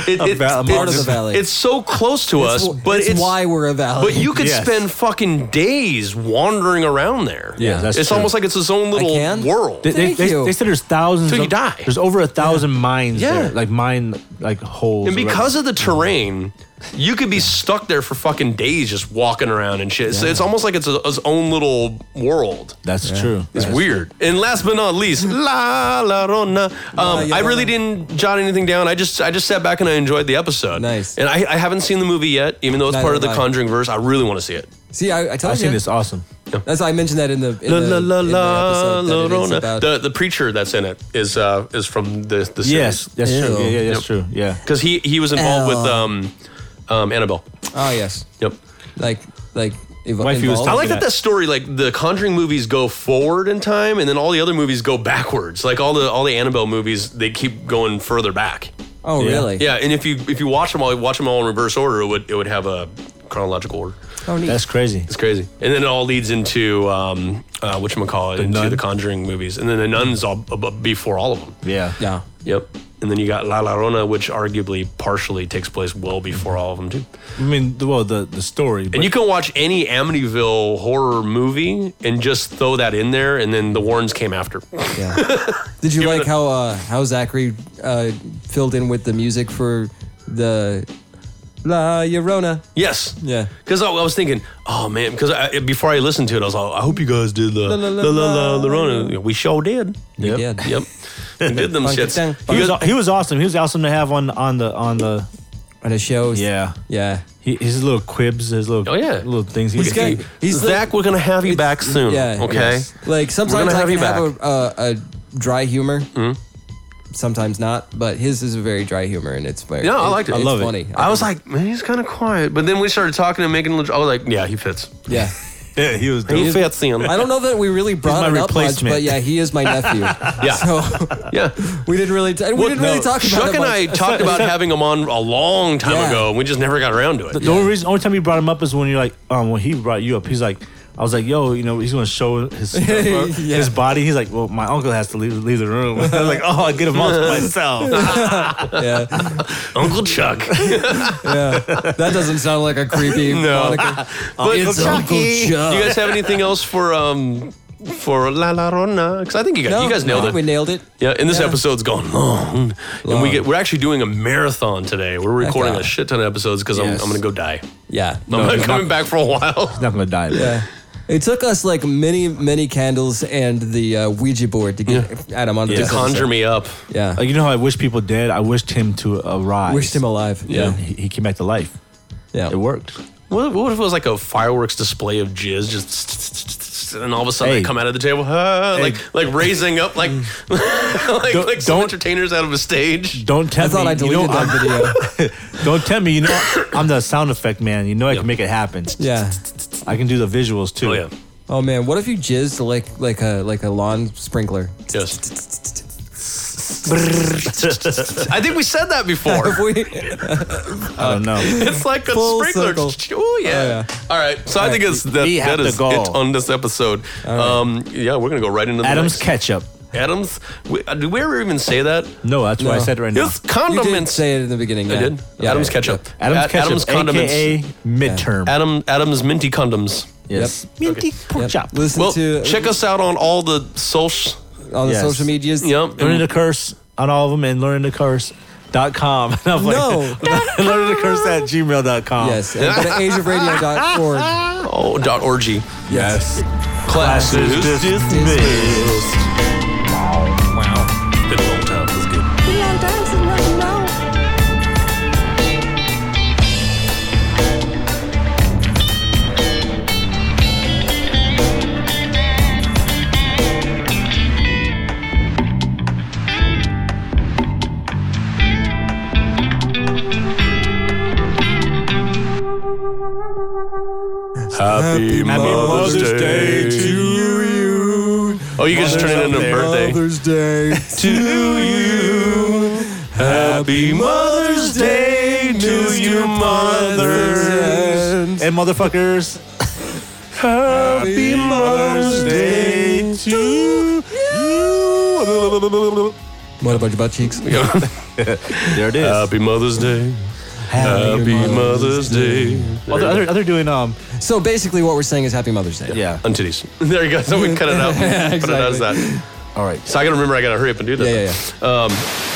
Speaker 2: it,
Speaker 3: A
Speaker 2: it's-
Speaker 3: val- a part
Speaker 1: of the
Speaker 2: it's-
Speaker 1: valley.
Speaker 2: It's so close to us,
Speaker 1: It's-
Speaker 2: but
Speaker 1: it's,
Speaker 2: it's,
Speaker 1: why we're a valley.
Speaker 2: But you could
Speaker 3: Yes.
Speaker 2: spend fucking days wandering around there.
Speaker 3: Yeah, that's
Speaker 2: it's
Speaker 3: true.
Speaker 2: almost like it's its own little
Speaker 1: can?
Speaker 2: world.
Speaker 3: They, they,
Speaker 1: Thank
Speaker 3: they,
Speaker 1: you.
Speaker 3: they said there's thousands.
Speaker 2: Till you
Speaker 3: of-
Speaker 2: die.
Speaker 3: There's over a thousand mines.
Speaker 2: Yeah.
Speaker 3: there, like mine, like holes.
Speaker 2: and
Speaker 3: or whatever.
Speaker 2: because of the terrain, you could be stuck there for fucking days just walking around and shit. So it's almost like it's a, its own little world.
Speaker 3: that's true.
Speaker 2: It's weird. And last but not least, La La Rona. Um,
Speaker 1: La
Speaker 2: I really
Speaker 1: Llorona.
Speaker 2: didn't jot anything down. I just I just sat back and I enjoyed the episode.
Speaker 1: Nice.
Speaker 2: And I, I haven't seen the movie yet, even though it's
Speaker 1: Neither
Speaker 2: part of the
Speaker 1: have I.
Speaker 2: Conjuring verse. I really want to see it.
Speaker 1: See, I, I told
Speaker 3: I've
Speaker 1: you.
Speaker 3: seen this awesome.
Speaker 1: That's why I mentioned that in the in
Speaker 2: La
Speaker 1: the,
Speaker 2: La La
Speaker 1: in the
Speaker 2: La
Speaker 1: episode that it is
Speaker 2: Llorona.
Speaker 1: about-
Speaker 2: The the preacher that's in it is uh is from the the series.
Speaker 3: Yes, that's true.
Speaker 1: Ew.
Speaker 3: Yeah, yeah, that's
Speaker 2: Yep.
Speaker 3: true. Yeah.
Speaker 2: Because he he was involved
Speaker 1: Ew.
Speaker 2: with um um Annabelle.
Speaker 1: oh yes,
Speaker 2: Yep.
Speaker 1: like like ev-
Speaker 3: Wifey was
Speaker 1: involved.
Speaker 2: I
Speaker 3: Look
Speaker 2: like
Speaker 3: at
Speaker 2: that
Speaker 3: that.
Speaker 2: that story like the Conjuring movies go forward in time and then all the other movies go backwards. Like all the all the Annabelle movies they keep going further back.
Speaker 1: oh
Speaker 3: Yeah.
Speaker 1: really?
Speaker 2: Yeah, and if you if you watch them all, watch them all in reverse order, it would it would have a chronological order.
Speaker 1: Oh neat.
Speaker 3: That's crazy.
Speaker 2: It's crazy, and then it all leads into um, uh, what call it into
Speaker 3: Nun.
Speaker 2: the Conjuring movies, and then the nuns all ab- ab- before all of them.
Speaker 3: Yeah.
Speaker 1: yeah.
Speaker 2: Yep, and then you got La Llorona, which arguably partially takes place well before all of them too.
Speaker 3: I mean, the- well, the the story. But
Speaker 2: And you can watch any Amityville horror movie and just throw that in there, and then the Warrens came after. [LAUGHS]
Speaker 3: [LAUGHS]
Speaker 1: Yeah. Did you
Speaker 2: Give it
Speaker 1: like
Speaker 2: a-
Speaker 1: how uh, how Zachary uh, filled in with the music for the La Llorona?
Speaker 2: Yes.
Speaker 1: Yeah.
Speaker 2: Because I, I was thinking, oh man, because I, before I listened to it, I was like, I hope you guys did the La
Speaker 1: la,
Speaker 2: La
Speaker 1: la,
Speaker 2: La La Llorona. We sure did.
Speaker 3: Yep.
Speaker 1: Yeah.
Speaker 2: Yep. We did them
Speaker 1: [LAUGHS] Funky
Speaker 2: shits.
Speaker 1: thing.
Speaker 2: You
Speaker 3: he was
Speaker 2: guys-
Speaker 3: he was awesome. He was awesome to have on on the on the
Speaker 1: On a show.
Speaker 3: yeah.
Speaker 1: Yeah.
Speaker 3: He, his little quibs, his little
Speaker 2: Oh, yeah.
Speaker 3: little things. He
Speaker 1: He's
Speaker 3: was
Speaker 1: got-
Speaker 3: he-
Speaker 1: he's
Speaker 2: Zach, we're gonna have you back soon.
Speaker 1: Yeah.
Speaker 2: Okay.
Speaker 1: yes. Like sometimes
Speaker 2: gonna
Speaker 1: I can
Speaker 2: have you Mm-hmm.
Speaker 1: have a, a, a dry humor. Sometimes not, but his is a very dry humor, and it's very.
Speaker 2: No, I liked it. I
Speaker 1: It's
Speaker 3: love it.
Speaker 1: funny.
Speaker 2: I was like, man, he's kind of quiet. But then we started talking and making. I was like, yeah, he fits.
Speaker 1: yeah.
Speaker 3: yeah, he was.
Speaker 2: He
Speaker 3: dope.
Speaker 2: fits in.
Speaker 1: I don't know that we
Speaker 3: [LAUGHS]
Speaker 1: really brought
Speaker 3: my
Speaker 1: it up much,
Speaker 3: replacement.
Speaker 1: but yeah, he is my nephew.
Speaker 2: [LAUGHS] Yeah.
Speaker 1: So
Speaker 2: [LAUGHS] Yeah.
Speaker 1: we didn't really t- we didn't really
Speaker 3: no.
Speaker 1: talk about
Speaker 2: Chuck
Speaker 1: it.
Speaker 2: and
Speaker 1: much.
Speaker 2: I
Speaker 1: [LAUGHS]
Speaker 2: talked about having him on a long time
Speaker 1: Yeah.
Speaker 2: ago, and we just never got around to it.
Speaker 3: The only reason, only time he brought him up is when you're like, um, when he brought you up, he's like, I was like, yo, you know, he's gonna show
Speaker 1: [LAUGHS]
Speaker 3: his his body. He's like, well, my uncle has to leave leave the room. [LAUGHS] I was like, oh, I get
Speaker 1: [LAUGHS]
Speaker 3: him off to myself.
Speaker 1: yeah.
Speaker 2: Uncle Chuck.
Speaker 1: [LAUGHS] That doesn't sound like a creepy moniker.
Speaker 2: But-
Speaker 1: It's Uncle Chuck.
Speaker 2: Do you guys have anything else for um for La La Rona? Because I think you guys you guys
Speaker 1: No, I
Speaker 2: nailed
Speaker 1: think We
Speaker 2: it.
Speaker 1: nailed it.
Speaker 2: Yeah, and this episode's gone long, and we get we're actually doing a marathon today. We're recording
Speaker 1: off.
Speaker 2: a shit ton of episodes because I'm,
Speaker 3: Yes.
Speaker 2: I'm gonna go die.
Speaker 1: Yeah.
Speaker 2: I'm not
Speaker 3: he's
Speaker 2: coming back for a [LAUGHS] while.
Speaker 3: Not gonna die.
Speaker 1: Yeah. It took us like many, many candles and the uh, Ouija board to get Adam on
Speaker 2: To
Speaker 1: this
Speaker 2: conjure me up.
Speaker 1: episode. Yeah.
Speaker 3: Like you know how I wish people dead. I wished him to arrive.
Speaker 1: Wished him alive.
Speaker 3: Yeah, he, he came back to life.
Speaker 1: Yeah.
Speaker 3: It worked.
Speaker 2: What, what if it was like a fireworks display of jizz, just [LAUGHS] and all of a sudden they
Speaker 3: Hey.
Speaker 2: come out of the table, ah,
Speaker 3: Hey.
Speaker 2: like like raising up like [LAUGHS] like,
Speaker 3: Don't-
Speaker 2: like some
Speaker 3: don't-
Speaker 2: entertainers out of a
Speaker 3: [LAUGHS]
Speaker 2: stage.
Speaker 3: Don't
Speaker 1: I
Speaker 3: tempt
Speaker 1: thought
Speaker 3: me.
Speaker 1: I
Speaker 3: you
Speaker 1: deleted
Speaker 3: know,
Speaker 1: that
Speaker 3: I'm-
Speaker 1: video.
Speaker 3: Don't tempt me. You know, I'm the sound effect man. You know, I can make it happen.
Speaker 1: Yeah.
Speaker 3: I can do the visuals too.
Speaker 2: Oh yeah,
Speaker 1: Oh man, what if you jizzed like like a like a lawn sprinkler?
Speaker 2: yes. I think we said that
Speaker 1: [LAUGHS]
Speaker 2: before.
Speaker 1: If we,
Speaker 3: I don't
Speaker 2: [LAUGHS]
Speaker 3: know.
Speaker 2: It's like a
Speaker 1: Full
Speaker 2: sprinkler.
Speaker 1: circle.
Speaker 2: Oh yeah.
Speaker 1: yeah.
Speaker 2: All right. So I think it's that,
Speaker 3: We have
Speaker 2: that
Speaker 3: to
Speaker 2: is
Speaker 3: go.
Speaker 2: it on this episode. Um, yeah, we're gonna go right into the
Speaker 3: Adam's
Speaker 2: next.
Speaker 3: ketchup.
Speaker 2: Adams. We, uh, did we ever even say that?
Speaker 3: No, that's what I
Speaker 1: No.
Speaker 3: said right now.
Speaker 2: It's
Speaker 1: you did
Speaker 2: condiments.
Speaker 1: say it in the beginning.
Speaker 2: I
Speaker 1: yeah.
Speaker 2: did.
Speaker 1: Yeah,
Speaker 2: Adams
Speaker 1: yeah,
Speaker 2: ketchup.
Speaker 3: Adam's
Speaker 2: Ad-
Speaker 3: ketchup,
Speaker 2: Adams condiments.
Speaker 3: aka midterm.
Speaker 2: Adam Adams minty condoms.
Speaker 3: yes, minty pork
Speaker 1: yeah.
Speaker 3: chop.
Speaker 1: Yep. Listen
Speaker 2: Well,
Speaker 1: to
Speaker 2: check us out on all the socials.
Speaker 1: on the
Speaker 3: Yes.
Speaker 1: social medias.
Speaker 2: Yep.
Speaker 3: Learning to curse on all of them and learning to curse. Dot com. [LAUGHS] And I'm like,
Speaker 1: No.
Speaker 3: learning to curse at gmail.com.
Speaker 1: Yes. And go to
Speaker 2: [LAUGHS]
Speaker 1: ageofradio.org.
Speaker 2: Oh, dot org.
Speaker 3: Yes.
Speaker 2: Class
Speaker 3: Classes
Speaker 2: is
Speaker 3: dismissed.
Speaker 2: Been a long time. That's good.
Speaker 6: Neon dancing right now.
Speaker 2: Happy, Mother's, Day, to you. Oh, you can just turn it into a birthday.
Speaker 1: Mother's Day.
Speaker 2: to you. Happy Mother's Day to you, mothers.
Speaker 3: And motherfuckers.
Speaker 2: Happy Mother's Day to you.
Speaker 1: What about your butt cheeks?
Speaker 2: [LAUGHS]
Speaker 3: There it is.
Speaker 2: Happy Mother's Day. Happy Mother's Day.
Speaker 3: oh, they're, they're- they're doing um.
Speaker 1: So basically, what we're saying is Happy Mother's Day.
Speaker 3: Yeah.
Speaker 2: On titties. [LAUGHS] There
Speaker 1: [LAUGHS]
Speaker 2: you go. So we cut it out. Put it out as that.
Speaker 3: All right.
Speaker 2: So I gotta remember I gotta hurry up and do that.
Speaker 1: Yeah, yeah,
Speaker 2: Um,